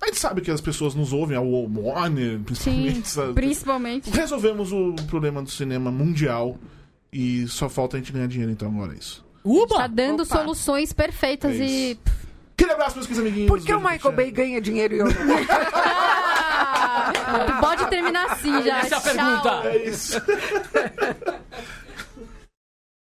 [SPEAKER 2] A gente sabe que as pessoas nos ouvem, a Warner, principalmente.
[SPEAKER 3] Sim,
[SPEAKER 2] sabe?
[SPEAKER 3] principalmente.
[SPEAKER 2] Resolvemos o problema do cinema mundial e só falta a gente ganhar dinheiro, então agora é isso.
[SPEAKER 3] Tá
[SPEAKER 1] Uba!
[SPEAKER 3] dando
[SPEAKER 4] Opa.
[SPEAKER 3] soluções perfeitas
[SPEAKER 2] É
[SPEAKER 3] e.
[SPEAKER 2] Aquele abraço, meus queridos amiguinhos.
[SPEAKER 4] Por que o
[SPEAKER 2] Beijo,
[SPEAKER 4] Michael Bay
[SPEAKER 2] Cristiano.
[SPEAKER 4] ganha dinheiro e eu não?
[SPEAKER 3] Ah, pode terminar assim já.
[SPEAKER 1] Essa é a
[SPEAKER 3] Tchau.
[SPEAKER 1] pergunta.
[SPEAKER 2] É isso.